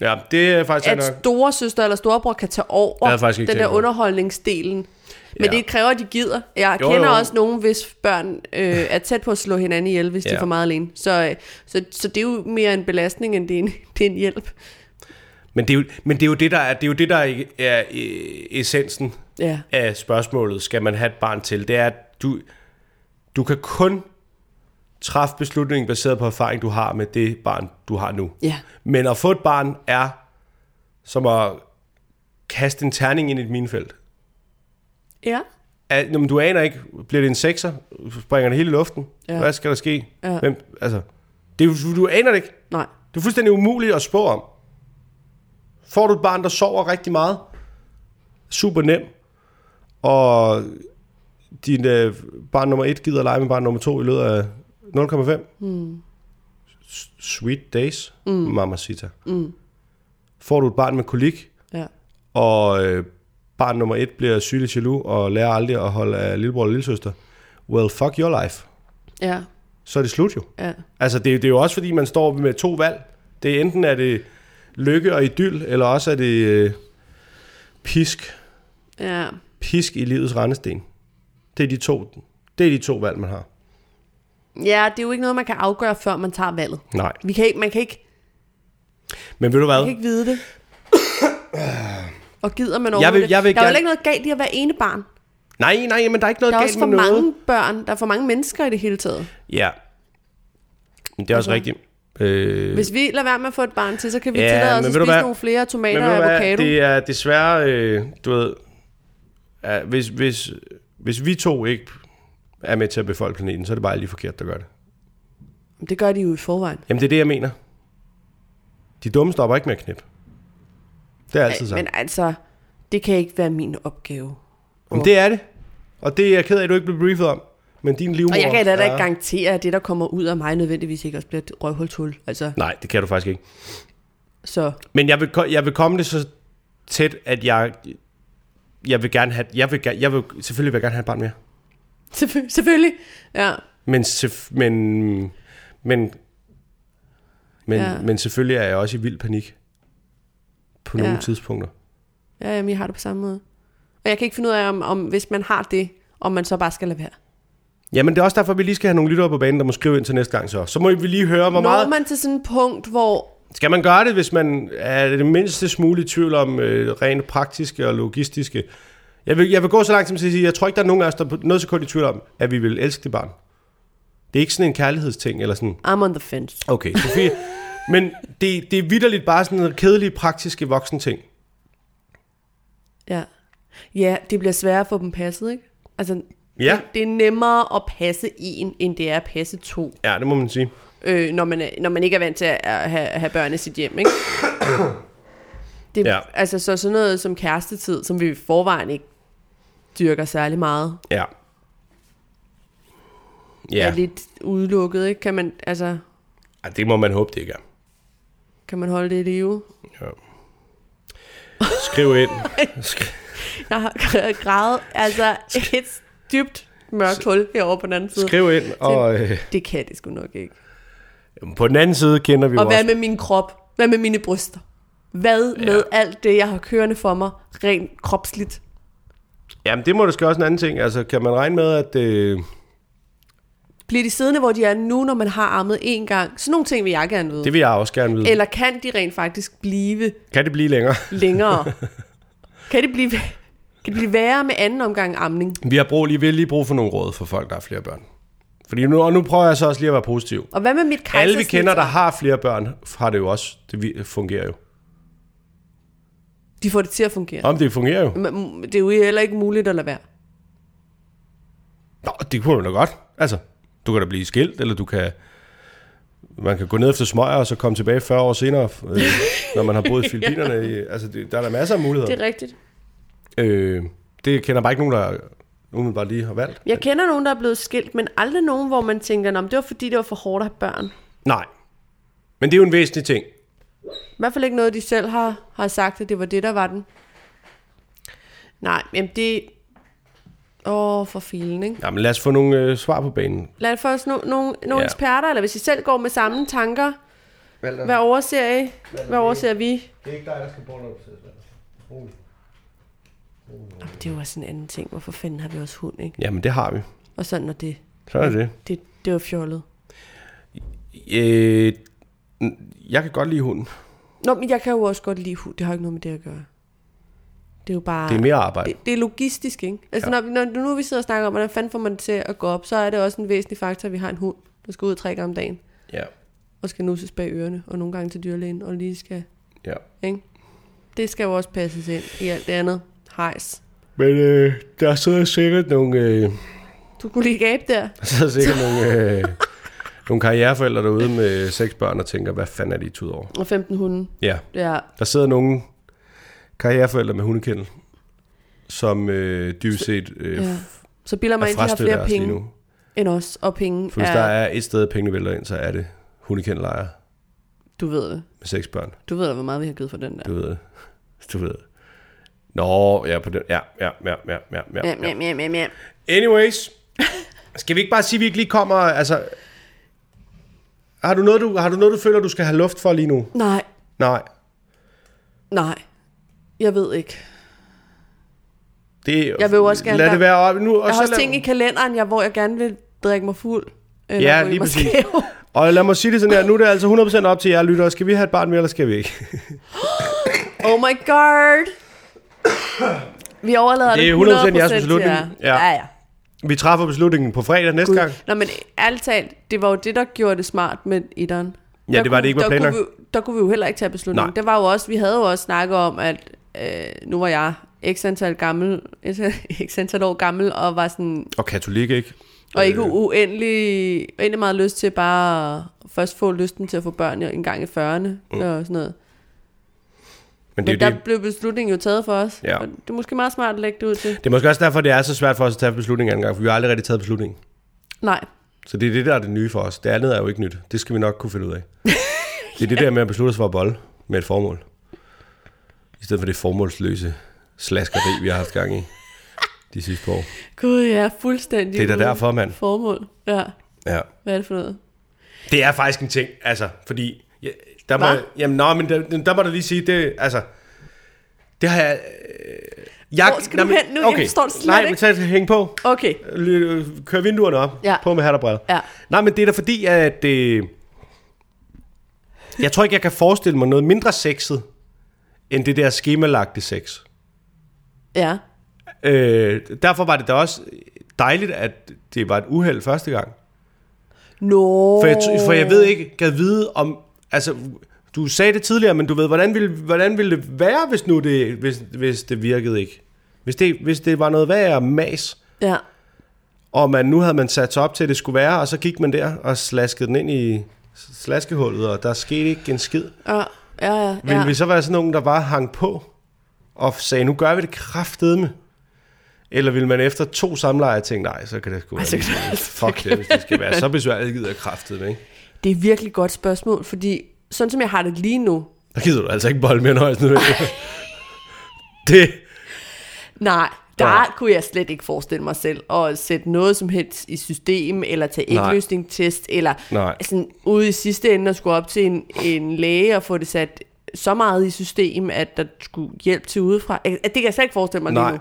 Speaker 1: ja det er faktisk
Speaker 2: at
Speaker 1: sandt nok.
Speaker 2: store søster eller storebror kan tage over
Speaker 1: havde jeg faktisk ikke
Speaker 2: den der
Speaker 1: tænkt på.
Speaker 2: underholdningsdelen. Men
Speaker 1: Ja.
Speaker 2: det kræver, at de gider. Jeg jo,
Speaker 1: Jo,
Speaker 2: kender jo.
Speaker 1: jo.
Speaker 2: også nogen, hvis børn øh, er tæt på at slå hinanden ihjel, hvis ja. de er
Speaker 1: Ja.
Speaker 2: for meget alene. Så, øh, så, så det er jo mere en belastning, end det er en, det er en hjælp.
Speaker 1: Men det, er jo, men det er jo det, der er, det er, jo det, der er, er øh, essensen
Speaker 2: Ja.
Speaker 1: af spørgsmålet, skal man have et barn til, det er, at du, du kan kun træffe beslutningen baseret på erfaring, du har med det barn, du har nu.
Speaker 2: Ja.
Speaker 1: Men at få et barn er som at kaste en terning ind i et minefelt.
Speaker 2: Ja.
Speaker 1: Al- Nå, men du aner ikke, bliver det en sekser? Springer det hele i luften?
Speaker 2: Ja.
Speaker 1: Ja. Hvad skal der ske?
Speaker 2: Ja.
Speaker 1: Hvem, altså, det, er jo- du aner det ikke.
Speaker 2: Nej.
Speaker 1: Det er fuldstændig umuligt at spå om. Får du et barn, der sover rigtig meget, super nem, og din øh, barn nummer 1 gider at lege med barn nummer 2 i løbet af 0,5, mm. S- Sweet Days, mm. Mamacita. Mm. Får du et barn med kolik,
Speaker 2: Ja.
Speaker 1: og øh, barn nummer et bliver sygeligt jaloux og lærer aldrig at holde af lillebror og lillesøster, well, fuck your life.
Speaker 2: Ja.
Speaker 1: Så er det slut jo.
Speaker 2: Ja.
Speaker 1: Altså, det, det er jo også, fordi man står med to valg. Det er enten er det lykke og idyl, eller også er det øh, pisk,
Speaker 2: Ja.
Speaker 1: pisk i livets rendesten. Det er de to, det er de to valg, man har.
Speaker 2: Ja, det er jo ikke noget, man kan afgøre, før man tager valget.
Speaker 1: Nej.
Speaker 2: Vi kan ikke, man, kan ikke,
Speaker 1: Men ved du
Speaker 2: man kan
Speaker 1: hvad?
Speaker 2: ikke vide det. Og gider man over
Speaker 1: Jeg vil-
Speaker 2: det.
Speaker 1: jeg vil
Speaker 2: der er jo
Speaker 1: gerne-
Speaker 2: ikke noget galt i at være ene barn.
Speaker 1: Nej, nej, men der er ikke noget
Speaker 2: Der er
Speaker 1: galt
Speaker 2: også for
Speaker 1: med noget.
Speaker 2: mange børn. Der er for mange mennesker i det hele taget.
Speaker 1: Ja. Men det er også
Speaker 2: Altså,
Speaker 1: rigtigt. Øh,
Speaker 2: Hvis vi lader være med at få et barn til, så kan vi
Speaker 1: Ja,
Speaker 2: ja, tillade os
Speaker 1: men
Speaker 2: at
Speaker 1: ved du
Speaker 2: spise
Speaker 1: hvad?
Speaker 2: nogle flere tomater
Speaker 1: men
Speaker 2: og
Speaker 1: ved du hvad,
Speaker 2: avocado. Det...
Speaker 1: det er desværre, øh, du ved, ja, hvis, hvis, hvis vi to ikke er med til at befolke planeten, så er det bare lige forkert, der gør det.
Speaker 2: det gør de jo i forvejen.
Speaker 1: Jamen, det er det, jeg mener. De dumme stopper ikke med at knippe. Det er altid
Speaker 2: men
Speaker 1: sådan.
Speaker 2: altså, det kan ikke være min opgave.
Speaker 1: Men det er det. Og det er jeg ked af, at du ikke blev briefet om. Men din livmor...
Speaker 2: Og jeg kan da
Speaker 1: er-
Speaker 2: ikke garantere, at det, der kommer ud af mig, nødvendigvis ikke også bliver et røvhulshul. Altså,
Speaker 1: Nej, det kan du faktisk ikke.
Speaker 2: så
Speaker 1: Men jeg vil, ko- jeg vil komme det så tæt, at jeg... Jeg vil gerne have... Jeg vil, gerne- jeg vil, selvfølgelig vil jeg gerne have et barn mere.
Speaker 2: Selvfø- selvfølgelig. Ja,
Speaker 1: Men, selvf- men, men, men,
Speaker 2: Ja.
Speaker 1: ja. men selvfølgelig er jeg også i vild panik på nogle
Speaker 2: Ja.
Speaker 1: tidspunkter.
Speaker 2: ja jamen, jeg har det på samme måde. Og jeg kan ikke finde ud af, om, om hvis man har det, om man så bare skal lade være.
Speaker 1: Jamen det er også derfor, vi lige skal have nogle lyttere på banen, der må skrive ind til næste gang så. Så må vi lige høre, hvor
Speaker 2: Når
Speaker 1: meget...
Speaker 2: man til sådan et punkt, hvor
Speaker 1: Skal man gøre det, hvis man er det mindste smule i tvivl om øh, rent praktiske og logistiske? Jeg vil, jeg vil gå så langt som til at sige, jeg tror ikke, der er nogen af os, der er på noget sekund i tvivl om, at vi vil elske det barn. Det er ikke sådan en kærlighedsting, eller sådan,
Speaker 2: I'm on the fence.
Speaker 1: okay, Sofie. men det, det er vidderligt bare sådan en kedelig, praktiske voksen ting.
Speaker 2: Ja. ja, det bliver sværere at få dem passet, ikke? Altså,
Speaker 1: Ja.
Speaker 2: det er nemmere at passe en, end det er at passe to,
Speaker 1: Ja, det må man sige.
Speaker 2: øh, når, man er, når man ikke er vant til at, at have, at have børn i sit hjem, ikke? Det,
Speaker 1: Ja.
Speaker 2: Altså, så sådan noget som kærestetid, som vi i forvejen ikke dyrker særlig meget,
Speaker 1: Ja.
Speaker 2: ja.
Speaker 1: Ja,
Speaker 2: er lidt udelukket, ikke? Kan man, altså,
Speaker 1: Ej, det må man håbe, det ikke er.
Speaker 2: kan man holde det i live?
Speaker 1: Ja. Skriv ind. Skriv.
Speaker 2: Jeg har grædet, altså, et dybt mørkt hul herovre på den anden side.
Speaker 1: Skriv ind, og øh,
Speaker 2: Det kan det sgu nok ikke.
Speaker 1: på den anden side kender vi jo
Speaker 2: Og hvad
Speaker 1: også.
Speaker 2: med min krop? Hvad med mine bryster? Hvad ja. med alt det, jeg har kørende for mig, rent kropsligt?
Speaker 1: Jamen, det må du også en anden ting. Altså, kan man regne med, at... Øh,
Speaker 2: Bliver de siddende, hvor de er nu, når man har armet én gang? Sådan nogle ting vil jeg gerne vide.
Speaker 1: det vil jeg også gerne vide.
Speaker 2: Eller kan de rent faktisk blive
Speaker 1: Kan det blive længere?
Speaker 2: længere? kan, det blive, kan det blive værre med anden omgang amning?
Speaker 1: Vi har brug, lige, vi har lige brug for nogle råd for folk, der har flere børn. Fordi nu, og nu prøver jeg så også lige at være positiv.
Speaker 2: Og hvad med mit kejsersnit?
Speaker 1: Alle vi kender, der har flere børn, har det jo også. Det vi- fungerer jo.
Speaker 2: De får det til at fungere.
Speaker 1: Om det fungerer jo.
Speaker 2: Men Det er jo heller ikke muligt at lade være.
Speaker 1: Nå, det kunne du da godt. Altså, du kan da blive skilt, eller du kan... Man kan gå ned efter smøger, og så komme tilbage 40 år senere, øh, når man har boet i Filippinerne. ja. Altså, det, der er der masser af muligheder.
Speaker 2: Det er rigtigt.
Speaker 1: Det, øh, det kender bare ikke nogen, der umiddelbart lige har valgt.
Speaker 2: Jeg kender nogen, der er blevet skilt, men aldrig nogen, hvor man tænker, "Nå, men det var fordi, det var for hårdt at have børn.
Speaker 1: Nej. Men det er jo en væsentlig ting.
Speaker 2: I hvert fald ikke noget, de selv har, har sagt, at det var det, der var den. Nej, jamen det... Åh, oh, for filen, ikke?
Speaker 1: Jamen, lad os få nogle øh, svar på banen.
Speaker 2: Lad for os nogle no, no, no
Speaker 1: Ja.
Speaker 2: eksperter, eller hvis I selv går med samme tanker,
Speaker 1: Valter,
Speaker 2: hvad overser I? Hvad overser vi?
Speaker 1: det er ikke dig, der skal bortopsættes.
Speaker 2: Oh, det er jo også en anden ting. Hvorfor fanden har vi også hund, ikke?
Speaker 1: Jamen, det har vi.
Speaker 2: Og sådan, og det,
Speaker 1: Så er det.
Speaker 2: det, det var fjollet.
Speaker 1: Øh, n- jeg kan godt lide hunden.
Speaker 2: Nå, men jeg kan jo også godt lide hund. Det har ikke noget med det at gøre. Det er jo bare...
Speaker 1: Det er mere arbejde.
Speaker 2: det, det er logistisk, ikke? Altså, ja. når, når nu vi sidder og snakker om, hvordan fanden får man det til at gå op, så er det også en væsentlig faktor, at vi har en hund, der skal ud tre gange om dagen,
Speaker 1: Ja.
Speaker 2: og skal nusses bag ørerne, og nogle gange til dyrlægen, og lige skal,
Speaker 1: ja.
Speaker 2: ikke? Det skal jo også passes ind i alt det andet. Hejs.
Speaker 1: Men øh, der sidder sikkert nogle... Øh,
Speaker 2: Du kunne lige gabe der.
Speaker 1: Der sidder sikkert nogle, øh, nogle karriereforældre derude med seks børn og tænker, hvad fanden er de tud over?
Speaker 2: Og 15 hunde.
Speaker 1: Ja,
Speaker 2: Ja,
Speaker 1: der sidder nogle karriereforældre med hundekendel, som øh, dybest set øh,
Speaker 2: ja.
Speaker 1: ja.
Speaker 2: Så bilder mig
Speaker 1: er
Speaker 2: ind, de har
Speaker 1: frastødt af
Speaker 2: flere
Speaker 1: os lige
Speaker 2: penge
Speaker 1: nu.
Speaker 2: end os, og penge
Speaker 1: For hvis ja. der er et sted, pengene vælter ind, så er det hundekendelejre
Speaker 2: Du ved det.
Speaker 1: med seks børn.
Speaker 2: Du ved da, hvor meget vi har givet for den der.
Speaker 1: Du ved det. Du ved det. Nå, ja, på den. Ja, ja, ja, ja, ja, ja.
Speaker 2: Ja, ja, ja, ja.
Speaker 1: Anyways, skal vi ikke bare sige, at vi ikke lige kommer, altså... Har du, noget, du, har du noget, du føler, du skal have luft for lige nu?
Speaker 2: Nej,
Speaker 1: Nej.
Speaker 2: nej. Jeg ved ikke.
Speaker 1: Det,
Speaker 2: Jeg vil jo også gerne-
Speaker 1: Lad det
Speaker 2: der-
Speaker 1: være op nu. Og,
Speaker 2: Jeg har
Speaker 1: så
Speaker 2: også
Speaker 1: lad,
Speaker 2: ting i kalenderen, jeg, hvor jeg gerne vil drikke mig fuld. øh, Eller
Speaker 1: Ja,
Speaker 2: ryge
Speaker 1: lige
Speaker 2: mig
Speaker 1: præcis.
Speaker 2: skæv.
Speaker 1: og lad mig sige det sådan her. Nu er det altså 100% op til jer lyttere. Skal vi have et barn mere, eller skal vi ikke?
Speaker 2: Oh my god. Vi overlader det,
Speaker 1: Det er 100% jeres beslutning.
Speaker 2: Ja.
Speaker 1: Ja.
Speaker 2: ja, ja.
Speaker 1: Vi træffer beslutningen på fredag næste gang.
Speaker 2: Nå, men ærligt talt, det var jo det, der gjorde det smart med etteren.
Speaker 1: Ja,
Speaker 2: Der
Speaker 1: det var, det ikke var
Speaker 2: der kunne,
Speaker 1: planlagt.
Speaker 2: vi, jo- der kunne vi jo heller ikke tage beslutning.
Speaker 1: Nej.
Speaker 2: Nej. Det var jo også, vi havde jo også snakket om, at øh, nu var jeg x antal, gammel, x antal år gammel, og var sådan,
Speaker 1: Og katolik, ikke?
Speaker 2: og
Speaker 1: Øh.
Speaker 2: ikke uendelig, uendelig meget lyst til bare at først få lysten til at få børn en gang i 40'erne mm. og sådan noget.
Speaker 1: Men det,
Speaker 2: Men
Speaker 1: er jo
Speaker 2: der
Speaker 1: det,
Speaker 2: blev beslutningen jo taget for os.
Speaker 1: Ja.
Speaker 2: Og det er måske meget smart at lægge det ud til.
Speaker 1: det er måske også derfor, det er så svært for os at tage beslutningen anden gang, for vi har aldrig rigtig taget beslutningen.
Speaker 2: Nej,
Speaker 1: Så det er det, der er det nye for os. Det andet er jo ikke nyt. Det skal vi nok kunne finde ud af. Det er det der med at beslutte sig for at bolle med et formål. I stedet for det formålsløse slaskeri, vi har haft gang i de sidste par år.
Speaker 2: gud jeg er fuldstændig
Speaker 1: Det er da
Speaker 2: uden
Speaker 1: derfor, mand.
Speaker 2: Formål, ja.
Speaker 1: Ja.
Speaker 2: Hvad er det for noget?
Speaker 1: Det er faktisk en ting, altså, fordi... Ja, der må,
Speaker 2: Hva?
Speaker 1: jamen, nå, men der, der må du lige sige, det, altså... Det har jeg... Øh, jeg
Speaker 2: Hvor skal du hen nu? Jeg forstår det slet
Speaker 1: Nej,
Speaker 2: ikke.
Speaker 1: men tag, hæng på.
Speaker 2: Okay,
Speaker 1: L- Kør vinduerne op.
Speaker 2: Ja.
Speaker 1: På med hat og briller.
Speaker 2: ja.
Speaker 1: Nej, men det er da fordi, at... Øh, jeg tror ikke, jeg kan forestille mig noget mindre sexet, end det der skemalagte sex.
Speaker 2: Ja,
Speaker 1: Øh, derfor var det da også dejligt, at det var et uheld første gang.
Speaker 2: No.
Speaker 1: For, jeg, for jeg ved ikke, kan vide om... Altså, du sagde det tidligere, men du ved, hvordan ville, hvordan ville det være, hvis nu det, hvis, hvis det virkede ikke? Hvis det, hvis det var noget værre mas,
Speaker 2: Ja.
Speaker 1: og man, nu havde man sat sig op til, at det skulle være, og så gik man der og slaskede den ind i slaskehullet, og der skete ikke en skid.
Speaker 2: Ja, ja, ja.
Speaker 1: Ville
Speaker 2: ja.
Speaker 1: vi så være sådan nogen, der bare hang på og sagde, nu gør vi det kraftedeme? Eller vil man efter to samlejer tænke, nej, så kan det sgu være
Speaker 2: Altså, så kan
Speaker 1: lige meget.
Speaker 2: det-
Speaker 1: Fuck det, hvis det skal være så besværligt, gider jeg kraftedeme, ikke?
Speaker 2: Det er et virkelig godt spørgsmål, fordi sådan som jeg har det lige nu,
Speaker 1: Der gider du altså ikke bold mere nøjes nødvendigt. det,
Speaker 2: nej, der
Speaker 1: Nej.
Speaker 2: nej. kunne jeg slet ikke forestille mig selv at sætte noget som helst i system, eller tage
Speaker 1: Nej.
Speaker 2: ægløsning-test, eller
Speaker 1: Nej.
Speaker 2: sådan ude i sidste ende og skulle op til en, en læge og få det sat så meget i system, at der skulle hjælp til udefra. At det kan jeg slet ikke forestille mig
Speaker 1: Nej.
Speaker 2: lige nu.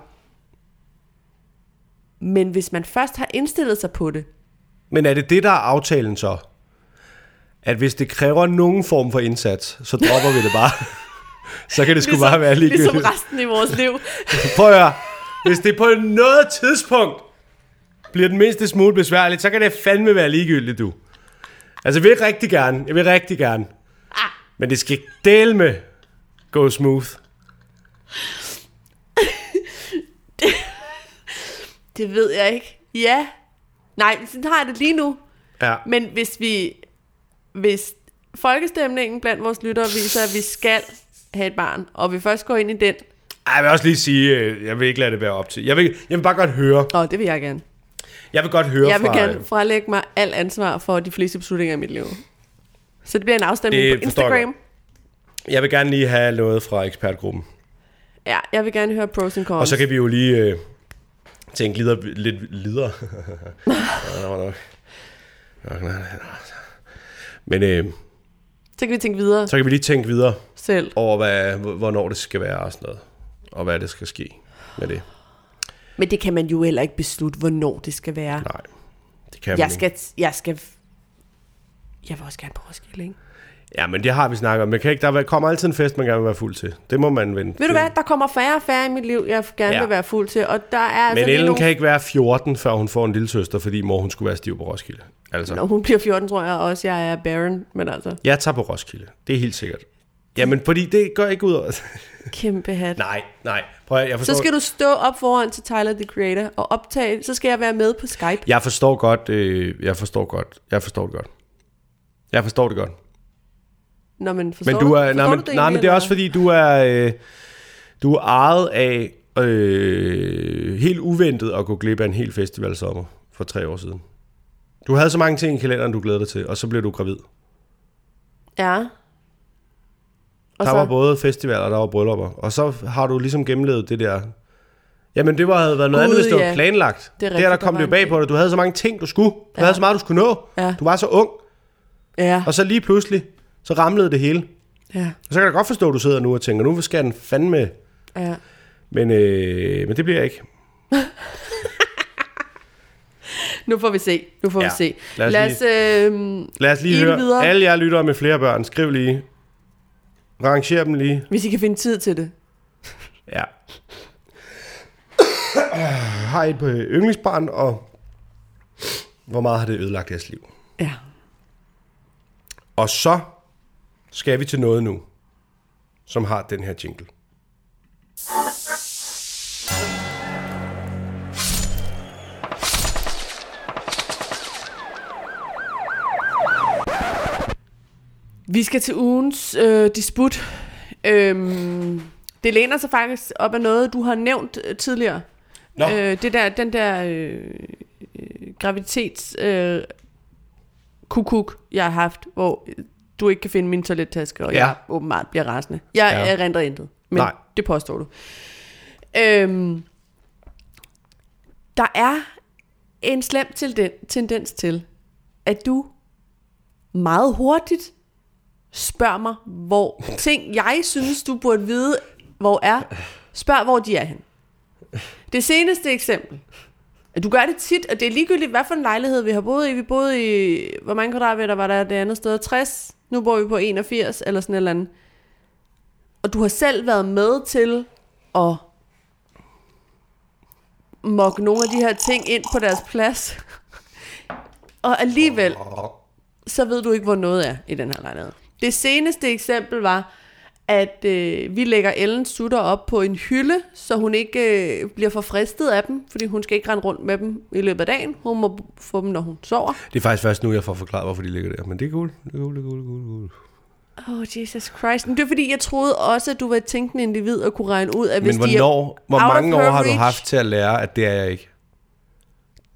Speaker 2: Men hvis man først har indstillet sig på det,
Speaker 1: men er det det, der er aftalen så? At hvis det kræver nogen form for indsats, så dropper vi det bare. så kan det sgu bare være ligegyldigt.
Speaker 2: ligesom resten i vores liv,
Speaker 1: Prøv at høre. Hvis det på noget tidspunkt bliver den mindste smule besværligt, så kan det fandme være ligegyldigt, du. Altså, jeg vil rigtig gerne. Jeg vil rigtig gerne.
Speaker 2: Ah.
Speaker 1: Men det skal dele med go smooth.
Speaker 2: det ved jeg ikke. Ja, nej, sådan har jeg det lige nu.
Speaker 1: Ja.
Speaker 2: Men hvis vi... Hvis folkestemningen blandt vores lyttere viser, at vi skal have et barn, og vi først går ind i den...
Speaker 1: Ej, jeg vil også lige sige, øh, jeg vil ikke lade det være op til. Jeg vil, jeg vil bare godt høre.
Speaker 2: Åh, det vil jeg gerne.
Speaker 1: Jeg vil godt høre
Speaker 2: Jeg vil
Speaker 1: fra... øh,
Speaker 2: gerne frelægge mig alt ansvar for de fleste beslutninger i mit liv. Så det bliver en afstemning
Speaker 1: Det
Speaker 2: på
Speaker 1: forstår jeg
Speaker 2: Instagram.
Speaker 1: godt. øh, Jeg vil gerne lige have noget fra ekspertgruppen.
Speaker 2: Ja, jeg vil gerne høre pros and cons.
Speaker 1: Og så kan vi jo lige øh, tænke lider, lidt videre. Nå, nå, nå. Nå, nå, nå. Men øh,
Speaker 2: så kan vi tænke videre
Speaker 1: så kan vi lige tænke videre
Speaker 2: selv.
Speaker 1: over, hvad, hvornår det skal være og sådan noget. Og hvad det skal ske med det.
Speaker 2: Men det kan man jo heller ikke beslutte, hvornår det skal være.
Speaker 1: Nej, det kan man
Speaker 2: Jeg
Speaker 1: ikke.
Speaker 2: skal, jeg skal... Jeg vil også gerne på Roskilde, ikke?
Speaker 1: Ja, men det har vi snakket om. Man kan ikke, der kommer altid en fest, man gerne vil være fuld til. Det må man vente.
Speaker 2: Ved du hvad, der kommer færre og færre i mit liv, jeg gerne
Speaker 1: Ja.
Speaker 2: ja. vil være fuld til, og der er altså
Speaker 1: Men
Speaker 2: lige
Speaker 1: Ellen
Speaker 2: nogle
Speaker 1: kan ikke være 14, før hun får en lille søster, fordi mor hun skulle være stiv på Roskilde. Altså.
Speaker 2: Når hun bliver 14, tror jeg også, jeg er barren, men altså,
Speaker 1: Jeg tager på Roskilde. Det er helt sikkert. Jamen, fordi det gør ikke ud over...
Speaker 2: kæmpe hat.
Speaker 1: nej, nej. Prøv at, jeg forstår...
Speaker 2: Så skal du stå op foran til Tyler, the Creator, og optage, så skal jeg være med på Skype.
Speaker 1: Jeg forstår godt... Øh, jeg forstår godt. Jeg forstår det godt. Jeg forstår det godt.
Speaker 2: Nå, men forstår
Speaker 1: Men du er...
Speaker 2: forstår
Speaker 1: Nej, men,
Speaker 2: du
Speaker 1: nej, men
Speaker 2: egentlig,
Speaker 1: det er også
Speaker 2: eller
Speaker 1: fordi, du er... Øh, du er ejet af... Øh, helt uventet at gå glip af en hel festivalsommer for tre år siden. Du havde så mange ting i kalenderen, du glædede dig til, og så blev du gravid.
Speaker 2: Ja.
Speaker 1: der
Speaker 2: Og så,
Speaker 1: var både festivaler, og der var bryllupper. Og så har du ligesom gennemlevet det der... Jamen, det var, havde været noget
Speaker 2: Gud,
Speaker 1: andet, hvis det
Speaker 2: ja.
Speaker 1: var planlagt.
Speaker 2: Det er
Speaker 1: der,
Speaker 2: rigtigt,
Speaker 1: der
Speaker 2: der
Speaker 1: kom
Speaker 2: var
Speaker 1: det jo
Speaker 2: en
Speaker 1: bag
Speaker 2: del.
Speaker 1: på dig. Du havde så mange ting, du skulle. Du
Speaker 2: Ja.
Speaker 1: havde så meget, du skulle nå.
Speaker 2: Ja.
Speaker 1: Du var så ung.
Speaker 2: ja,
Speaker 1: Og så lige pludselig, så ramlede det hele.
Speaker 2: ja,
Speaker 1: Og så kan jeg da godt forstå, at du sidder nu og tænker, nu skal den fandme...
Speaker 2: ja.
Speaker 1: Men, øh, men det bliver jeg ikke.
Speaker 2: Nu får vi se. Nu får ja.
Speaker 1: Ja.
Speaker 2: vi se.
Speaker 1: Lad os
Speaker 2: Lad os, øh,
Speaker 1: Lad os lige
Speaker 2: Ild
Speaker 1: høre.
Speaker 2: videre.
Speaker 1: Alle jer lyttere med flere børn, skriv lige. Ranger dem lige.
Speaker 2: hvis I kan finde tid til det.
Speaker 1: Ja. har I et øh, yndlingsbarn, og hvor meget har det ødelagt jeres liv?
Speaker 2: Ja.
Speaker 1: Og så skal vi til noget nu, som har den her jingle.
Speaker 2: Vi skal til ugens øh, disput. Øhm, det læner sig faktisk op af noget, du har nævnt øh, tidligere.
Speaker 1: Nå.
Speaker 2: Øh, det der, den der øh, øh, graviditets øh, kukuk, jeg har haft, hvor øh, du ikke kan finde min toilettaske, og
Speaker 1: Ja.
Speaker 2: ja. jeg åbenbart bliver rasende. Jeg
Speaker 1: Ja.
Speaker 2: ja. erindrer intet, men
Speaker 1: Nej.
Speaker 2: Nej. det påstår du. Øhm, der er en slem tenden- tendens til, at du meget hurtigt spørger mig, hvor ting, jeg synes, du burde vide, hvor er. Spørg, hvor de er hen. Det seneste eksempel. At Du gør det tit, og det er ligegyldigt, hvad for en lejlighed vi har boet i. Vi boede i, hvor mange kvadratmeter var der det andet sted? 60. Nu bor vi på 81, eller sådan et eller andet. Og du har selv været med til at mokke nogle af de her ting ind på deres plads. Og alligevel, så ved du ikke, hvor noget er i den her lejlighed. Det seneste eksempel var, at øh, vi lægger Ellen Sutter op på en hylde, så hun ikke øh, bliver forfristet af dem, fordi hun skal ikke rende rundt med dem i løbet af dagen. Hun må b- få dem, når hun sover.
Speaker 1: Det er faktisk først nu, jeg får forklaret, hvorfor de ligger der. Men det er cool. Det er cool, det er cool, det er cool, det er cool.
Speaker 2: Oh, Jesus Christ. Men det er fordi, jeg troede også, at du var et tænkende individ og kunne regne ud, at hvis
Speaker 1: Men
Speaker 2: de
Speaker 1: hvornår,
Speaker 2: er
Speaker 1: hvor
Speaker 2: out of
Speaker 1: mange år
Speaker 2: her
Speaker 1: har du
Speaker 2: reach-
Speaker 1: haft til at lære, at det er jeg ikke?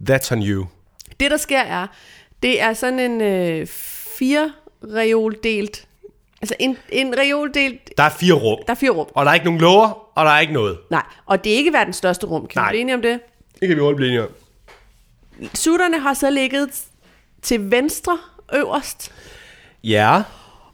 Speaker 1: That's on you.
Speaker 2: Det, der sker, er, det er sådan en øh, fire reol delt. Altså en, en reol delt,
Speaker 1: Der er fire rum,
Speaker 2: der er fire rum.
Speaker 1: og der er ikke nogen låger, og der er ikke noget.
Speaker 2: Nej, og det er ikke verdens største rum, kan
Speaker 1: Nej.
Speaker 2: vi blive enige om det?
Speaker 1: Det kan vi hurtigt blive enige om.
Speaker 2: Sutterne har så ligget til venstre øverst,
Speaker 1: Ja.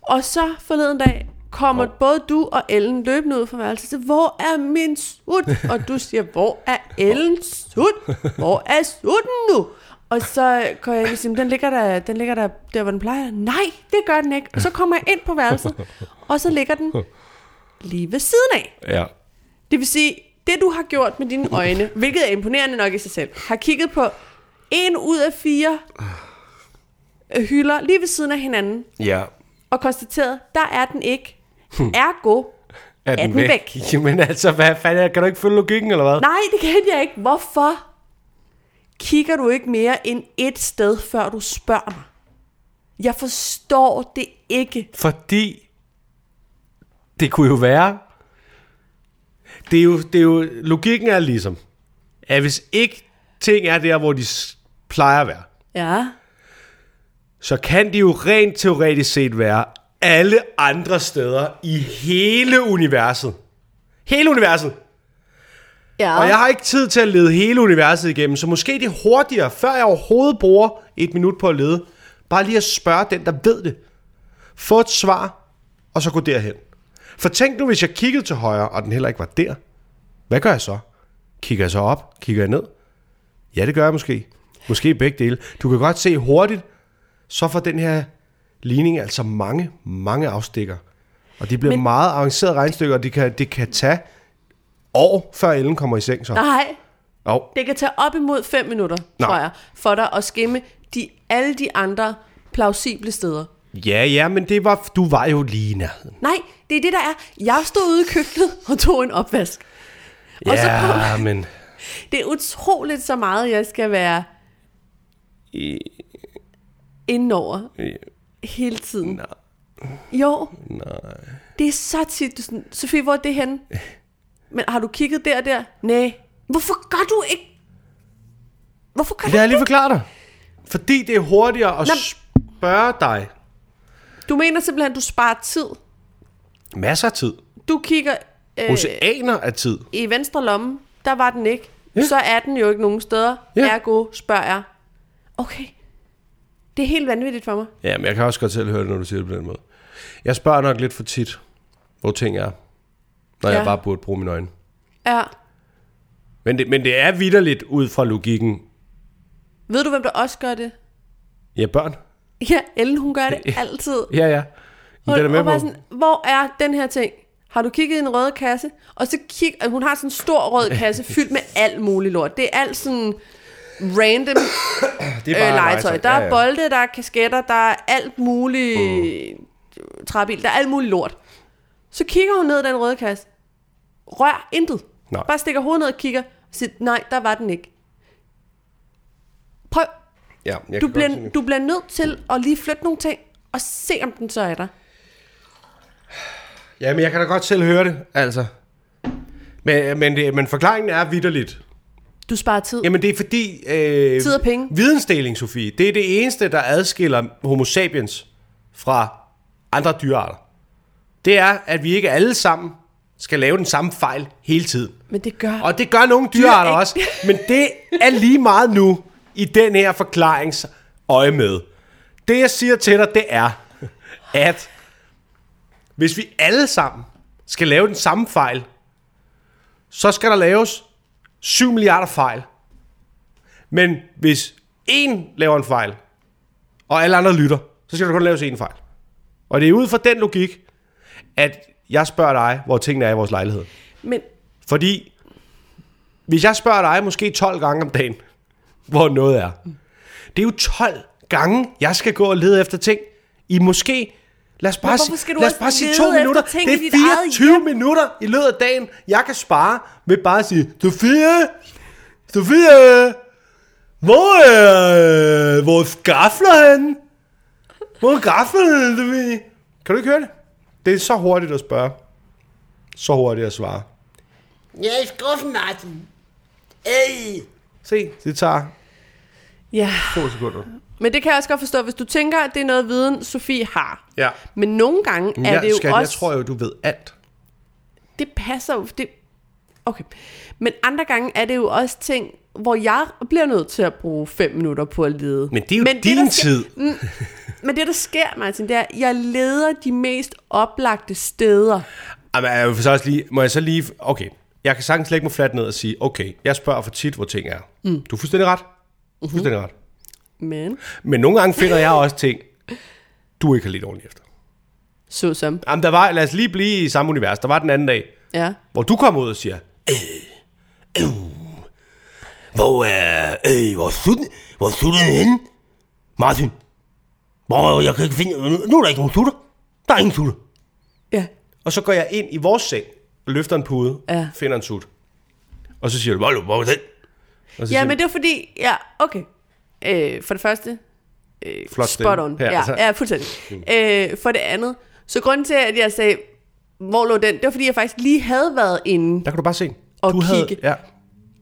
Speaker 2: og så forleden dag kommer oh. både du og Ellen løbende ud fra værelset til, hvor er min sut? Og du siger, hvor er Ellens sut? Hvor er sutten nu? Og så går jeg ind og siger, den ligger, der, den ligger der, der, hvor den plejer. Nej, det gør den ikke. Og så kommer jeg ind på værelset, og så ligger den lige ved siden af.
Speaker 1: Ja.
Speaker 2: Det vil sige, det du har gjort med dine øjne, hvilket er imponerende nok i sig selv, har kigget på en ud af fire øh, hylder lige ved siden af hinanden,
Speaker 1: Ja.
Speaker 2: og konstateret, der er den ikke.
Speaker 1: Hmm.
Speaker 2: Ergo,
Speaker 1: Er
Speaker 2: den væk?
Speaker 1: Jamen altså, hvad fanden, kan du ikke følge logikken, eller hvad?
Speaker 2: nej, det kan jeg ikke. Hvorfor kigger du ikke mere end et sted, før du spørger mig? Jeg forstår det ikke.
Speaker 1: Fordi det kunne jo være... Det er jo, det er jo, logikken er ligesom, at hvis ikke ting er der, hvor de s- plejer at være,
Speaker 2: Ja,
Speaker 1: så kan de jo rent teoretisk set være alle andre steder i hele universet. Hele universet.
Speaker 2: ja.
Speaker 1: Og jeg har ikke tid til at lede hele universet igennem, så måske det er hurtigere, før jeg overhovedet bruger et minut på at lede, bare lige at spørge den, der ved det. Få et svar, og så gå derhen. For tænk nu, hvis jeg kiggede til højre, og den heller ikke var der. Hvad gør jeg så? Kigger jeg så op? Kigger jeg ned? Ja, det gør jeg måske. Måske begge dele. Du kan godt se hurtigt, så får den her ligning altså mange, mange afstikker. Og de bliver Men... meget avancerede regnstykker, og det kan, det kan tage år, før Ellen kommer i seng. Så.
Speaker 2: Nej,
Speaker 1: Jo,
Speaker 2: Det kan tage op imod 5 minutter,
Speaker 1: Nå.
Speaker 2: Nå. tror jeg, for dig at skimme de, alle de andre plausible steder.
Speaker 1: Ja, ja, men det var, du var jo lige i nærheden.
Speaker 2: Nej, det er det, der er. Jeg stod ude i køkkenet og tog en opvask. Og så
Speaker 1: Ja, men...
Speaker 2: Det er utroligt så meget, jeg skal være indover hele tiden.
Speaker 1: Nej.
Speaker 2: Jo. Nej. Det er så tit, du sådan, Sofie, hvor er det henne? Men har du kigget der og der? Nej. Hvorfor gør du ikke? Hvorfor gør
Speaker 1: Det
Speaker 2: du
Speaker 1: har jeg lige forklaret dig. Fordi det er hurtigere at
Speaker 2: Nå.
Speaker 1: spørge dig,
Speaker 2: Du mener simpelthen, du sparer tid.
Speaker 1: Masser af tid.
Speaker 2: Du kigger øh,
Speaker 1: Oceaner af tid.
Speaker 2: i venstre lomme, der var den ikke.
Speaker 1: Ja.
Speaker 2: Ja. Så er den jo ikke nogen steder.
Speaker 1: Ja.
Speaker 2: Ja. Ergo spørger jeg, okay, det er helt vanvittigt for mig.
Speaker 1: Ja, men jeg kan også godt selv høre det, når du siger det på den måde. Jeg spørger nok lidt for tit, hvor ting er, når ja.
Speaker 2: Ja.
Speaker 1: jeg bare burde bruge mine øjne.
Speaker 2: Ja.
Speaker 1: Men det, men det er vidderligt ud fra logikken.
Speaker 2: Ved du, hvem der også gør det?
Speaker 1: Ja, børn.
Speaker 2: Ja, Ellen, hun gør det altid.
Speaker 1: Ja, ja. Men
Speaker 2: Hun,
Speaker 1: det er da med
Speaker 2: hun var
Speaker 1: på.
Speaker 2: sådan, hvor er den her ting? Har du kigget i en rød kasse? Og så kig, og hun har sådan en stor rød kasse fyldt med alt muligt lort. Det er alt sådan random
Speaker 1: Det
Speaker 2: øh, legetøj.
Speaker 1: legetøj.
Speaker 2: Der er bolde, der er kasketter, der er alt muligt mm. træbil, der er alt muligt lort. Så kigger hun ned i den røde kasse. Rør intet.
Speaker 1: Nej.
Speaker 2: Bare stikker hovedet ned og kigger. Og siger, nej, der var den ikke. Prøv.
Speaker 1: Ja, jeg
Speaker 2: Du
Speaker 1: kan godt se
Speaker 2: bliver,
Speaker 1: det.
Speaker 2: du bliver nødt til at lige flytte nogle ting, og se om den så er der.
Speaker 1: Ja, men jeg kan da godt selv høre det, altså. Men, men, det, men forklaringen er vidderligt.
Speaker 2: Du sparer tid.
Speaker 1: Jamen, det er fordi... Øh,
Speaker 2: Tid og penge.
Speaker 1: Vidensdeling, Sofie. Det er det eneste, der adskiller homo sapiens fra andre dyrearter. Det er, at vi ikke alle sammen skal lave den samme fejl hele tiden.
Speaker 2: Men det gør...
Speaker 1: Og det gør nogle dyrearter
Speaker 2: ikke.
Speaker 1: også. Men det er lige meget nu i den her forklarings øje med. Det, jeg siger til dig, det er, at hvis vi alle sammen skal lave den samme fejl, så skal der laves 7 milliarder fejl. Men hvis en laver en fejl, og alle andre lytter, så skal der kun laves en fejl. Og det er ud fra den logik, at jeg spørger dig, hvor tingene er i vores lejlighed.
Speaker 2: Men
Speaker 1: Fordi hvis jeg spørger dig måske 12 gange om dagen, hvor noget er, det er jo 12 gange, jeg skal gå og lede efter ting i måske, lad os bare,
Speaker 2: hvorfor
Speaker 1: sige-
Speaker 2: skal du
Speaker 1: lad os
Speaker 2: også
Speaker 1: bare sige
Speaker 2: lede
Speaker 1: to
Speaker 2: efter
Speaker 1: minutter.
Speaker 2: ting
Speaker 1: Det
Speaker 2: i dit
Speaker 1: er
Speaker 2: eget
Speaker 1: 24 minutter i løbet af dagen, jeg kan spare med bare at sige, Sofie, Sofie, hvor er øh, vores gafler henne? Hvor er gaflen, Sofie? Kan du ikke høre det? Det er så hurtigt at spørge. Så hurtigt at svare.
Speaker 3: Jeg er i skuffen, Martin. Ej.
Speaker 1: Se, det tager
Speaker 2: ja...
Speaker 1: to sekunder.
Speaker 2: Men det kan jeg også godt forstå, hvis du tænker, at det er noget viden, Sofie har.
Speaker 1: Ja.
Speaker 2: Men nogle gange
Speaker 1: Men
Speaker 2: er
Speaker 1: jeg,
Speaker 2: det jo
Speaker 1: skat,
Speaker 2: også...
Speaker 1: jeg tror jo, du ved alt.
Speaker 2: det passer jo. Det, okay. Men andre gange er det jo også ting, hvor jeg bliver nødt til at bruge fem minutter på at lede.
Speaker 1: Men det er jo
Speaker 2: det,
Speaker 1: din
Speaker 2: der sker-
Speaker 1: tid.
Speaker 2: Mm, men det, der sker, Martin, det er, at jeg leder de mest oplagte steder.
Speaker 1: Jamen, jeg vil så også lige, må jeg så lige... Okay, jeg kan sagtens lægge mig fladt ned og sige, okay, jeg spørger for tit, hvor ting er. Mm. Du er fuldstændig ret.
Speaker 2: Mhm.
Speaker 1: Du er fuldstændig ret.
Speaker 2: Men,
Speaker 1: Men nogle gange finder jeg også ting, du ikke har lidt ordentligt efter.
Speaker 2: såsom,
Speaker 1: Jamen, der var, lad os lige blive i samme univers. Der var den anden dag,
Speaker 2: ja.
Speaker 1: hvor du kom ud og siger,
Speaker 4: Hvor er... Øh, hvor er sutten? Hvor er sutten henne? Martin. Hvor jeg kan ikke finde... nu- Nu er der ikke nogen sutter. Der er ingen sutter.
Speaker 2: Ja,
Speaker 1: og så går jeg ind i vores seng, løfter en pude,
Speaker 2: Ja.
Speaker 1: finder en sut. Og så siger du, hvor er du- hvor er den? Og så
Speaker 2: ja
Speaker 1: siger
Speaker 2: men
Speaker 1: du,
Speaker 2: det er fordi, ja, okay. Øh, for det første, øh,
Speaker 1: flot
Speaker 2: Spot
Speaker 1: stemme.
Speaker 2: on.
Speaker 1: Her,
Speaker 2: Ja,
Speaker 1: altså.
Speaker 2: ja, fuldstændig. Øh, for det andet, så grunden til, at jeg sagde, hvor lå den, det var, fordi jeg faktisk lige havde været inde.
Speaker 1: Der kan du bare se.
Speaker 2: Og
Speaker 1: du havde,
Speaker 2: kigge.
Speaker 1: Ja,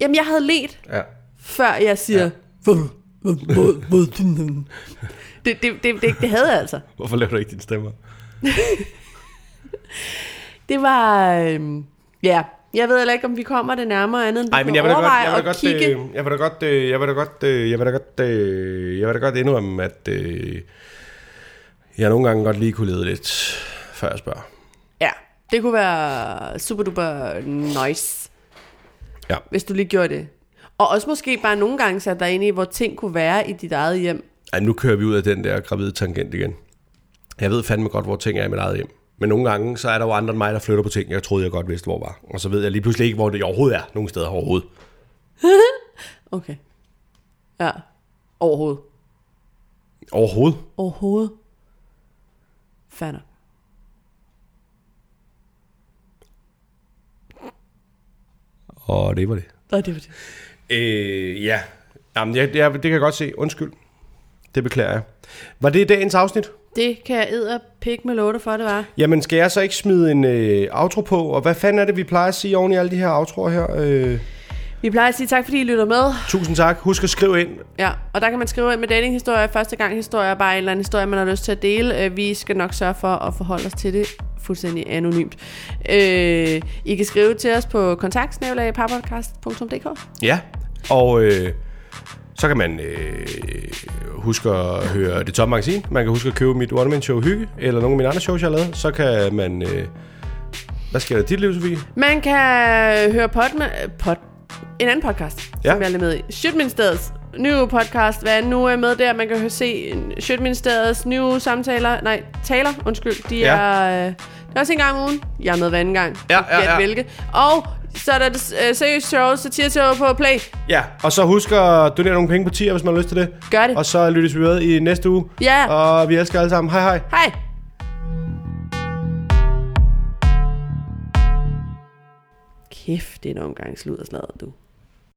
Speaker 2: Jamen, jeg havde let,
Speaker 1: ja.
Speaker 2: før jeg siger, hvor, hvor, hvor, hvor er den henne? det, det, det, det, det havde jeg altså.
Speaker 1: Hvorfor laver du ikke din stemmer?
Speaker 2: Det var, øhm, ja, jeg ved heller ikke, om vi kommer det nærmere andet, end du
Speaker 1: Nej, men
Speaker 2: kan
Speaker 1: jeg vil da godt,
Speaker 2: overveje
Speaker 1: jeg vil da
Speaker 2: at
Speaker 1: godt,
Speaker 2: kigge.
Speaker 1: øh, jeg vil da godt, øh, jeg vil da godt, øh, jeg vil da godt, øh, jeg vil da godt indrømme, at øh, jeg nogle gange godt lige kunne lede lidt, før jeg spørger.
Speaker 2: Ja, det kunne være super duper nice.
Speaker 1: Ja.
Speaker 2: Hvis du lige gjorde det. Og også måske bare nogle gange sætte dig ind i, hvor ting kunne være i dit eget hjem.
Speaker 1: Ej, nu kører vi ud af den der gravide tangent igen. Jeg ved fandme godt, hvor ting er i mit eget hjem. Men nogle gange, så er der jo andre end mig, der flytter på ting, jeg troede, jeg godt vidste, hvor var. Og så ved jeg lige pludselig ikke, hvor det overhovedet er. Nogle steder overhovedet.
Speaker 2: Okay. Ja. Overhovedet.
Speaker 1: Overhovedet?
Speaker 2: Overhovedet. Fatter.
Speaker 1: Og det var det.
Speaker 2: Nej, det var det.
Speaker 1: Øh, ja. Jamen, jeg, jeg, det kan jeg godt se. Undskyld. Det beklager jeg. Var det dagens afsnit?
Speaker 2: Det kan jeg æde pik med låte for, det var.
Speaker 1: Jamen, skal jeg så ikke smide en øh, outro på? Og hvad fanden er det, vi plejer at sige oven i alle de her outroer her? Øh,
Speaker 2: Vi plejer at sige tak, fordi I lytter med.
Speaker 1: Tusind tak. Husk at skrive ind.
Speaker 2: Ja, og der kan man skrive ind med datinghistorier, første gang historier, bare en eller anden historie, man har lyst til at dele. Øh, Vi skal nok sørge for at forholde os til det fuldstændig anonymt. Øh, I kan skrive til os på kontaktsnævlag.podcast.dk
Speaker 1: Ja. Og øh, så kan man øh, huske at høre det tomme magasin. Man kan huske at købe mit One Man Show Hygge, eller nogle af mine andre shows, jeg har lavet. Så kan man... Øh, hvad sker der i dit liv, Sofie?
Speaker 2: Man kan øh, høre pod med, pod, en anden podcast, ja.
Speaker 1: Ja.
Speaker 2: som jeg er med i. Sjøtministeriets nye podcast, hvad er nu er med der. Man kan høre- se Sjøtministeriets nye samtaler, nej, taler, undskyld. De ja.
Speaker 1: Ja.
Speaker 2: er, øh, det er også en gang om ugen. Jeg er med hver anden gang.
Speaker 1: Ja,
Speaker 2: Du kan
Speaker 1: ja,
Speaker 2: gætte
Speaker 1: ja.
Speaker 2: Hvilke. Og så er der det øh, seriøst show, satirshow på Play.
Speaker 1: Ja, og så husk at donere nogle penge på tier, hvis man har lyst til det.
Speaker 2: Gør det.
Speaker 1: Og så lyttes vi med i næste uge.
Speaker 2: Ja.
Speaker 1: Og vi elsker alle sammen. Hej hej.
Speaker 2: Hej! Kæft, det er en omgang sludderslader, du.